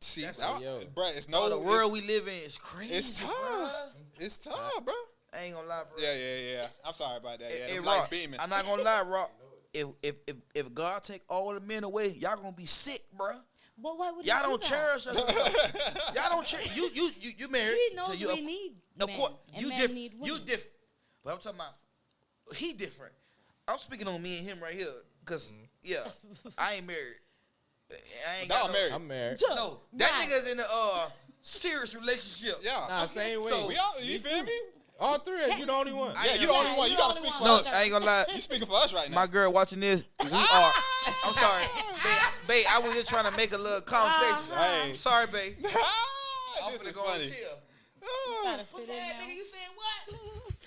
Speaker 1: see,
Speaker 3: That's
Speaker 1: I-
Speaker 2: a yo.
Speaker 1: bruh, it's no,
Speaker 3: No, Oh, the
Speaker 1: it's-
Speaker 3: world we live in is crazy.
Speaker 1: Oh, It's tough.
Speaker 3: bruh.
Speaker 1: It's tough, bro.
Speaker 3: I ain't gonna lie, bro.
Speaker 1: Yeah, yeah, yeah. I'm sorry about that.
Speaker 3: Hey,
Speaker 1: Yeah,
Speaker 3: hey,
Speaker 1: them
Speaker 3: Rock,
Speaker 1: light beaming.
Speaker 3: I'm not gonna lie, Rock. If, if if if God take all the men away, y'all gonna be sick, bruh.
Speaker 4: Well, why would he
Speaker 3: Y'all
Speaker 4: do
Speaker 3: don't
Speaker 4: that?
Speaker 3: cherish us. y'all don't cherish. You you you you married.
Speaker 4: He
Speaker 3: so
Speaker 4: knows
Speaker 3: you,
Speaker 4: we need
Speaker 3: Of
Speaker 4: men,
Speaker 3: course,
Speaker 4: and
Speaker 3: you
Speaker 4: men
Speaker 3: different.
Speaker 4: need
Speaker 3: You
Speaker 4: women.
Speaker 3: different. But I'm talking about he different. I'm speaking on me and him right here, cause yeah, I ain't married. I ain't
Speaker 1: Y'all
Speaker 3: got no-
Speaker 1: married.
Speaker 2: I'm married.
Speaker 4: Duh.
Speaker 3: No, that
Speaker 4: Right.
Speaker 3: nigga's in a uh, serious relationship.
Speaker 1: yeah.
Speaker 2: Nah, same way.
Speaker 1: so we all, you feel me?
Speaker 2: all three. of You the only one.
Speaker 1: Yeah,
Speaker 3: am
Speaker 1: you the only
Speaker 4: Yeah,
Speaker 1: one.
Speaker 4: you
Speaker 1: You
Speaker 4: the
Speaker 1: gotta
Speaker 4: only
Speaker 1: speak for
Speaker 4: one.
Speaker 3: No,
Speaker 1: us.
Speaker 3: I ain't gonna lie.
Speaker 1: You speaking for us right now.
Speaker 3: My girl watching this, we are. I'm sorry, babe. babe I was just trying to make a little conversation.
Speaker 1: Uh-huh.
Speaker 3: I'm sorry, babe.
Speaker 1: Ah,
Speaker 3: I'm
Speaker 1: this
Speaker 3: finna
Speaker 1: is
Speaker 3: go and
Speaker 1: funny.
Speaker 3: chill.
Speaker 1: Ah.
Speaker 4: Gotta fit
Speaker 3: What's
Speaker 4: in
Speaker 3: that,
Speaker 4: now.
Speaker 3: nigga? You said what?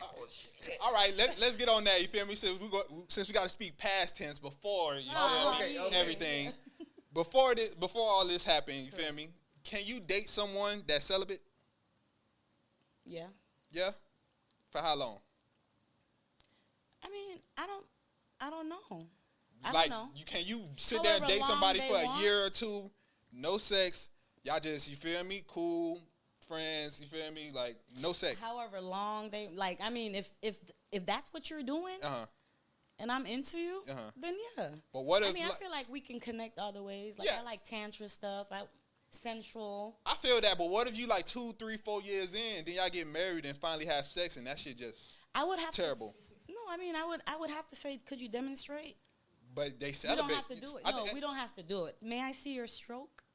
Speaker 3: Oh, shit.
Speaker 1: All right, let, let's get on that. You feel me? Since we go, since we got to speak past tense before you feel
Speaker 4: Oh,
Speaker 1: me?
Speaker 3: okay, okay.
Speaker 1: everything, before this, before all this happened, you feel me? Can you date someone that's celibate?
Speaker 4: Yeah.
Speaker 1: Yeah. For how long?
Speaker 4: I mean, I don't. I don't know. I
Speaker 1: like,
Speaker 4: don't know.
Speaker 1: you can you sit there
Speaker 4: However
Speaker 1: and date
Speaker 4: long
Speaker 1: somebody
Speaker 4: they
Speaker 1: for a
Speaker 4: want.
Speaker 1: year or two, no sex? Y'all just you feel me? Cool friends, you feel me? Like no sex.
Speaker 4: However long they like. I mean, if if if that's what you're doing,
Speaker 1: Uh huh.
Speaker 4: and I'm into you,
Speaker 1: Uh-huh.
Speaker 4: then yeah.
Speaker 1: But what
Speaker 4: I
Speaker 1: if
Speaker 4: mean,
Speaker 1: like-
Speaker 4: I feel like we can connect other ways. Like
Speaker 1: Yeah.
Speaker 4: I like tantra stuff. I sensual.
Speaker 1: I feel that, but what if you like two, three, four years in, then y'all get married and finally have sex, and that shit just.
Speaker 4: I would have
Speaker 1: Terrible.
Speaker 4: To, s- no, I mean, I would I would have to say, could you demonstrate?
Speaker 1: But they
Speaker 4: We
Speaker 1: celibate.
Speaker 4: don't have to do it.
Speaker 1: I
Speaker 4: No,
Speaker 1: think-
Speaker 4: we don't have to do it. May I see your stroke?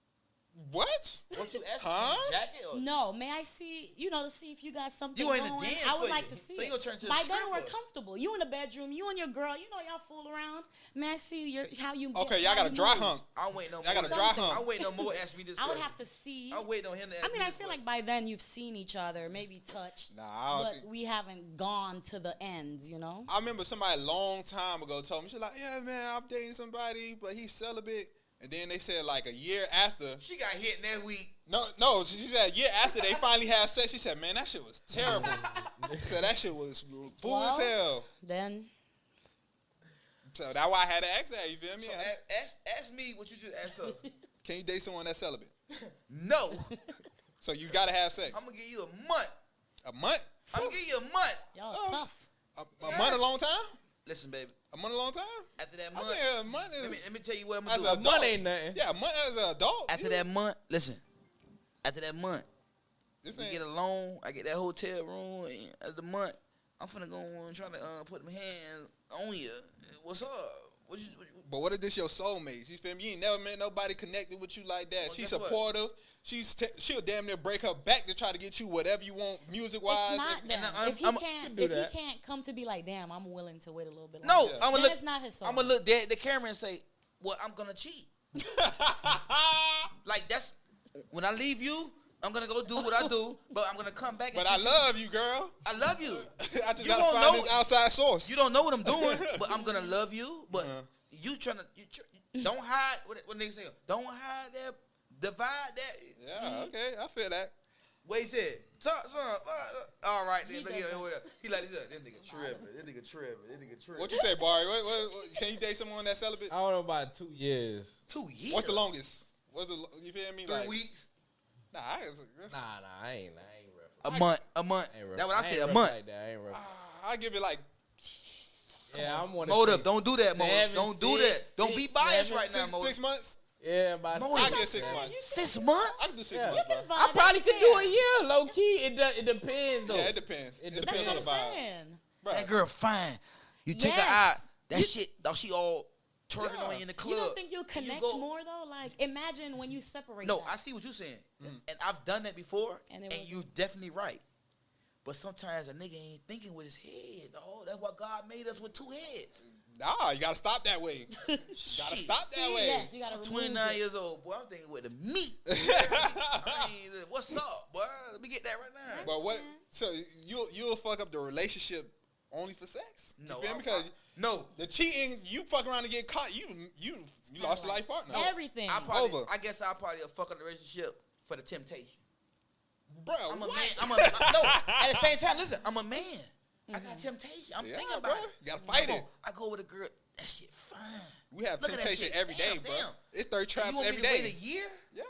Speaker 1: What?
Speaker 3: What you asking?
Speaker 1: Huh?
Speaker 3: Jacket or?
Speaker 4: No, may I see you know to see if you got something
Speaker 3: Uh, You ain't a
Speaker 4: going.
Speaker 3: dance
Speaker 4: I would
Speaker 3: for
Speaker 4: like
Speaker 3: you.
Speaker 4: to see
Speaker 3: So you
Speaker 4: it.
Speaker 3: gonna turn into a
Speaker 4: By then we're
Speaker 3: stripper.
Speaker 4: comfortable. You in the bedroom, you and your girl. You know y'all fool around. May I see your how you? get-
Speaker 1: Okay, y'all
Speaker 4: how
Speaker 1: got a
Speaker 4: you
Speaker 1: dry
Speaker 4: move?
Speaker 1: hump.
Speaker 3: I wait no.
Speaker 1: Y'all got
Speaker 3: more.
Speaker 1: a dry hump.
Speaker 3: I wait no more. Ask me this.
Speaker 4: I would
Speaker 3: question.
Speaker 4: have to see.
Speaker 3: I wait on him. To ask
Speaker 4: I mean,
Speaker 3: me
Speaker 4: I
Speaker 3: this
Speaker 4: feel
Speaker 3: question.
Speaker 4: like by then you've seen each other, maybe touched,
Speaker 1: Nah, I don't
Speaker 4: but
Speaker 1: think-
Speaker 4: we haven't gone to the ends, you know.
Speaker 1: Oh, I remember somebody a long time ago told me, she's like, yeah, man, I'm dating somebody, but he's celibate. And then they said like a year after,
Speaker 3: she got hit that week.
Speaker 1: no, no, she said a year after they finally had sex, she said, man, that shit was terrible. so that shit was fool
Speaker 4: Well-
Speaker 1: as hell.
Speaker 4: Then
Speaker 1: So that's why I had to ask that, you feel me?
Speaker 3: So
Speaker 1: I-
Speaker 3: a- ask, ask me what you just asked her.
Speaker 1: Can you date someone that's celibate?
Speaker 3: no,
Speaker 1: So you gotta have sex.
Speaker 3: I'm gonna give you a month.
Speaker 1: A month?
Speaker 3: I'm gonna give you a month.
Speaker 4: y'all
Speaker 1: Oh.
Speaker 4: tough.
Speaker 1: A, a month a long time?
Speaker 3: Listen, baby.
Speaker 1: A month a long time?
Speaker 3: After that
Speaker 1: I
Speaker 3: month,
Speaker 1: think a month
Speaker 3: let me
Speaker 1: is,
Speaker 3: let me tell you what I'm
Speaker 1: as
Speaker 3: gonna
Speaker 1: an
Speaker 3: do.
Speaker 1: adult.
Speaker 2: Month ain't nothing.
Speaker 1: Yeah, a month as an adult.
Speaker 3: After
Speaker 1: you-
Speaker 3: that month, listen. After that month,
Speaker 1: this
Speaker 3: we
Speaker 1: ain't-
Speaker 3: get a loan. I get that hotel room. And after the month, I'm finna go and try to uh, put my hands on you. What's up? What you? What you
Speaker 1: But what if this your soulmate? You feel me? You ain't never met nobody connected with you like that.
Speaker 3: Well,
Speaker 1: She's
Speaker 3: guess what?
Speaker 1: supportive. She's t- she'll damn near break her back to try to get you whatever you want, music wise.
Speaker 4: It's not them.
Speaker 3: I'm-
Speaker 4: if he
Speaker 3: I'm-
Speaker 4: can't,
Speaker 2: do
Speaker 4: if
Speaker 2: that.
Speaker 4: he can't come to be like, damn, I'm willing to wait a little bit.
Speaker 3: no,
Speaker 4: longer.
Speaker 1: Yeah.
Speaker 3: I'm
Speaker 4: then
Speaker 3: gonna look.
Speaker 4: it's not his soul.
Speaker 3: I'm gonna look dead at the camera and say, "Well, I'm gonna cheat." like that's when I leave you. I'm gonna go do what I do, but I'm gonna come back. And
Speaker 1: but I
Speaker 3: keep-
Speaker 1: love you, girl.
Speaker 3: I love you.
Speaker 1: I just
Speaker 3: You
Speaker 1: gotta
Speaker 3: don't
Speaker 1: find
Speaker 3: know-
Speaker 1: this outside source.
Speaker 3: You don't know what I'm doing, but I'm gonna love you. But
Speaker 1: Uh-huh.
Speaker 3: you tryna you tr- don't hide what, what niggas say. Don't hide that, divide that.
Speaker 1: yeah, okay, I feel that.
Speaker 3: What he said? Talk some. Uh, uh, all right, then
Speaker 4: He
Speaker 3: look at
Speaker 4: doesn't.
Speaker 3: him. whatever. He like this. uh, This nigga tripping. This nigga tripping. This nigga tripping.
Speaker 1: What you say, Barry? What, what, what- can you date someone that's celibate?
Speaker 3: Uh,
Speaker 2: I don't know about two years.
Speaker 3: Two years.
Speaker 1: What's the longest? What's the lo- you feel me?
Speaker 3: Three
Speaker 1: Like
Speaker 3: weeks.
Speaker 1: nah, I,
Speaker 2: Nah, nah, I ain't. I ain't rough.
Speaker 3: A month. A month.
Speaker 2: I ain't rough.
Speaker 3: Oh, That's what I,
Speaker 2: ain't
Speaker 3: said. A
Speaker 2: rough
Speaker 3: month. Ah,
Speaker 2: Like that. I ain't rough.
Speaker 1: I give it like
Speaker 2: Yeah, I'm one.
Speaker 3: Motive. Don't do that, Motive.
Speaker 2: Seven,
Speaker 3: Don't do that.
Speaker 2: six,
Speaker 3: Don't be
Speaker 2: six,
Speaker 3: biased
Speaker 2: seven,
Speaker 3: right now,
Speaker 1: six, six
Speaker 3: Motive.
Speaker 1: months.
Speaker 2: Yeah, about
Speaker 3: Motive.
Speaker 1: I get six months.
Speaker 3: Six months.
Speaker 1: I can do six
Speaker 2: Yeah.
Speaker 1: months. bro.
Speaker 2: I probably could do a year, low key. It do, it depends though.
Speaker 1: Yeah, it depends. It,
Speaker 2: It
Speaker 1: depends,
Speaker 4: That's
Speaker 1: on
Speaker 4: what
Speaker 1: the
Speaker 4: I'm
Speaker 1: vibe.
Speaker 4: saying.
Speaker 1: Bro.
Speaker 3: That girl fine. You take her out.
Speaker 4: Yes.
Speaker 3: That shit. Though she all twerking
Speaker 1: Yeah.
Speaker 3: on you in the club.
Speaker 4: You don't think you'll connect
Speaker 3: go-
Speaker 4: more though? Like, imagine when you separate.
Speaker 3: No,
Speaker 4: that.
Speaker 3: I see what you're saying, and I've done that before,
Speaker 4: And
Speaker 3: and,
Speaker 4: it wasn't-
Speaker 3: you're definitely right. But sometimes a nigga ain't thinking with his head. Oh, that's why God made us with two heads.
Speaker 1: Nah, you gotta stop that way. Gotta
Speaker 3: Shit.
Speaker 1: stop that
Speaker 4: See,
Speaker 1: way.
Speaker 4: Yes, you gotta remove
Speaker 3: 29
Speaker 4: it.
Speaker 3: years old, boy. I'm thinking with the meat. I mean, what's up, boy? get that right now.
Speaker 1: But what? So you you'll fuck up the relationship only for sex?
Speaker 3: no,
Speaker 1: you feel
Speaker 3: I-
Speaker 1: me? Because
Speaker 3: no,
Speaker 1: the cheating, you fuck around and get caught. You you you lost your life partner,
Speaker 4: Everything.
Speaker 3: I probably,
Speaker 1: Over.
Speaker 3: I guess I probably will fuck up the relationship for the temptation.
Speaker 1: bro.
Speaker 3: I'm a
Speaker 1: what?
Speaker 3: man. I'm a no. At the same time, listen, I'm a man. I got Mm-hmm. temptation. I'm
Speaker 1: Yeah,
Speaker 3: thinking
Speaker 1: bro.
Speaker 3: about it.
Speaker 1: You gotta fight
Speaker 3: Come
Speaker 1: it.
Speaker 3: on, I go with a girl. That shit fine.
Speaker 1: We have
Speaker 3: Look at that
Speaker 1: temptation
Speaker 3: shit.
Speaker 1: every day,
Speaker 3: Damn,
Speaker 1: bro.
Speaker 3: damn.
Speaker 1: It's thirty
Speaker 3: you
Speaker 1: traps
Speaker 3: want
Speaker 1: every
Speaker 3: me to
Speaker 1: day.
Speaker 3: wait a year?
Speaker 1: yeah,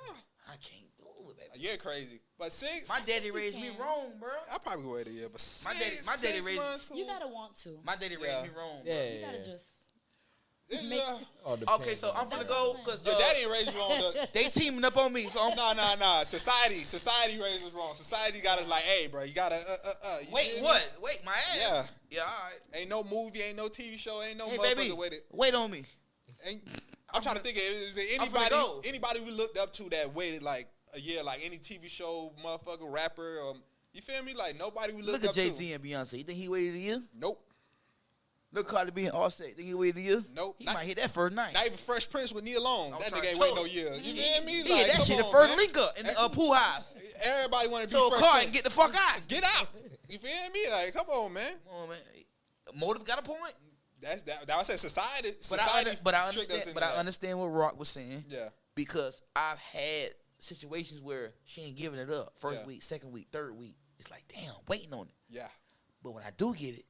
Speaker 3: I can't do it, baby.
Speaker 1: you're crazy. But six,
Speaker 3: My daddy
Speaker 4: You
Speaker 3: raised me
Speaker 4: can.
Speaker 3: wrong, bro.
Speaker 1: I probably would wait a year. But
Speaker 3: My
Speaker 1: six,
Speaker 3: daddy- my daddy
Speaker 1: six
Speaker 3: raised-
Speaker 1: months,
Speaker 4: you
Speaker 1: cool.
Speaker 4: gotta want to.
Speaker 3: My daddy
Speaker 1: Yeah.
Speaker 3: raised me wrong, bro.
Speaker 2: Yeah. Oh,
Speaker 4: You gotta just.
Speaker 1: It's,
Speaker 4: make-
Speaker 1: uh,
Speaker 3: Okay, so I'm gonna
Speaker 4: That's
Speaker 3: go
Speaker 4: what I'm
Speaker 3: because
Speaker 1: your daddy ain't raised you on the.
Speaker 3: they teaming up on me, so I'm
Speaker 1: Nah, nah, nah. Society, society raised us wrong. Society got us like, hey, bro, you gotta, uh, uh, uh. You
Speaker 3: wait.
Speaker 1: feel me?
Speaker 3: What? Wait, my ass.
Speaker 1: Yeah.
Speaker 3: Yeah. All right.
Speaker 1: Ain't no movie, ain't no TV show, ain't no
Speaker 3: Hey,
Speaker 1: motherfucker
Speaker 3: baby.
Speaker 1: with it.
Speaker 3: Wait on me.
Speaker 1: Ain't, I'm, trying to think. Is there
Speaker 3: I'm finna
Speaker 1: anybody,
Speaker 3: go.
Speaker 1: anybody we looked up to that waited like a year, like any TV show, motherfucker, rapper, um, you feel me? Like nobody we
Speaker 3: Look
Speaker 1: looked
Speaker 3: at
Speaker 1: up
Speaker 3: Jay
Speaker 1: to.
Speaker 3: Z and Beyonce. You think he waited a year?
Speaker 1: Nope,
Speaker 3: Look Cardi B and Offset. Think he waited a year?
Speaker 1: Nope.
Speaker 3: He
Speaker 1: Not-
Speaker 3: might hit that first night.
Speaker 1: not even Fresh Prince with Neil Long.
Speaker 3: I'm
Speaker 1: that
Speaker 3: trying
Speaker 1: nigga
Speaker 3: to
Speaker 1: ain't
Speaker 3: tell
Speaker 1: wait no year. You feel me?
Speaker 3: Yeah, that shit the first link up in the uh, pool house.
Speaker 1: Everybody want to be
Speaker 3: So a
Speaker 1: Fresh
Speaker 3: car
Speaker 1: Prince.
Speaker 3: and get the fuck out.
Speaker 1: Get out. You feel me? Like, come on, man.
Speaker 3: Come on, man. Motive got a point.
Speaker 1: That's that. That I said society.
Speaker 3: But I,
Speaker 1: society
Speaker 3: under, but I
Speaker 1: tricked us
Speaker 3: understand.
Speaker 1: into
Speaker 3: But I
Speaker 1: that.
Speaker 3: understand what Rock was saying
Speaker 1: Yeah.
Speaker 3: because I've had situations where she ain't giving it up. First
Speaker 1: Yeah.
Speaker 3: week, second week, third week. It's like damn, waiting on it.
Speaker 1: Yeah.
Speaker 3: But when I do get it,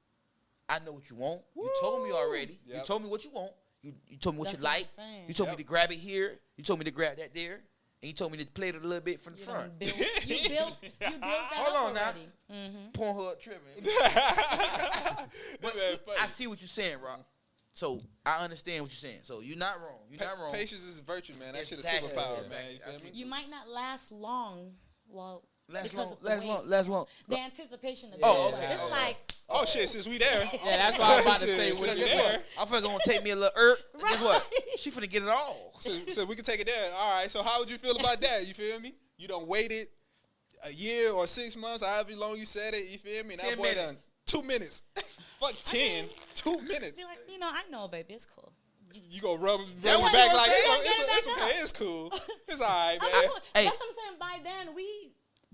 Speaker 3: I know what you want. You told me already. You
Speaker 1: Yep.
Speaker 3: told me what you want. You, you told me what
Speaker 4: That's
Speaker 3: you
Speaker 4: what I'm
Speaker 3: like.
Speaker 4: saying.
Speaker 3: you told
Speaker 1: Yep.
Speaker 3: me to grab it here. You told me to grab that there. And you told me to play it a little bit from the
Speaker 4: You
Speaker 3: front.
Speaker 4: done built, you built. You built that
Speaker 3: Hold
Speaker 4: up
Speaker 3: on now.
Speaker 4: already. Mm-hmm.
Speaker 3: Pornhub tripping.
Speaker 1: But man, funny.
Speaker 3: I see what you're saying, Rock. So I understand what you're saying. So you're not wrong. You're
Speaker 1: Pa-
Speaker 3: not wrong.
Speaker 1: Patience is virtue, man. That
Speaker 3: Exactly,
Speaker 1: shit is superpower, man.
Speaker 3: exactly.
Speaker 1: You
Speaker 3: I
Speaker 1: feel
Speaker 3: see.
Speaker 1: me?
Speaker 4: You might not last long. Well,
Speaker 3: Last
Speaker 4: because
Speaker 3: long,
Speaker 4: of the
Speaker 3: last
Speaker 4: wait.
Speaker 3: long, last long.
Speaker 4: the anticipation of
Speaker 3: Oh,
Speaker 4: it.
Speaker 3: okay,
Speaker 4: It's
Speaker 1: okay.
Speaker 4: like
Speaker 1: Oh shit, since we there.
Speaker 2: Yeah, that's what I was about to
Speaker 1: Shit,
Speaker 2: say.
Speaker 1: since
Speaker 2: With
Speaker 1: we
Speaker 2: this
Speaker 1: there.
Speaker 2: one.
Speaker 3: I'm finna gonna take me a little er. Guess what?
Speaker 4: Right.
Speaker 3: She finna get it all.
Speaker 1: So, so we can take it there. All right. So how would you feel about that? You feel me? You don't waited a year or six months, however long you said it. You feel me? And that
Speaker 3: 10
Speaker 1: boy
Speaker 3: minutes.
Speaker 1: done two minutes. Fuck ten. Two minutes.
Speaker 4: be like, you know, I know, baby, it's cool.
Speaker 1: You go rub, rub
Speaker 3: That
Speaker 1: it
Speaker 3: what
Speaker 1: back
Speaker 3: I'm
Speaker 1: like
Speaker 3: saying.
Speaker 1: it's, o- it's, o- it's
Speaker 4: Yeah,
Speaker 1: okay. It's cool. It's all right,
Speaker 4: I'm-
Speaker 1: man.
Speaker 4: I'm-
Speaker 3: Hey.
Speaker 4: That's what I'm saying. By then, we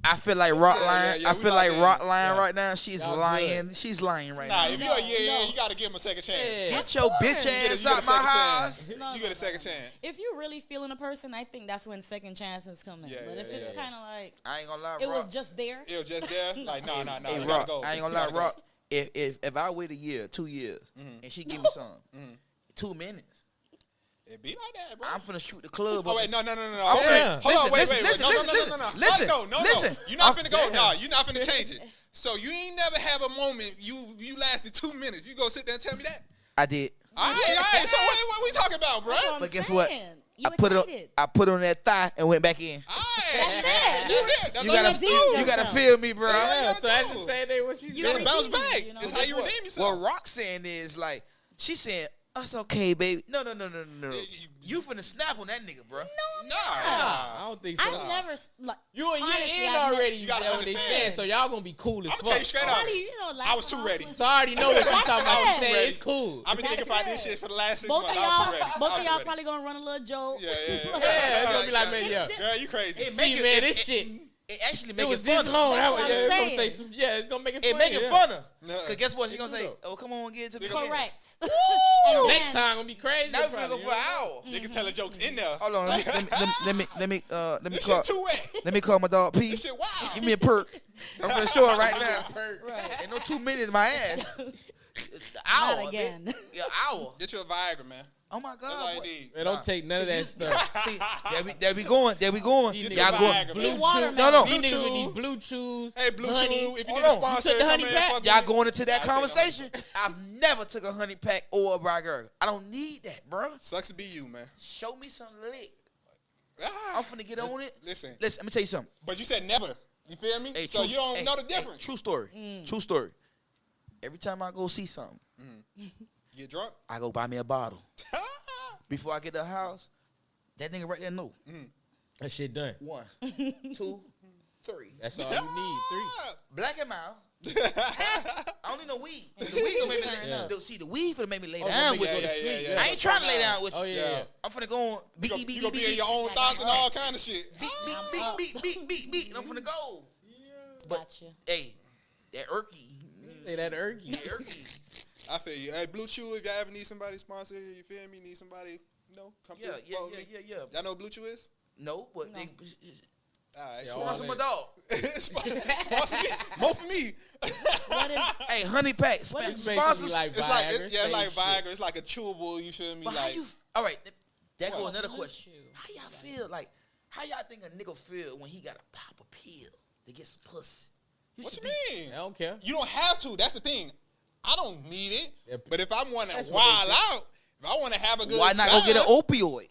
Speaker 3: I feel like Rock
Speaker 1: Yeah,
Speaker 3: lying.
Speaker 1: yeah, yeah,
Speaker 3: I
Speaker 1: we
Speaker 3: feel
Speaker 1: not
Speaker 3: like
Speaker 1: there.
Speaker 3: Rock lying
Speaker 2: Yeah.
Speaker 3: right now. She's
Speaker 2: Y'all
Speaker 3: lying. She's lying right
Speaker 1: Nah,
Speaker 3: now.
Speaker 1: if you're a year
Speaker 4: No,
Speaker 1: in, you gotta give him a second chance.
Speaker 2: Yeah.
Speaker 3: Get your
Speaker 1: You
Speaker 3: bitch
Speaker 1: get a, you get
Speaker 3: ass
Speaker 1: a
Speaker 3: out my
Speaker 1: second
Speaker 3: house.
Speaker 1: chance.
Speaker 4: No,
Speaker 1: you
Speaker 4: no,
Speaker 1: get a second chance.
Speaker 4: if you're really feeling a person, I think that's when second chances come in.
Speaker 1: Yeah,
Speaker 4: but
Speaker 1: yeah,
Speaker 4: if it's
Speaker 1: yeah.
Speaker 4: kind of like
Speaker 3: I ain't gonna lie,
Speaker 4: it
Speaker 3: Rock.
Speaker 4: was just there,
Speaker 1: It was just there. Like, nah, nah, nah.
Speaker 3: hey,
Speaker 1: we gotta
Speaker 3: Rock.
Speaker 1: go.
Speaker 3: I ain't gonna
Speaker 1: We
Speaker 3: lie,
Speaker 1: gotta go. Mm-hmm.
Speaker 3: Rock. If if if I wait a year, two years, and she give me some, two minutes,
Speaker 1: It be like that, bro.
Speaker 3: I'm finna shoot the club.
Speaker 1: Oh
Speaker 3: up.
Speaker 1: wait, no, no, no, no.
Speaker 2: Oh,
Speaker 1: Okay.
Speaker 2: yeah.
Speaker 1: Hold on,
Speaker 3: Listen,
Speaker 1: wait,
Speaker 3: listen,
Speaker 1: wait, wait.
Speaker 3: listen,
Speaker 1: No, no, no, no,
Speaker 3: listen,
Speaker 1: no, no.
Speaker 3: listen,
Speaker 1: no, no,
Speaker 3: listen.
Speaker 1: no. You're not
Speaker 3: I'm-
Speaker 1: finna go.
Speaker 3: damn.
Speaker 1: Nah, you're not finna change it. So you ain't never have a moment. You you lasted two minutes. You go sit there and tell me that.
Speaker 3: I did.
Speaker 1: All right, all right. So what, what we talking about, bro?
Speaker 4: That's what
Speaker 1: All right,
Speaker 4: I'm
Speaker 3: But guess
Speaker 4: saying.
Speaker 3: what?
Speaker 4: You
Speaker 3: I put
Speaker 4: excited.
Speaker 3: it. I put it on that thigh and went back in.
Speaker 1: that's it. That's
Speaker 3: You
Speaker 1: all you
Speaker 3: gotta,
Speaker 1: gotta
Speaker 4: redeem
Speaker 3: you,
Speaker 1: do.
Speaker 3: you gotta
Speaker 4: yourself.
Speaker 3: feel me, bro.
Speaker 1: Yeah.
Speaker 2: Yeah,
Speaker 1: gotta
Speaker 2: so that's
Speaker 1: do.
Speaker 2: the same thing what she's
Speaker 4: You
Speaker 1: gotta
Speaker 2: doing.
Speaker 4: redeem,
Speaker 1: bounce back.
Speaker 4: you know.
Speaker 1: That's how you
Speaker 4: Guess
Speaker 1: redeem
Speaker 3: What
Speaker 1: yourself.
Speaker 3: Rock saying is like, she saying, "That's okay, baby." No, no, no, no, no, no.
Speaker 1: Yeah, you-
Speaker 3: You finna snap on that nigga, bro.
Speaker 1: Nah,
Speaker 2: Nah, I
Speaker 1: I'm
Speaker 2: don't think so.
Speaker 4: I've
Speaker 3: "Ah."
Speaker 4: never s- like
Speaker 2: You a year
Speaker 4: honestly,
Speaker 2: in
Speaker 4: I've never-
Speaker 2: already.
Speaker 1: You
Speaker 2: You
Speaker 1: gotta
Speaker 2: got what they
Speaker 1: understand.
Speaker 2: said. So y'all gonna be cool as
Speaker 1: gonna tell you
Speaker 2: fuck.
Speaker 1: straight
Speaker 4: How
Speaker 1: up.
Speaker 4: do you, you know? Like,
Speaker 1: I was too
Speaker 4: how-
Speaker 1: ready.
Speaker 2: So I already know what you're talking about. I'm
Speaker 4: Yeah.
Speaker 2: saying it's cool.
Speaker 1: I've been
Speaker 4: That's
Speaker 1: thinking about this
Speaker 4: it.
Speaker 1: shit for the last six
Speaker 4: Both
Speaker 1: months.
Speaker 4: of
Speaker 1: I was too
Speaker 4: y'all,
Speaker 1: ready. I
Speaker 4: both
Speaker 1: was
Speaker 4: of
Speaker 1: too
Speaker 4: y'all
Speaker 1: ready.
Speaker 4: probably gonna run a little joke.
Speaker 1: Yeah, yeah, yeah.
Speaker 2: Yeah, it's gonna be like, man, yeah.
Speaker 1: Girl, you crazy.
Speaker 3: It
Speaker 2: See,
Speaker 3: make it-
Speaker 2: man,
Speaker 3: it-
Speaker 2: this
Speaker 3: it-
Speaker 2: shit.
Speaker 3: It actually
Speaker 2: It
Speaker 3: make it,
Speaker 2: was
Speaker 3: funner.
Speaker 2: this long. That was,
Speaker 4: That's what
Speaker 2: yeah,
Speaker 4: I'm
Speaker 2: it's gonna say
Speaker 4: saying.
Speaker 2: some. Yeah, it's gonna make it.
Speaker 3: It
Speaker 2: funny,
Speaker 3: make it
Speaker 2: yeah.
Speaker 3: funner.
Speaker 1: Nuh-uh.
Speaker 3: Cause guess what? She gonna
Speaker 2: do
Speaker 3: say,
Speaker 2: though.
Speaker 3: "Oh, come on, get it to me." again."
Speaker 4: Correct.
Speaker 2: Ooh,
Speaker 4: And
Speaker 2: Next
Speaker 4: then-
Speaker 2: time gonna be crazy.
Speaker 3: Now we finna go
Speaker 2: probably,
Speaker 3: for an
Speaker 2: yeah.
Speaker 3: hour.
Speaker 1: They can tell the jokes in there.
Speaker 3: Mm. Hold on. Let me, let me, let me, uh, let me
Speaker 1: This shit too wet.
Speaker 3: Let me call my dog P.
Speaker 1: This shit wild.
Speaker 3: Give me a perk. I'm gonna show it right now.
Speaker 2: Perk.
Speaker 3: Ain't no two minutes, my ass. An hour.
Speaker 4: Not again.
Speaker 3: bitch. Yeah, hour.
Speaker 1: Get you a Viagra, man.
Speaker 3: Oh my
Speaker 1: That's all
Speaker 3: god.
Speaker 1: you
Speaker 3: boy.
Speaker 1: need.
Speaker 2: Man, don't take none of that
Speaker 3: See, you-
Speaker 2: stuff.
Speaker 3: See, there we, there we going. There we going.
Speaker 2: You
Speaker 3: Y'all
Speaker 2: niggas
Speaker 3: going.
Speaker 1: Viagra,
Speaker 2: Blue
Speaker 1: man.
Speaker 2: chew.
Speaker 4: watermelon.
Speaker 3: No, no.
Speaker 2: These
Speaker 1: Blue
Speaker 2: niggas with
Speaker 1: chew.
Speaker 2: these blue chews.
Speaker 1: Hey, Blue
Speaker 2: honey.
Speaker 1: Chew, if you need
Speaker 3: Hold
Speaker 1: a
Speaker 3: on. You
Speaker 1: sponsor,
Speaker 2: took the
Speaker 1: come
Speaker 2: honey
Speaker 1: in.
Speaker 2: pack?
Speaker 1: fuck with
Speaker 3: Y'all
Speaker 1: me.
Speaker 3: going into that
Speaker 1: I'll take the honey
Speaker 3: conversation? I've never took a honey pack or a burger. I don't need that, bruh.
Speaker 1: Sucks to be you, man.
Speaker 3: Show me some lick.
Speaker 1: Ah,
Speaker 3: I'm finna get on it.
Speaker 1: listen,
Speaker 3: Listen, let me tell you something.
Speaker 1: but you said never. You feel me?
Speaker 3: Hey,
Speaker 1: so
Speaker 3: true-
Speaker 1: you don't
Speaker 3: hey,
Speaker 1: know the
Speaker 3: hey,
Speaker 1: difference.
Speaker 3: true story.
Speaker 2: Mm.
Speaker 3: True story. Every time I go see something,
Speaker 1: Get drunk.
Speaker 3: I go buy me a bottle. Before I get to the house, that nigga right there know.
Speaker 2: That shit done.
Speaker 3: One, two, three.
Speaker 2: That's all you need. Three.
Speaker 1: Ah.
Speaker 3: Black and mild. I don't need no weed. The weed gonna make me
Speaker 4: Turn
Speaker 3: lay,
Speaker 4: up.
Speaker 3: the- see the weed finna make me lay
Speaker 2: Oh,
Speaker 3: down
Speaker 2: yeah,
Speaker 3: with
Speaker 1: yeah,
Speaker 3: you.
Speaker 1: yeah, yeah, yeah.
Speaker 3: I ain't trying to lay down with you.
Speaker 2: Oh yeah. yeah.
Speaker 3: I'm finna go on
Speaker 1: You
Speaker 3: beat,
Speaker 1: gonna,
Speaker 3: beat,
Speaker 1: you
Speaker 3: beat,
Speaker 1: gonna
Speaker 3: beat,
Speaker 1: be
Speaker 3: beat,
Speaker 1: in your own thoughts and all kind of shit.
Speaker 3: beat, beat, beat, beat, beat, beat, beat, and I'm finna go. But
Speaker 4: Gotcha.
Speaker 3: hey, that irky.
Speaker 2: Say that irky.
Speaker 3: Yeah, irky.
Speaker 1: I feel you. Hey, Blue Chew, if y'all ever need somebody sponsored, you feel me? Need somebody, you know, come
Speaker 3: Yeah,
Speaker 1: through.
Speaker 3: yeah,
Speaker 1: follow
Speaker 3: yeah,
Speaker 1: me.
Speaker 3: yeah, yeah.
Speaker 1: Y'all know what Blue Chew is?
Speaker 3: No, but
Speaker 4: No.
Speaker 3: they
Speaker 1: All right.
Speaker 2: Yeah,
Speaker 1: so-
Speaker 2: all
Speaker 3: sponsor
Speaker 2: that.
Speaker 3: my dog.
Speaker 1: sponsor me. More for me.
Speaker 4: What is
Speaker 3: Hey, honey pack. Sp-
Speaker 4: What is-
Speaker 2: It's basically
Speaker 3: sponsors.
Speaker 2: like
Speaker 1: It's like,
Speaker 2: Viagra.
Speaker 1: it, yeah, it's like
Speaker 2: same
Speaker 1: Viagra.
Speaker 2: shit.
Speaker 1: It's like a chewable, you feel me?
Speaker 3: but how
Speaker 1: like,
Speaker 3: you? All right. th- That go
Speaker 1: What?
Speaker 3: another
Speaker 4: Blue
Speaker 3: question.
Speaker 4: chew.
Speaker 3: How y'all feel? Like, how y'all think a nigga feel when he got to pop a pill to get some pussy?
Speaker 1: what
Speaker 3: should
Speaker 1: you mean?
Speaker 2: I don't care.
Speaker 1: You don't have to. That's the thing. I don't need it.
Speaker 2: Yeah,
Speaker 1: but if I want to
Speaker 2: that's what
Speaker 1: wild
Speaker 2: they
Speaker 1: out, if I want to have a good
Speaker 3: Why not go get an
Speaker 1: time-
Speaker 3: opioid?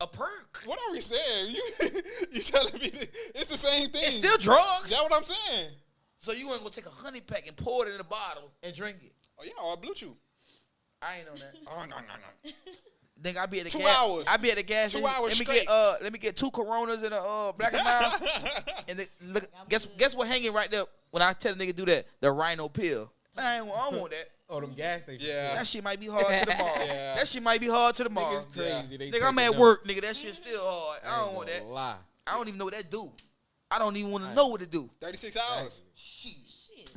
Speaker 3: A perk.
Speaker 1: What are we saying? You you telling me that it's the same thing?
Speaker 3: It's still drugs.
Speaker 1: That's what I'm saying.
Speaker 3: So you ain't gonna take a honey pack and pour it in a bottle and drink it?
Speaker 1: Oh yeah, or a blue chew.
Speaker 3: I ain't on that.
Speaker 1: Oh no no no.
Speaker 3: Think I be at the
Speaker 1: Two
Speaker 3: gas.
Speaker 1: hours.
Speaker 3: I be at the gas.
Speaker 1: Two
Speaker 3: station.
Speaker 1: hours
Speaker 3: Let me
Speaker 1: straight.
Speaker 3: get uh. Let me get two Coronas and a uh black and mild. and the, look, guess guess what hanging right there when I tell a nigga do that the Rhino pill. I, ain't, I don't want that.
Speaker 2: Oh, them gas stations.
Speaker 1: Yeah.
Speaker 2: That
Speaker 3: That shit might be hard to tomorrow.
Speaker 1: Yeah.
Speaker 3: That shit might be hard to tomorrow.
Speaker 2: niggas crazy. They
Speaker 3: Nigga, I'm
Speaker 2: taking
Speaker 3: at
Speaker 2: up.
Speaker 3: work, nigga. That shit still hard. I
Speaker 2: ain't
Speaker 3: don't want that.
Speaker 2: gonna Lie.
Speaker 3: I don't even know what that do. I don't even want
Speaker 2: I
Speaker 3: to
Speaker 2: ain't-
Speaker 3: know what to do.
Speaker 1: Thirty six hours.
Speaker 3: Sheesh.
Speaker 4: shit? You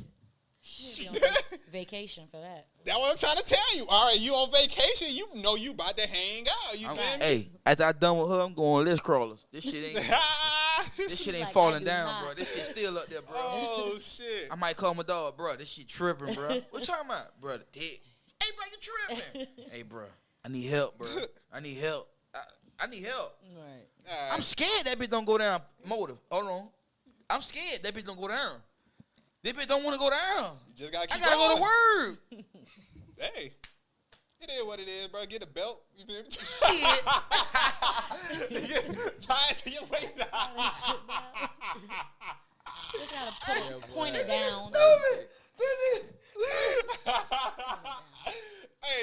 Speaker 4: should be on vac- vacation for that.
Speaker 1: That's what I'm trying to tell you. All right, you on vacation. You know you about to hang out. You
Speaker 3: I'm-
Speaker 1: feel me?
Speaker 3: Hey, after I done with her, I'm going list crawlers. This shit ain't. This
Speaker 4: She's
Speaker 3: shit ain't
Speaker 4: like, I
Speaker 3: falling
Speaker 4: do
Speaker 3: down,
Speaker 4: not.
Speaker 3: bro. This shit still up there, bro.
Speaker 1: oh shit.
Speaker 3: I might call my dog, bro. This shit tripping, bro. What you talking about, bro? The dick. Hey, bro, you tripping? hey, bro. I need help, bro. I need help. I, I need help.
Speaker 4: Right.
Speaker 1: All
Speaker 3: I'm
Speaker 1: right.
Speaker 3: scared that bitch don't go down. Motive. Hold on. I'm scared that bitch don't go down. That bitch don't want to go down.
Speaker 1: You just gotta
Speaker 3: I
Speaker 1: keep
Speaker 3: gotta go
Speaker 1: going.
Speaker 3: to work.
Speaker 1: Hey, it is what it is, bro. Get a belt. You feel me?
Speaker 3: Shit.
Speaker 1: Tie it to your waist.
Speaker 4: Just gotta put
Speaker 2: Yeah, boy.
Speaker 4: point it down.
Speaker 3: Stupid. That nigga-
Speaker 1: hey,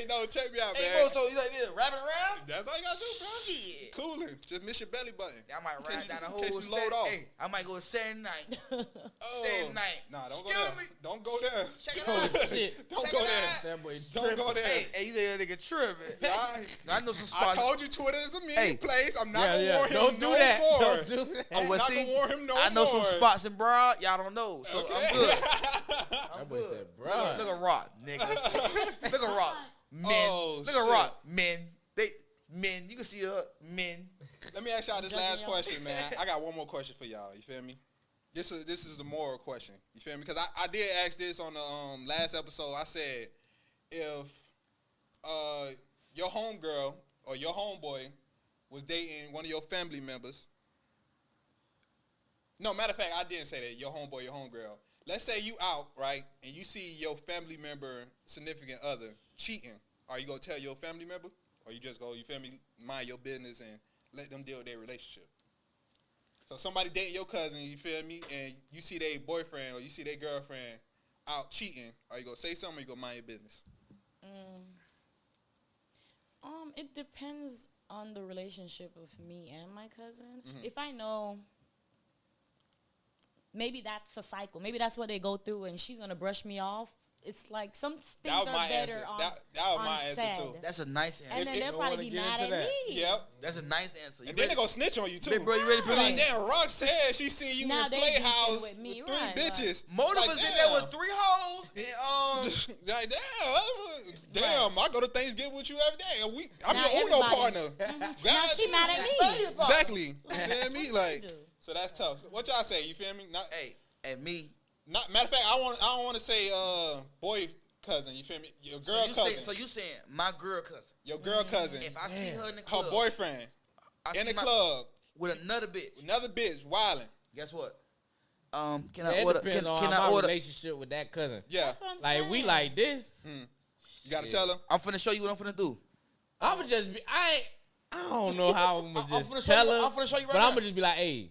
Speaker 1: no, check me out,
Speaker 3: Hey,
Speaker 1: man.
Speaker 3: bro, so you like this? Wrap it around?
Speaker 1: That's all you gotta do, bro.
Speaker 3: Shit.
Speaker 1: Cooling. Just miss your belly button.
Speaker 3: I might
Speaker 1: case
Speaker 3: ride
Speaker 1: you-
Speaker 3: down
Speaker 1: in
Speaker 3: the whole
Speaker 1: case you load
Speaker 3: Sat-
Speaker 1: off.
Speaker 3: Hey, I might go Saturday night.
Speaker 1: Oh.
Speaker 3: Saturday night.
Speaker 1: Nah, don't go
Speaker 3: Excuse
Speaker 1: there.
Speaker 3: me.
Speaker 1: Don't go there.
Speaker 3: Check it
Speaker 2: Oh,
Speaker 3: out.
Speaker 2: shit.
Speaker 1: Don't
Speaker 3: Check
Speaker 1: go
Speaker 3: it
Speaker 1: there.
Speaker 2: That boy
Speaker 1: Don't go there.
Speaker 3: Hey, hey, you say that nigga tripping.
Speaker 1: I,
Speaker 3: I know some
Speaker 1: I
Speaker 3: spots.
Speaker 1: told you Twitter is a mean
Speaker 3: Hey.
Speaker 1: place. I'm not
Speaker 2: Yeah,
Speaker 1: gonna
Speaker 2: yeah.
Speaker 1: warn him
Speaker 2: Don't do
Speaker 1: no
Speaker 2: that.
Speaker 1: more.
Speaker 2: Don't do that.
Speaker 1: I'm
Speaker 3: well,
Speaker 1: not
Speaker 3: see,
Speaker 1: gonna warn him no
Speaker 3: I know some
Speaker 1: more.
Speaker 3: spots in Broad. Y'all don't know, so I'm good.
Speaker 2: That boy said,
Speaker 3: Look,
Speaker 2: bro.
Speaker 3: look at Rock, nigga. look at Rock, men.
Speaker 1: Oh,
Speaker 3: look
Speaker 1: shit.
Speaker 3: at Rock, men. They men. You can see her, men.
Speaker 1: Let me ask y'all this
Speaker 4: Judging
Speaker 1: last
Speaker 4: y'all.
Speaker 1: question, man. I got one more question for y'all. You feel me? This is this is the moral question. You feel me? Because I, I did ask this on the um, last episode. I said if uh, your homegirl or your homeboy was dating one of your family members. No, matter of fact, I didn't say that. Your homeboy, your homegirl. Let's say you out, right, and you see your family member, significant other, cheating. Are you gonna tell your family member, or you just go, you feel me, mind your business and let them deal with their relationship? So somebody dating your cousin, you feel me, and you see their boyfriend or you see their girlfriend out cheating. Are you gonna say something? or You gonna mind your business?
Speaker 4: Mm. Um, it depends on the relationship of me and my cousin.
Speaker 1: Mm-hmm.
Speaker 4: If I know, maybe that's a cycle. Maybe that's what they go through, and she's gonna brush me off. It's like some things
Speaker 1: That
Speaker 4: are
Speaker 1: was my
Speaker 4: better
Speaker 1: answer.
Speaker 4: on.
Speaker 1: That, that was my
Speaker 4: unsaid.
Speaker 1: answer too.
Speaker 3: That's a nice answer.
Speaker 4: and then
Speaker 1: If-
Speaker 4: they'll
Speaker 1: don't
Speaker 4: probably
Speaker 2: wanna
Speaker 4: be
Speaker 2: get
Speaker 4: mad at
Speaker 2: into that.
Speaker 4: me.
Speaker 1: Yep.
Speaker 3: That's a nice answer. You
Speaker 1: And then
Speaker 3: ready?
Speaker 1: they gonna snitch on you too.
Speaker 3: Big bro, you ready for
Speaker 1: Be
Speaker 4: Right.
Speaker 3: that?
Speaker 1: like, damn, Rock said she seen you
Speaker 4: Now
Speaker 1: in
Speaker 4: they
Speaker 1: Playhouse
Speaker 4: beefing with me,
Speaker 1: three
Speaker 4: right, right.
Speaker 1: bitches.
Speaker 3: Motive
Speaker 1: Like,
Speaker 3: was in
Speaker 1: damn.
Speaker 3: there with three hoes and um.
Speaker 1: like, damn, I- damn, I go to Thanksgiving with you every day. And we, I'm
Speaker 4: Now
Speaker 1: your Uno
Speaker 4: everybody-
Speaker 1: partner.
Speaker 4: Now
Speaker 1: God
Speaker 4: she
Speaker 1: damn.
Speaker 4: mad at me.
Speaker 1: Exactly. You feel me?
Speaker 4: she
Speaker 1: Like,
Speaker 4: do?
Speaker 1: so that's tough. So what y'all say? You feel me? Not,
Speaker 3: Hey, and me.
Speaker 1: not matter of fact, I want, I don't want to say uh, boy cousin. You feel me? Your
Speaker 3: So
Speaker 1: girl
Speaker 3: you,
Speaker 1: cousin.
Speaker 3: say, so you saying my girl cousin?
Speaker 1: your girl
Speaker 4: Mm-hmm.
Speaker 1: cousin.
Speaker 3: If I see her in the club,
Speaker 1: Her boyfriend
Speaker 3: I see
Speaker 1: in the
Speaker 3: my-
Speaker 1: club.
Speaker 3: with another bitch.
Speaker 1: Another bitch wilding.
Speaker 3: Guess what? Um, can I
Speaker 2: That
Speaker 3: order?
Speaker 2: depends
Speaker 3: Can,
Speaker 2: on
Speaker 3: can
Speaker 2: my
Speaker 3: I order?
Speaker 2: relationship with that cousin.
Speaker 1: Yeah,
Speaker 4: That's what I'm
Speaker 2: Like,
Speaker 4: saying.
Speaker 2: we like this.
Speaker 1: you gotta
Speaker 2: Shit.
Speaker 1: tell him.
Speaker 3: I'm finna show you what I'm finna do.
Speaker 2: I'm gonna just be. I ain't- I don't know how I'm
Speaker 3: I-
Speaker 2: gonna
Speaker 3: I'm
Speaker 2: just
Speaker 3: finna show
Speaker 2: tell
Speaker 3: you-
Speaker 2: her.
Speaker 3: I'm finna show you right
Speaker 2: but I'm
Speaker 3: now.
Speaker 2: gonna just be like, hey,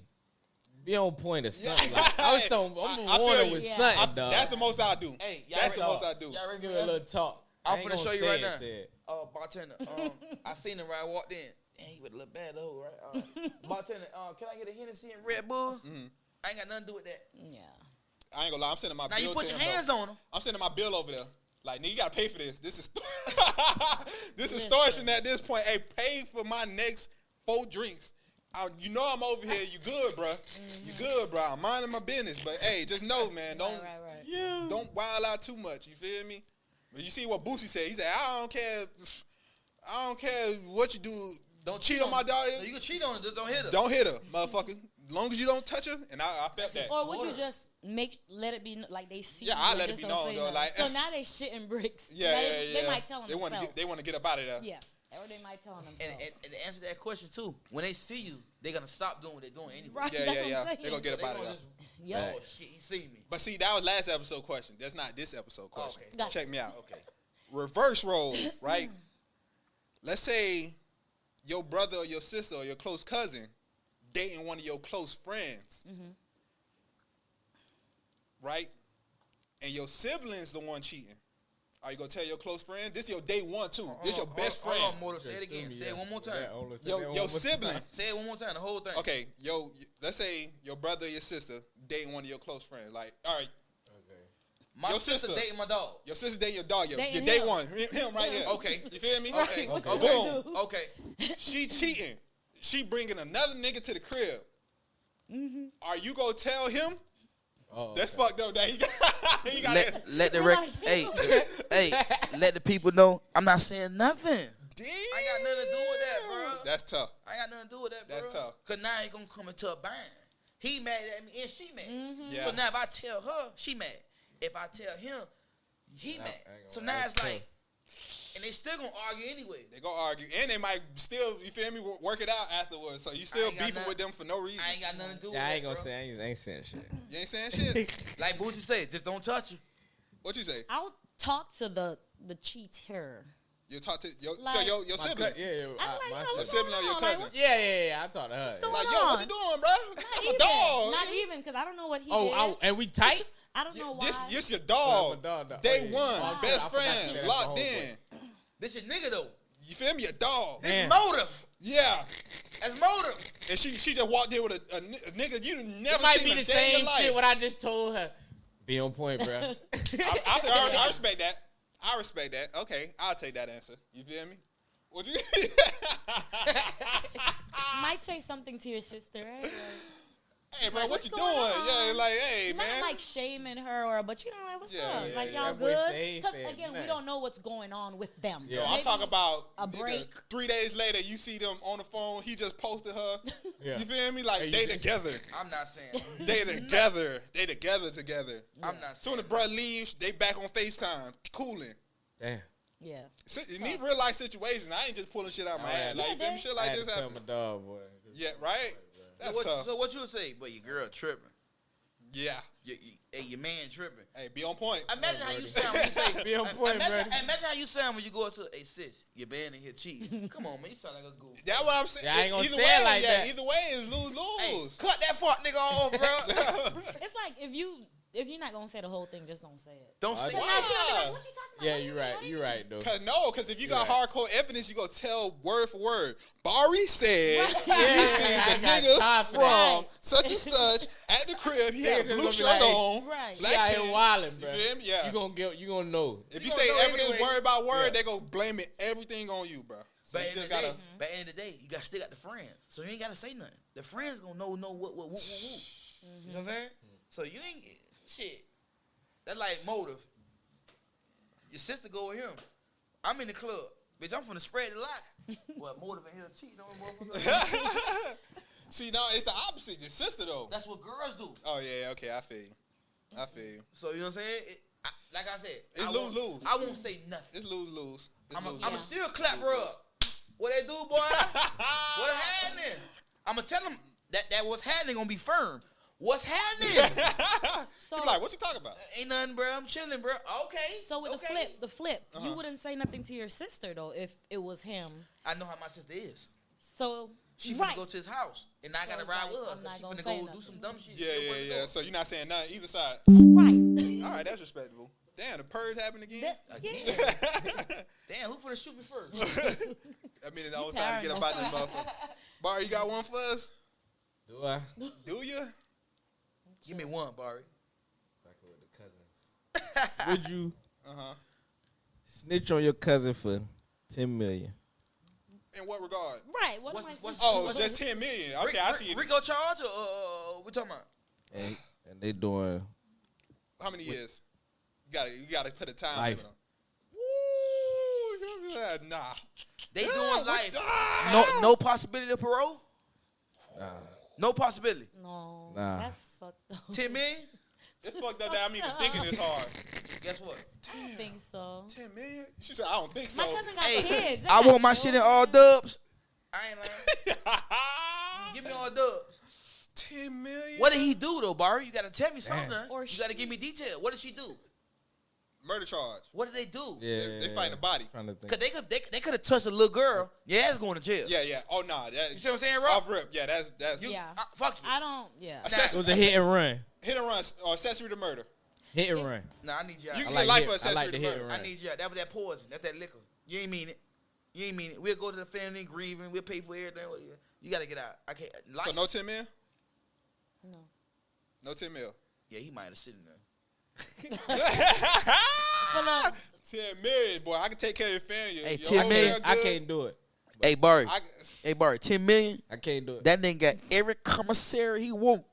Speaker 2: be on point or something. Like,
Speaker 1: Yeah.
Speaker 2: I was so I'm
Speaker 1: I- I
Speaker 2: gonna
Speaker 1: feel
Speaker 2: warn her
Speaker 1: you.
Speaker 2: with
Speaker 4: Yeah.
Speaker 1: I-
Speaker 2: something, dog.
Speaker 1: that's the most I do.
Speaker 3: Hey, y'all
Speaker 1: that's
Speaker 3: ready-
Speaker 1: the most I do.
Speaker 3: Y'all ready
Speaker 2: give
Speaker 3: for
Speaker 2: it a
Speaker 3: this?
Speaker 2: little talk. I
Speaker 3: I'm
Speaker 2: ain't
Speaker 3: finna
Speaker 2: gonna
Speaker 3: show you
Speaker 2: say
Speaker 3: right
Speaker 2: it,
Speaker 3: now.
Speaker 2: say it.
Speaker 3: Uh, bartender, um, I seen him right. I walked in. Dang, he with a little bad though, right? Uh, bartender, uh, can I get a Hennessy and Red Bull? I ain't got nothing to do with that.
Speaker 4: Yeah.
Speaker 1: I ain't gonna lie. I'm sending my
Speaker 3: Now
Speaker 1: bill
Speaker 3: you put
Speaker 1: to
Speaker 3: your
Speaker 1: him, though.
Speaker 3: hands on him.
Speaker 1: I'm sending my bill over there. Like, nigga, you gotta pay for this. This is this is
Speaker 4: Listen.
Speaker 1: extortion at this point. Hey, pay for my next four drinks. I, you know I'm over here. You good, bruh. You
Speaker 4: Mm-hmm.
Speaker 1: good, bruh. I'm minding my business, but hey, just know, man, don't
Speaker 4: Right, right, right.
Speaker 2: Yeah.
Speaker 1: don't wild out too much. You feel me? But you see what Boosie said. He said, I don't care. I don't care what you do.
Speaker 3: Don't
Speaker 1: cheat on my
Speaker 3: No, you
Speaker 1: daughter.
Speaker 3: can cheat on it, just don't hit her.
Speaker 1: Don't hit her, motherfucker. As long as you don't touch her, and I, I felt that.
Speaker 4: Or would you
Speaker 3: Order.
Speaker 4: just make let it be kn- like they see?
Speaker 1: Yeah,
Speaker 4: you
Speaker 1: I
Speaker 4: and
Speaker 1: let it
Speaker 4: just
Speaker 1: be
Speaker 4: don't
Speaker 1: known,
Speaker 4: say
Speaker 1: though,
Speaker 4: nothing.
Speaker 1: like,
Speaker 4: so
Speaker 1: eh.
Speaker 4: now they shitting bricks.
Speaker 1: Yeah,
Speaker 4: Now
Speaker 1: yeah,
Speaker 4: they,
Speaker 1: yeah.
Speaker 4: They might tell them
Speaker 1: They want to get. They want to get up out of there.
Speaker 4: yeah, or they might tell them
Speaker 3: And,
Speaker 4: themselves.
Speaker 3: and, and to answer that question too, when they see you, they're gonna stop doing what they're doing anyway.
Speaker 4: Right.
Speaker 1: Yeah,
Speaker 4: That's
Speaker 1: yeah,
Speaker 4: what I'm
Speaker 1: yeah.
Speaker 4: saying.
Speaker 1: They gonna
Speaker 3: So
Speaker 1: get
Speaker 3: they
Speaker 1: up out of
Speaker 3: gonna
Speaker 1: there.
Speaker 3: just,
Speaker 4: Yep.
Speaker 3: Oh shit, he see me.
Speaker 1: But see, that was last episode question. That's not this episode question.
Speaker 3: okay.
Speaker 4: Gotcha.
Speaker 1: Check me out.
Speaker 3: Okay.
Speaker 1: Reverse role, right? Let's say your brother or your sister or your close cousin dating one of your close friends, right? And your sibling's the one cheating. Are you gonna tell your close friend? This your day one too. This your
Speaker 3: Hold on,
Speaker 1: best
Speaker 3: hold
Speaker 1: friend.
Speaker 3: on, Hold on, Moto. Say it again. Say it one more time.
Speaker 1: Your, your sibling.
Speaker 3: Say it one more time. The whole thing.
Speaker 1: Okay, yo, let's say your brother or your sister dating one of your close friends. Like, all right,
Speaker 3: My
Speaker 1: Your
Speaker 3: sister,
Speaker 1: sister.
Speaker 3: dating my dog.
Speaker 1: Your sister dating your dog, your,
Speaker 4: Dating
Speaker 1: your day
Speaker 4: him.
Speaker 1: one, him, him right
Speaker 4: Yeah.
Speaker 1: here.
Speaker 3: Okay.
Speaker 1: you feel me?
Speaker 4: Right, what
Speaker 1: Okay.
Speaker 4: you
Speaker 1: Boom.
Speaker 4: gonna do?
Speaker 3: Okay.
Speaker 1: She cheating. She bringing another nigga to the crib.
Speaker 4: Mm-hmm.
Speaker 1: Are you gonna tell him? That's fucked up. That he got. he got his-
Speaker 3: Let, let the
Speaker 4: We're
Speaker 3: rec-
Speaker 4: like-
Speaker 3: hey, hey, let the people know I'm not saying nothing.
Speaker 1: Damn.
Speaker 3: I got nothing to do with that, bro.
Speaker 1: That's tough.
Speaker 3: I ain't got nothing to do with that, bro.
Speaker 1: That's tough.
Speaker 3: Cause now he gonna come into a bind. He mad at me and she mad.
Speaker 4: mm-hmm.
Speaker 1: Yeah.
Speaker 3: So now if I tell her, she mad. If I tell him, he
Speaker 2: Nah,
Speaker 3: mad.
Speaker 2: I ain't gonna
Speaker 3: So now
Speaker 2: lie.
Speaker 3: it's like, and they still gonna argue anyway.
Speaker 1: They gonna argue, and they might still, you feel me, wo- work it out afterwards. So you still
Speaker 3: ain't got
Speaker 1: beefing
Speaker 3: nothing-
Speaker 1: with them for no reason.
Speaker 3: I ain't got nothing to do with
Speaker 2: Yeah, I
Speaker 3: that,
Speaker 2: ain't gonna
Speaker 3: bro.
Speaker 2: say. I ain't, I ain't saying shit.
Speaker 1: You ain't saying shit.
Speaker 3: Like Boosie said, just don't touch her.
Speaker 1: what you say?
Speaker 4: I'll talk to the the cheater.
Speaker 1: You talk to your so
Speaker 4: Like-
Speaker 1: your, your
Speaker 2: My
Speaker 1: sibling.
Speaker 2: cou- yeah, yeah.
Speaker 4: I'm
Speaker 2: I-
Speaker 4: like,
Speaker 2: my
Speaker 4: yo, what's
Speaker 2: sister-
Speaker 1: sibling
Speaker 4: going
Speaker 1: or your
Speaker 4: on? Like,
Speaker 1: cousin?
Speaker 4: what's-
Speaker 2: yeah, yeah, yeah. I talked to her.
Speaker 4: What's going
Speaker 1: Like
Speaker 4: on?
Speaker 1: yo, what you doing, bro?
Speaker 4: Not
Speaker 1: I'm
Speaker 4: even,
Speaker 1: a Oh, dog.
Speaker 4: not even, because I don't know what he
Speaker 2: Oh,
Speaker 4: did.
Speaker 2: I, and we tight.
Speaker 4: I don't know why.
Speaker 1: This, this your
Speaker 2: Oh,
Speaker 1: dog.
Speaker 2: that's my dog, dog.
Speaker 1: Day
Speaker 2: Oh, yeah.
Speaker 1: one,
Speaker 2: Wow. I
Speaker 1: best
Speaker 2: forgot you said
Speaker 1: friend,
Speaker 2: that's my
Speaker 1: locked in.
Speaker 2: homeboy.
Speaker 3: This your nigga though.
Speaker 1: You feel me? Your dog.
Speaker 3: This
Speaker 2: Man.
Speaker 3: motive.
Speaker 1: Yeah.
Speaker 3: That's motive.
Speaker 1: And she she just walked in with a, a ni- a nigga you done never
Speaker 2: It might
Speaker 1: seen
Speaker 2: be
Speaker 1: a
Speaker 2: the
Speaker 1: day in
Speaker 2: same
Speaker 1: your life.
Speaker 2: shit. What I just told her. Be on point, bro.
Speaker 1: I, I, I- I respect that. I respect that. Okay, I'll take that answer. You feel me? What you?
Speaker 4: might say something to your sister, right? Like,
Speaker 1: hey, bro, what
Speaker 4: what's
Speaker 1: you doing?
Speaker 4: going on?
Speaker 1: Yeah, like, hey,
Speaker 4: not
Speaker 1: man.
Speaker 4: like shaming her or, but you know, like what's
Speaker 1: Yeah,
Speaker 4: up?
Speaker 1: yeah,
Speaker 4: like
Speaker 1: yeah.
Speaker 4: y'all
Speaker 2: That boy
Speaker 4: good?
Speaker 2: said-
Speaker 4: Because
Speaker 2: said
Speaker 4: again, we
Speaker 2: nothing.
Speaker 4: don't know what's going on with them.
Speaker 2: Yeah.
Speaker 1: Yo, I'm
Speaker 4: Maybe-
Speaker 1: talking about
Speaker 4: a
Speaker 1: nigga,
Speaker 4: break.
Speaker 1: three days later, you see them on the phone. He just posted her.
Speaker 2: Yeah.
Speaker 1: You feel me? Like
Speaker 2: Hey, you
Speaker 1: they
Speaker 2: just-
Speaker 1: together.
Speaker 3: I'm not saying.
Speaker 1: They together. They together together.
Speaker 3: I'm not
Speaker 1: Soon
Speaker 3: saying.
Speaker 1: the bruh leaves, they back on FaceTime, cooling.
Speaker 2: Damn.
Speaker 4: Yeah.
Speaker 1: Si- You need real life situation. I ain't just pulling shit out my
Speaker 2: Oh,
Speaker 1: ass.
Speaker 2: yeah.
Speaker 1: Like, you feel me? Shit like
Speaker 2: I had
Speaker 1: this
Speaker 2: to tell
Speaker 1: happen.
Speaker 2: my dog, boy.
Speaker 1: Yeah, right?
Speaker 3: So
Speaker 1: That's
Speaker 3: what,
Speaker 1: tough.
Speaker 3: so what you would say? But your girl tripping.
Speaker 1: yeah.
Speaker 3: Your, your, hey, your man tripping.
Speaker 1: Hey, be on point.
Speaker 3: Imagine how you sound when you say.
Speaker 2: Be on point,
Speaker 3: imagine,
Speaker 2: brother.
Speaker 3: imagine how you sound when you go up to a sis. Your band in here cheating. Come on, man. You sound like a goofy.
Speaker 1: That's what I'm saying.
Speaker 2: Yeah, I ain't gonna
Speaker 1: either
Speaker 2: say
Speaker 1: way,
Speaker 2: it like
Speaker 1: yeah,
Speaker 2: that.
Speaker 1: Either way, it's lose
Speaker 3: Hey,
Speaker 1: lose.
Speaker 3: cut that fuck nigga off, bro.
Speaker 4: It's like if you if you're not gonna say the whole thing, just don't say it.
Speaker 3: Don't
Speaker 2: I
Speaker 3: say
Speaker 2: do.
Speaker 4: But now she gonna be like,
Speaker 1: Yeah.
Speaker 4: what you talking about?
Speaker 2: Yeah, you're
Speaker 4: What do you mean?
Speaker 2: right.
Speaker 4: What do you
Speaker 2: You're
Speaker 4: mean?"
Speaker 2: right, though.
Speaker 1: Cause no, because if you got
Speaker 2: Right.
Speaker 1: hardcore evidence, you gonna tell word for word. Bari said he seen
Speaker 2: I
Speaker 1: the
Speaker 2: got
Speaker 1: nigga
Speaker 2: time for
Speaker 1: from
Speaker 2: that.
Speaker 1: such and such at the crib. He had a
Speaker 2: Nigga just
Speaker 1: blue
Speaker 2: gonna be
Speaker 1: shirt
Speaker 2: like,
Speaker 1: on.
Speaker 4: Right.
Speaker 1: Black
Speaker 2: yeah,
Speaker 1: pants.
Speaker 2: it wildin',
Speaker 1: You
Speaker 2: bro.
Speaker 1: feel me? Yeah.
Speaker 2: You gonna get. You gonna know.
Speaker 1: if you
Speaker 3: you gonna
Speaker 1: say
Speaker 3: know
Speaker 1: evidence
Speaker 3: anyway.
Speaker 1: word by word,
Speaker 2: Yeah.
Speaker 1: they gonna blame it everything on you, bro. So
Speaker 3: But
Speaker 1: you
Speaker 3: in
Speaker 1: just
Speaker 3: the day,
Speaker 1: gotta.
Speaker 3: but in the day, you got still got the friends, so you ain't gotta say nothing. The friends gonna know know what what what what. what. You know what I'm saying? So you ain't shit. That's like motive. Your sister go with him. I'm in the club, bitch. I'm finna spread the lie. what motive in here cheating on motherfucker?
Speaker 1: See, no, it's the opposite. Your sister though.
Speaker 3: That's what girls do.
Speaker 1: Oh yeah, okay, I feel you. I feel you.
Speaker 3: So you know what I'm saying? It, I, like I said,
Speaker 1: It's
Speaker 3: I
Speaker 1: lose-lose.
Speaker 3: won't- I won't say nothing.
Speaker 1: It's lose lose.
Speaker 3: I'm gonna
Speaker 4: lose-lose.
Speaker 3: still clap her up. What they do, boy? What's happening? I'm gonna tell them that that what's happening gonna be firm. What's happening?
Speaker 4: So
Speaker 1: like, what you talking about?
Speaker 3: Ain't nothing, bro. I'm chilling, bro. Okay.
Speaker 4: so with
Speaker 3: okay.
Speaker 4: the flip, the flip,
Speaker 1: Uh-huh.
Speaker 4: you wouldn't say nothing to your sister though if it was him.
Speaker 3: I know how my sister is.
Speaker 4: So
Speaker 3: She finna
Speaker 4: right.
Speaker 3: go to his house, and I
Speaker 4: So
Speaker 3: gotta
Speaker 4: it's
Speaker 3: ride
Speaker 4: like,
Speaker 3: with her.
Speaker 4: I'm
Speaker 3: 'cause
Speaker 4: not
Speaker 3: She
Speaker 4: gonna
Speaker 3: finna
Speaker 4: say
Speaker 3: go do
Speaker 4: nothing.
Speaker 3: some dumb
Speaker 1: Yeah,
Speaker 3: shit. She don't
Speaker 1: yeah,
Speaker 3: wanna
Speaker 1: yeah.
Speaker 3: do.
Speaker 1: So you're not saying nothing either side.
Speaker 4: right.
Speaker 1: All right, that's respectable. Damn, the purge happened again.
Speaker 4: That-
Speaker 3: Again.
Speaker 4: yeah.
Speaker 3: Damn, who finna shoot me first?
Speaker 1: I mean, it's almost time to get
Speaker 4: tired,
Speaker 1: up out this motherfucker. Bar, you got one for us?
Speaker 2: Do I?
Speaker 1: Do you?
Speaker 3: Give me one, Barry.
Speaker 2: with the cousins. Would you
Speaker 1: Uh huh.
Speaker 2: snitch on your cousin for ten million?
Speaker 1: In what regard?
Speaker 4: Right. What
Speaker 3: What's-
Speaker 4: am I
Speaker 3: what's-
Speaker 4: saying?
Speaker 1: Oh, it's just ten million. Okay, I see it.
Speaker 3: Rico Charge or uh, we talking about?
Speaker 2: And, and they doing
Speaker 1: How many years? You gotta you gotta put a time
Speaker 2: Life.
Speaker 1: limit on. Woo, yeah, Nah.
Speaker 3: They
Speaker 1: Yeah,
Speaker 3: doing
Speaker 1: what-
Speaker 3: life.
Speaker 1: ah!
Speaker 3: No, no possibility of parole. No possibility.
Speaker 4: No,
Speaker 2: Nah.
Speaker 4: that's fucked up.
Speaker 3: Ten million.
Speaker 1: It's fucked up that I'm even thinking this hard.
Speaker 3: Guess what?
Speaker 4: I don't think so.
Speaker 1: Ten million? She said, I don't think so.
Speaker 4: My cousin got
Speaker 3: Hey,
Speaker 4: kids.
Speaker 3: I
Speaker 4: got
Speaker 3: want my shit in all
Speaker 4: children.
Speaker 3: dubs. I ain't lying. Give me all dubs.
Speaker 1: Ten million.
Speaker 3: What did he do though, Barry? You gotta tell me something.
Speaker 4: Or
Speaker 3: you gotta
Speaker 4: she-
Speaker 3: give me detail. What did she do?
Speaker 1: Murder charge.
Speaker 3: What did they do?
Speaker 2: yeah.
Speaker 1: They- they fighting the body.
Speaker 2: Trying to think.
Speaker 3: Cause they could they, they could have touched a little girl. Yeah, that's going to jail.
Speaker 1: Yeah, yeah. Oh nah, that,
Speaker 3: You see what I'm saying, Rob?
Speaker 1: off rip. Yeah, that's that's
Speaker 3: You,
Speaker 4: Yeah.
Speaker 3: uh, fuck you.
Speaker 4: I don't. Yeah.
Speaker 1: That's-
Speaker 2: It was a hit and run.
Speaker 1: hit and run or accessory to murder.
Speaker 2: Hit and run.
Speaker 3: Nah, I need you out.
Speaker 1: You
Speaker 2: I
Speaker 1: can
Speaker 2: like
Speaker 1: get life
Speaker 2: hit-
Speaker 1: for
Speaker 2: I
Speaker 1: accessory
Speaker 2: like
Speaker 1: to
Speaker 2: the hit
Speaker 1: murder.
Speaker 2: and
Speaker 3: I need you out. That was that poison. That that liquor. You ain't mean it. You ain't mean it. We'll go to the family grieving. We'll pay for everything. You gotta get out. I can't. Life.
Speaker 1: So no ten mil?
Speaker 4: No.
Speaker 1: No ten mil.
Speaker 3: yeah, he might have sitting there.
Speaker 4: Full of-
Speaker 1: Ten million, boy. I can take care of your family.
Speaker 3: Hey,
Speaker 1: Your
Speaker 3: 10
Speaker 1: whole
Speaker 3: million,
Speaker 1: girl
Speaker 2: I
Speaker 1: good.
Speaker 2: can't do it.
Speaker 3: Hey Barry.
Speaker 1: I,
Speaker 3: hey Barry. Ten million.
Speaker 2: I can't do it.
Speaker 3: That nigga got every commissary he want.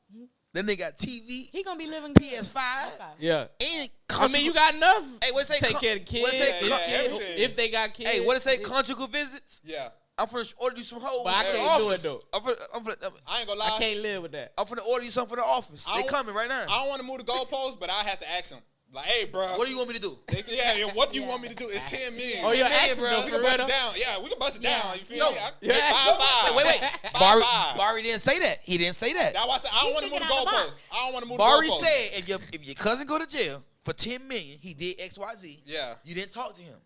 Speaker 3: Then they got TV,
Speaker 4: he gonna be living. good.
Speaker 3: PS5,
Speaker 4: Okay.
Speaker 2: yeah.
Speaker 3: and
Speaker 2: I mean, you got enough.
Speaker 3: Hey, what it say?
Speaker 2: Take
Speaker 3: Con-
Speaker 2: care of the
Speaker 3: what
Speaker 2: kids.
Speaker 3: it say?
Speaker 2: if,
Speaker 1: Con-
Speaker 2: kids-
Speaker 1: everything.
Speaker 2: if they got kids.
Speaker 3: Hey, what it say?
Speaker 2: They-
Speaker 3: Conjugal visits.
Speaker 1: yeah.
Speaker 3: I'm finna order you some hoes.
Speaker 2: But I
Speaker 3: for the
Speaker 2: can't do it,
Speaker 3: office.
Speaker 2: though.
Speaker 3: I'm finna, I'm finna, I'm-
Speaker 1: I ain't gonna lie.
Speaker 2: I can't live with that.
Speaker 3: I'm finna order you something for the office.
Speaker 1: I
Speaker 3: They
Speaker 1: don't-
Speaker 3: coming right now.
Speaker 1: I don't want to move the goalposts, but I have to ask them. Like, hey, bro.
Speaker 3: What do you want me to do?
Speaker 1: They say, yeah, yeah, what do you want me to do? It's 10 million.
Speaker 2: Oh, you're
Speaker 3: Man,
Speaker 2: asking
Speaker 3: bro,
Speaker 2: bro.
Speaker 1: We
Speaker 2: For
Speaker 1: can
Speaker 2: real
Speaker 1: bust
Speaker 2: though?
Speaker 1: it down. Yeah, we can bust it down. You feel
Speaker 3: No.
Speaker 1: me? I-
Speaker 2: Yeah.
Speaker 1: Hey, Five, five.
Speaker 3: Wait, wait, wait.
Speaker 1: Five,
Speaker 3: Barry,
Speaker 1: five.
Speaker 3: Barry didn't say that. He didn't say that.
Speaker 1: That's why I said I don't
Speaker 4: He
Speaker 1: want to move the
Speaker 4: thinking out the
Speaker 1: goalposts.
Speaker 4: box.
Speaker 1: I don't want to move
Speaker 3: Barry
Speaker 1: the goalposts.
Speaker 3: said if your if your cousin go to jail for ten million, he did X Y Z.
Speaker 1: Yeah.
Speaker 3: You didn't talk to him.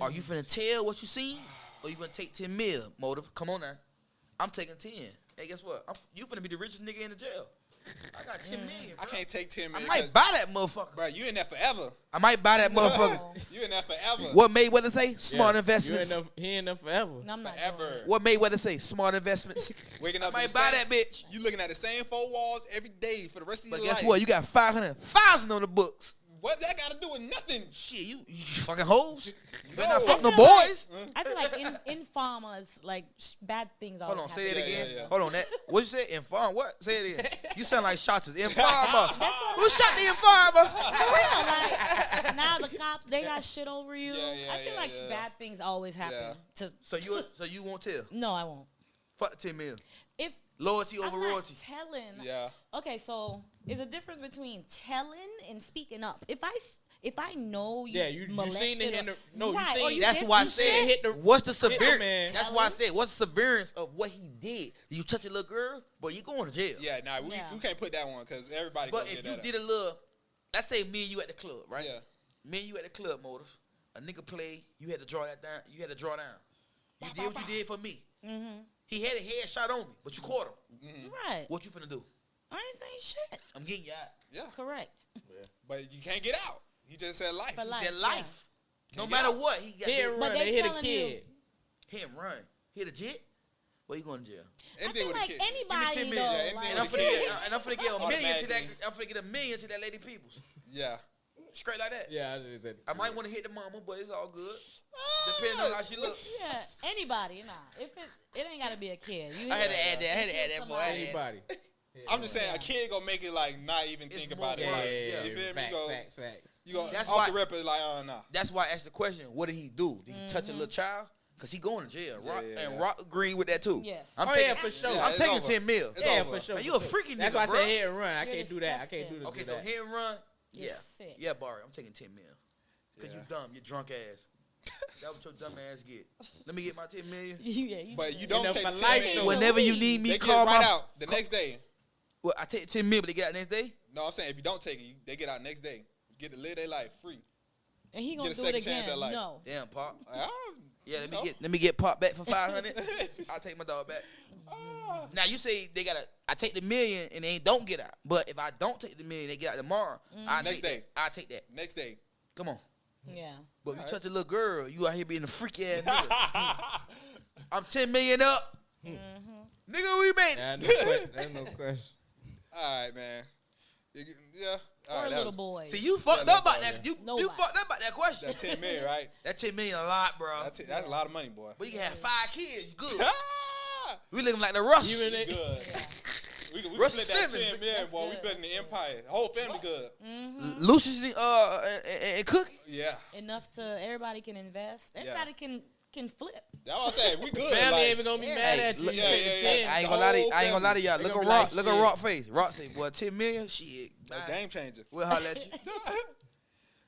Speaker 3: Are you finna tell what you seen, or you finna take ten mil? Motive, come on now. I'm taking ten. Hey, guess what? I'm, you finna be the richest nigga in the jail. I got ten million.
Speaker 1: I can't take 10
Speaker 3: I
Speaker 1: million.
Speaker 3: might buy that motherfucker.
Speaker 1: Bro, you in there forever.
Speaker 3: I might buy that motherfucker.
Speaker 1: You in there forever.
Speaker 3: What Mayweather say? Smart
Speaker 2: Yeah.
Speaker 3: investments.
Speaker 2: You in there- he in there forever.
Speaker 4: No, I'm not. doing
Speaker 1: Forever.
Speaker 4: it.
Speaker 3: What Mayweather say? Smart investments.
Speaker 1: Waking
Speaker 3: I
Speaker 1: up. in
Speaker 3: might
Speaker 1: the same-
Speaker 3: buy that bitch.
Speaker 1: You looking at the same four walls every day for the rest of
Speaker 3: But
Speaker 1: your
Speaker 3: guess
Speaker 1: life.
Speaker 3: what? You got five hundred thousand on the books.
Speaker 1: What that got to do with nothing?
Speaker 3: Shit, you, you fucking hoes. You better not
Speaker 1: No.
Speaker 3: fuck no
Speaker 4: I feel like-
Speaker 3: boys.
Speaker 4: I feel like in, in farmers, like sh- bad things always
Speaker 3: Hold on,
Speaker 4: happen.
Speaker 3: say it
Speaker 1: Yeah,
Speaker 3: again.
Speaker 1: yeah, yeah.
Speaker 3: Hold on, that. What you say? Inform what? Say it again. You sound like shotters. Informer. Who shot the informer?
Speaker 4: For real, like now the cops they got shit over you.
Speaker 1: Yeah, yeah,
Speaker 4: I feel
Speaker 1: yeah,
Speaker 4: like
Speaker 1: yeah.
Speaker 4: bad things always happen.
Speaker 1: Yeah.
Speaker 4: To
Speaker 3: So you so you won't tell.
Speaker 4: no, I won't.
Speaker 3: Fuck the ten mil.
Speaker 4: If
Speaker 3: Loyalty
Speaker 4: I'm
Speaker 3: over
Speaker 4: not
Speaker 3: royalty.
Speaker 4: telling,
Speaker 1: Yeah.
Speaker 4: Okay, so is a difference between telling and speaking up. If I s- if I know you,
Speaker 2: Yeah, you- you seen
Speaker 4: molested
Speaker 2: it in
Speaker 4: or-
Speaker 2: the- no, you
Speaker 4: right, or
Speaker 2: seen-
Speaker 4: you
Speaker 3: That's
Speaker 4: did
Speaker 3: why I
Speaker 4: some
Speaker 3: said
Speaker 4: shit.
Speaker 2: hit the-
Speaker 3: what's the
Speaker 2: hit the
Speaker 3: severance?
Speaker 2: man.
Speaker 3: That's why I said what's the severance of what he did. You touch a little girl, but you going to jail.
Speaker 1: Yeah, nah, we,
Speaker 4: Yeah.
Speaker 1: we can't put that one because everybody.
Speaker 3: But
Speaker 1: gonna
Speaker 3: if
Speaker 1: get
Speaker 3: you
Speaker 1: that
Speaker 3: did a little, let's say me and you at the club, right?
Speaker 1: Yeah.
Speaker 3: Me and you at the club, motive. A nigga played. You had to draw that down. You had to draw down. You did what you did for me.
Speaker 2: Mm-hmm.
Speaker 3: He had a headshot on me, but you caught him.
Speaker 4: right.
Speaker 3: What you finna do?
Speaker 4: I ain't saying shit.
Speaker 3: I'm getting you out.
Speaker 1: yeah,
Speaker 4: Correct.
Speaker 1: but you can't get out. He just said life.
Speaker 4: For life.
Speaker 3: That life. No
Speaker 1: Yeah.
Speaker 3: matter what, he got
Speaker 2: He
Speaker 3: hit,
Speaker 2: hit and run.
Speaker 4: they
Speaker 2: They hit a
Speaker 4: telling you-
Speaker 2: kid.
Speaker 3: hit and run. Hit a jet. Well, you going to jail?
Speaker 1: Anything
Speaker 4: I
Speaker 1: with
Speaker 4: feel
Speaker 1: a
Speaker 4: like
Speaker 1: kid.
Speaker 4: anybody
Speaker 3: million.
Speaker 4: though.
Speaker 1: Yeah, anything
Speaker 4: like-
Speaker 3: And I'm
Speaker 1: with a
Speaker 3: finna
Speaker 1: kid.
Speaker 3: get, and I'm finna get a million to that.
Speaker 1: Automatically.
Speaker 3: I'm finna get a million to that lady peoples.
Speaker 1: Yeah,
Speaker 3: Straight like that.
Speaker 2: Yeah, I just said.
Speaker 3: I might want to hit the mama, but it's all good. Depending on how she looks.
Speaker 4: Yeah, anybody, nah. If it it ain't gotta be a kid. You
Speaker 3: I had to
Speaker 4: hear-
Speaker 3: add that. I had to add that boy. I had to add that.
Speaker 2: anybody.
Speaker 1: I'm just saying a
Speaker 4: Yeah.
Speaker 1: kid gonna make it like not even
Speaker 3: It's
Speaker 1: think
Speaker 3: more
Speaker 1: about it.
Speaker 3: work.
Speaker 2: Yeah,
Speaker 1: Like,
Speaker 2: yeah,
Speaker 3: Yeah.
Speaker 2: yeah.
Speaker 1: You feel me? You
Speaker 2: Facts,
Speaker 1: go,
Speaker 2: facts, facts.
Speaker 1: you go
Speaker 3: That's
Speaker 1: off
Speaker 3: why-
Speaker 1: the rip it's like, oh nah.
Speaker 3: That's why I asked the question. What did he do? Did he touch a little child? Cause he going to jail.
Speaker 1: Yeah,
Speaker 3: Rock,
Speaker 1: yeah,
Speaker 3: and
Speaker 1: yeah.
Speaker 3: Rock agreed with that too.
Speaker 4: Yes.
Speaker 3: I'm
Speaker 2: Oh,
Speaker 3: taking,
Speaker 2: yeah, for sure.
Speaker 1: Yeah,
Speaker 3: I'm
Speaker 1: it's
Speaker 3: taking
Speaker 1: over.
Speaker 3: ten mil.
Speaker 1: It's
Speaker 2: Yeah,
Speaker 1: over.
Speaker 2: for sure.
Speaker 3: Man,
Speaker 2: for
Speaker 3: you a
Speaker 2: sure.
Speaker 3: freaky
Speaker 2: That's
Speaker 3: nigga,
Speaker 2: why I
Speaker 3: bruh.
Speaker 2: said hit and run. I
Speaker 4: You're
Speaker 2: can't do that. I can't do
Speaker 4: disgusting.
Speaker 2: that.
Speaker 3: Okay, so hit and run.
Speaker 4: You're
Speaker 3: yeah,
Speaker 4: sick.
Speaker 3: yeah, Barry. I'm taking ten mil. Cause you
Speaker 1: Yeah.
Speaker 3: dumb. You drunk ass. that was your dumb ass get. Let me get my ten million.
Speaker 4: yeah, you
Speaker 1: But you
Speaker 4: good.
Speaker 1: don't
Speaker 2: up
Speaker 1: take
Speaker 2: for
Speaker 1: ten million.
Speaker 2: life, though.
Speaker 1: When
Speaker 4: When
Speaker 3: Whenever you need
Speaker 1: they
Speaker 3: me,
Speaker 1: get
Speaker 3: call
Speaker 1: right
Speaker 3: my.
Speaker 1: out the next day.
Speaker 3: Well, I take ten mil, but they get out next day.
Speaker 1: No, I'm saying if you don't take it, you, they get out next day. Get to live their life free.
Speaker 4: and he gonna
Speaker 1: get a
Speaker 4: do
Speaker 1: second
Speaker 4: it
Speaker 1: chance
Speaker 4: again.
Speaker 1: at life.
Speaker 4: No,
Speaker 3: Damn, pop.
Speaker 1: Ah,
Speaker 3: Yeah, let
Speaker 1: you
Speaker 3: me
Speaker 1: know.
Speaker 3: get let me get pop back for five hundred. I'll take my dog back.
Speaker 1: Ah.
Speaker 3: Now you say they gotta. I take the million and they don't get out. But if I don't take the million, they get out tomorrow.
Speaker 4: Mm.
Speaker 3: I
Speaker 1: Next
Speaker 3: take
Speaker 1: day.
Speaker 3: That. I take that.
Speaker 1: Next day.
Speaker 3: Come on.
Speaker 4: yeah.
Speaker 3: But if you
Speaker 1: Alright.
Speaker 3: touch a little girl, you out here being a freaky ass nigga. I'm ten million up.
Speaker 4: Mm-hmm.
Speaker 3: Nigga, we made it.
Speaker 2: Nah, no que- That's no question.
Speaker 1: All right, man. You get- Yeah. All
Speaker 4: or
Speaker 1: right, that
Speaker 4: little
Speaker 1: was-
Speaker 4: boys.
Speaker 3: See, you fucked up about that. You, you
Speaker 4: Nobody.
Speaker 3: fucked up about that question.
Speaker 1: That ten million, right?
Speaker 3: That 10 million a lot, bro.
Speaker 1: That ten- that's a lot of money, boy.
Speaker 3: But you can have five kids. You good.
Speaker 1: Ah!
Speaker 3: we looking like the Russ.
Speaker 2: Even
Speaker 3: You
Speaker 2: they-
Speaker 1: Good. We, can- we can
Speaker 3: Russell
Speaker 1: split that
Speaker 3: Simmons.
Speaker 1: ten million,
Speaker 4: That's
Speaker 1: boy. We
Speaker 4: good,
Speaker 1: building the
Speaker 4: that's good. Mm.
Speaker 1: empire. Whole family good.
Speaker 4: Mm-hmm.
Speaker 3: Lucius and, uh, and- and, and Cookie.
Speaker 1: Yeah.
Speaker 4: Enough to everybody can invest. Everybody can can flip.
Speaker 1: That's what I'm saying. We good.
Speaker 2: Family
Speaker 1: like-
Speaker 2: ain't even gonna be
Speaker 4: Yeah.
Speaker 2: mad
Speaker 3: Hey,
Speaker 2: at you.
Speaker 3: look-
Speaker 2: you
Speaker 1: yeah,
Speaker 2: take
Speaker 1: yeah,
Speaker 2: the
Speaker 1: yeah.
Speaker 2: 10.
Speaker 3: I ain't gonna lie to you. I ain't gonna lie to y'all.
Speaker 2: They
Speaker 3: Look
Speaker 2: gonna be
Speaker 3: at Rock.
Speaker 2: like,
Speaker 3: look at
Speaker 2: shit.
Speaker 3: Rock face. Rock say, boy, 10 million? Shit.
Speaker 1: a game changer.
Speaker 3: We'll holler at you.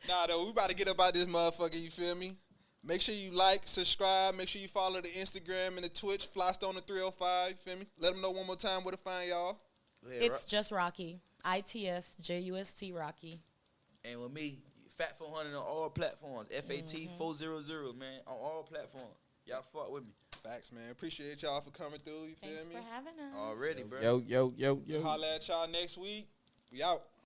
Speaker 1: nah, though, we about to get up out this motherfucker. You feel me? Make sure you like, subscribe. Make sure you follow the Instagram and the Twitch. Flystone the 305. You feel me? Let them know one more time where to find y'all.
Speaker 3: Yeah,
Speaker 4: it's just Rocky. I T S J U S T Rocky.
Speaker 3: Rock. And with me, Fat 400 on all platforms. FAT 400, man, on all platforms. Y'all fuck with me
Speaker 1: Facts, man. Appreciate y'all for coming through. You feel
Speaker 4: Thanks
Speaker 1: me?
Speaker 4: for having us.
Speaker 3: already, bro.
Speaker 2: Yo, yo, yo, yo.
Speaker 1: Holla at y'all next week. We out.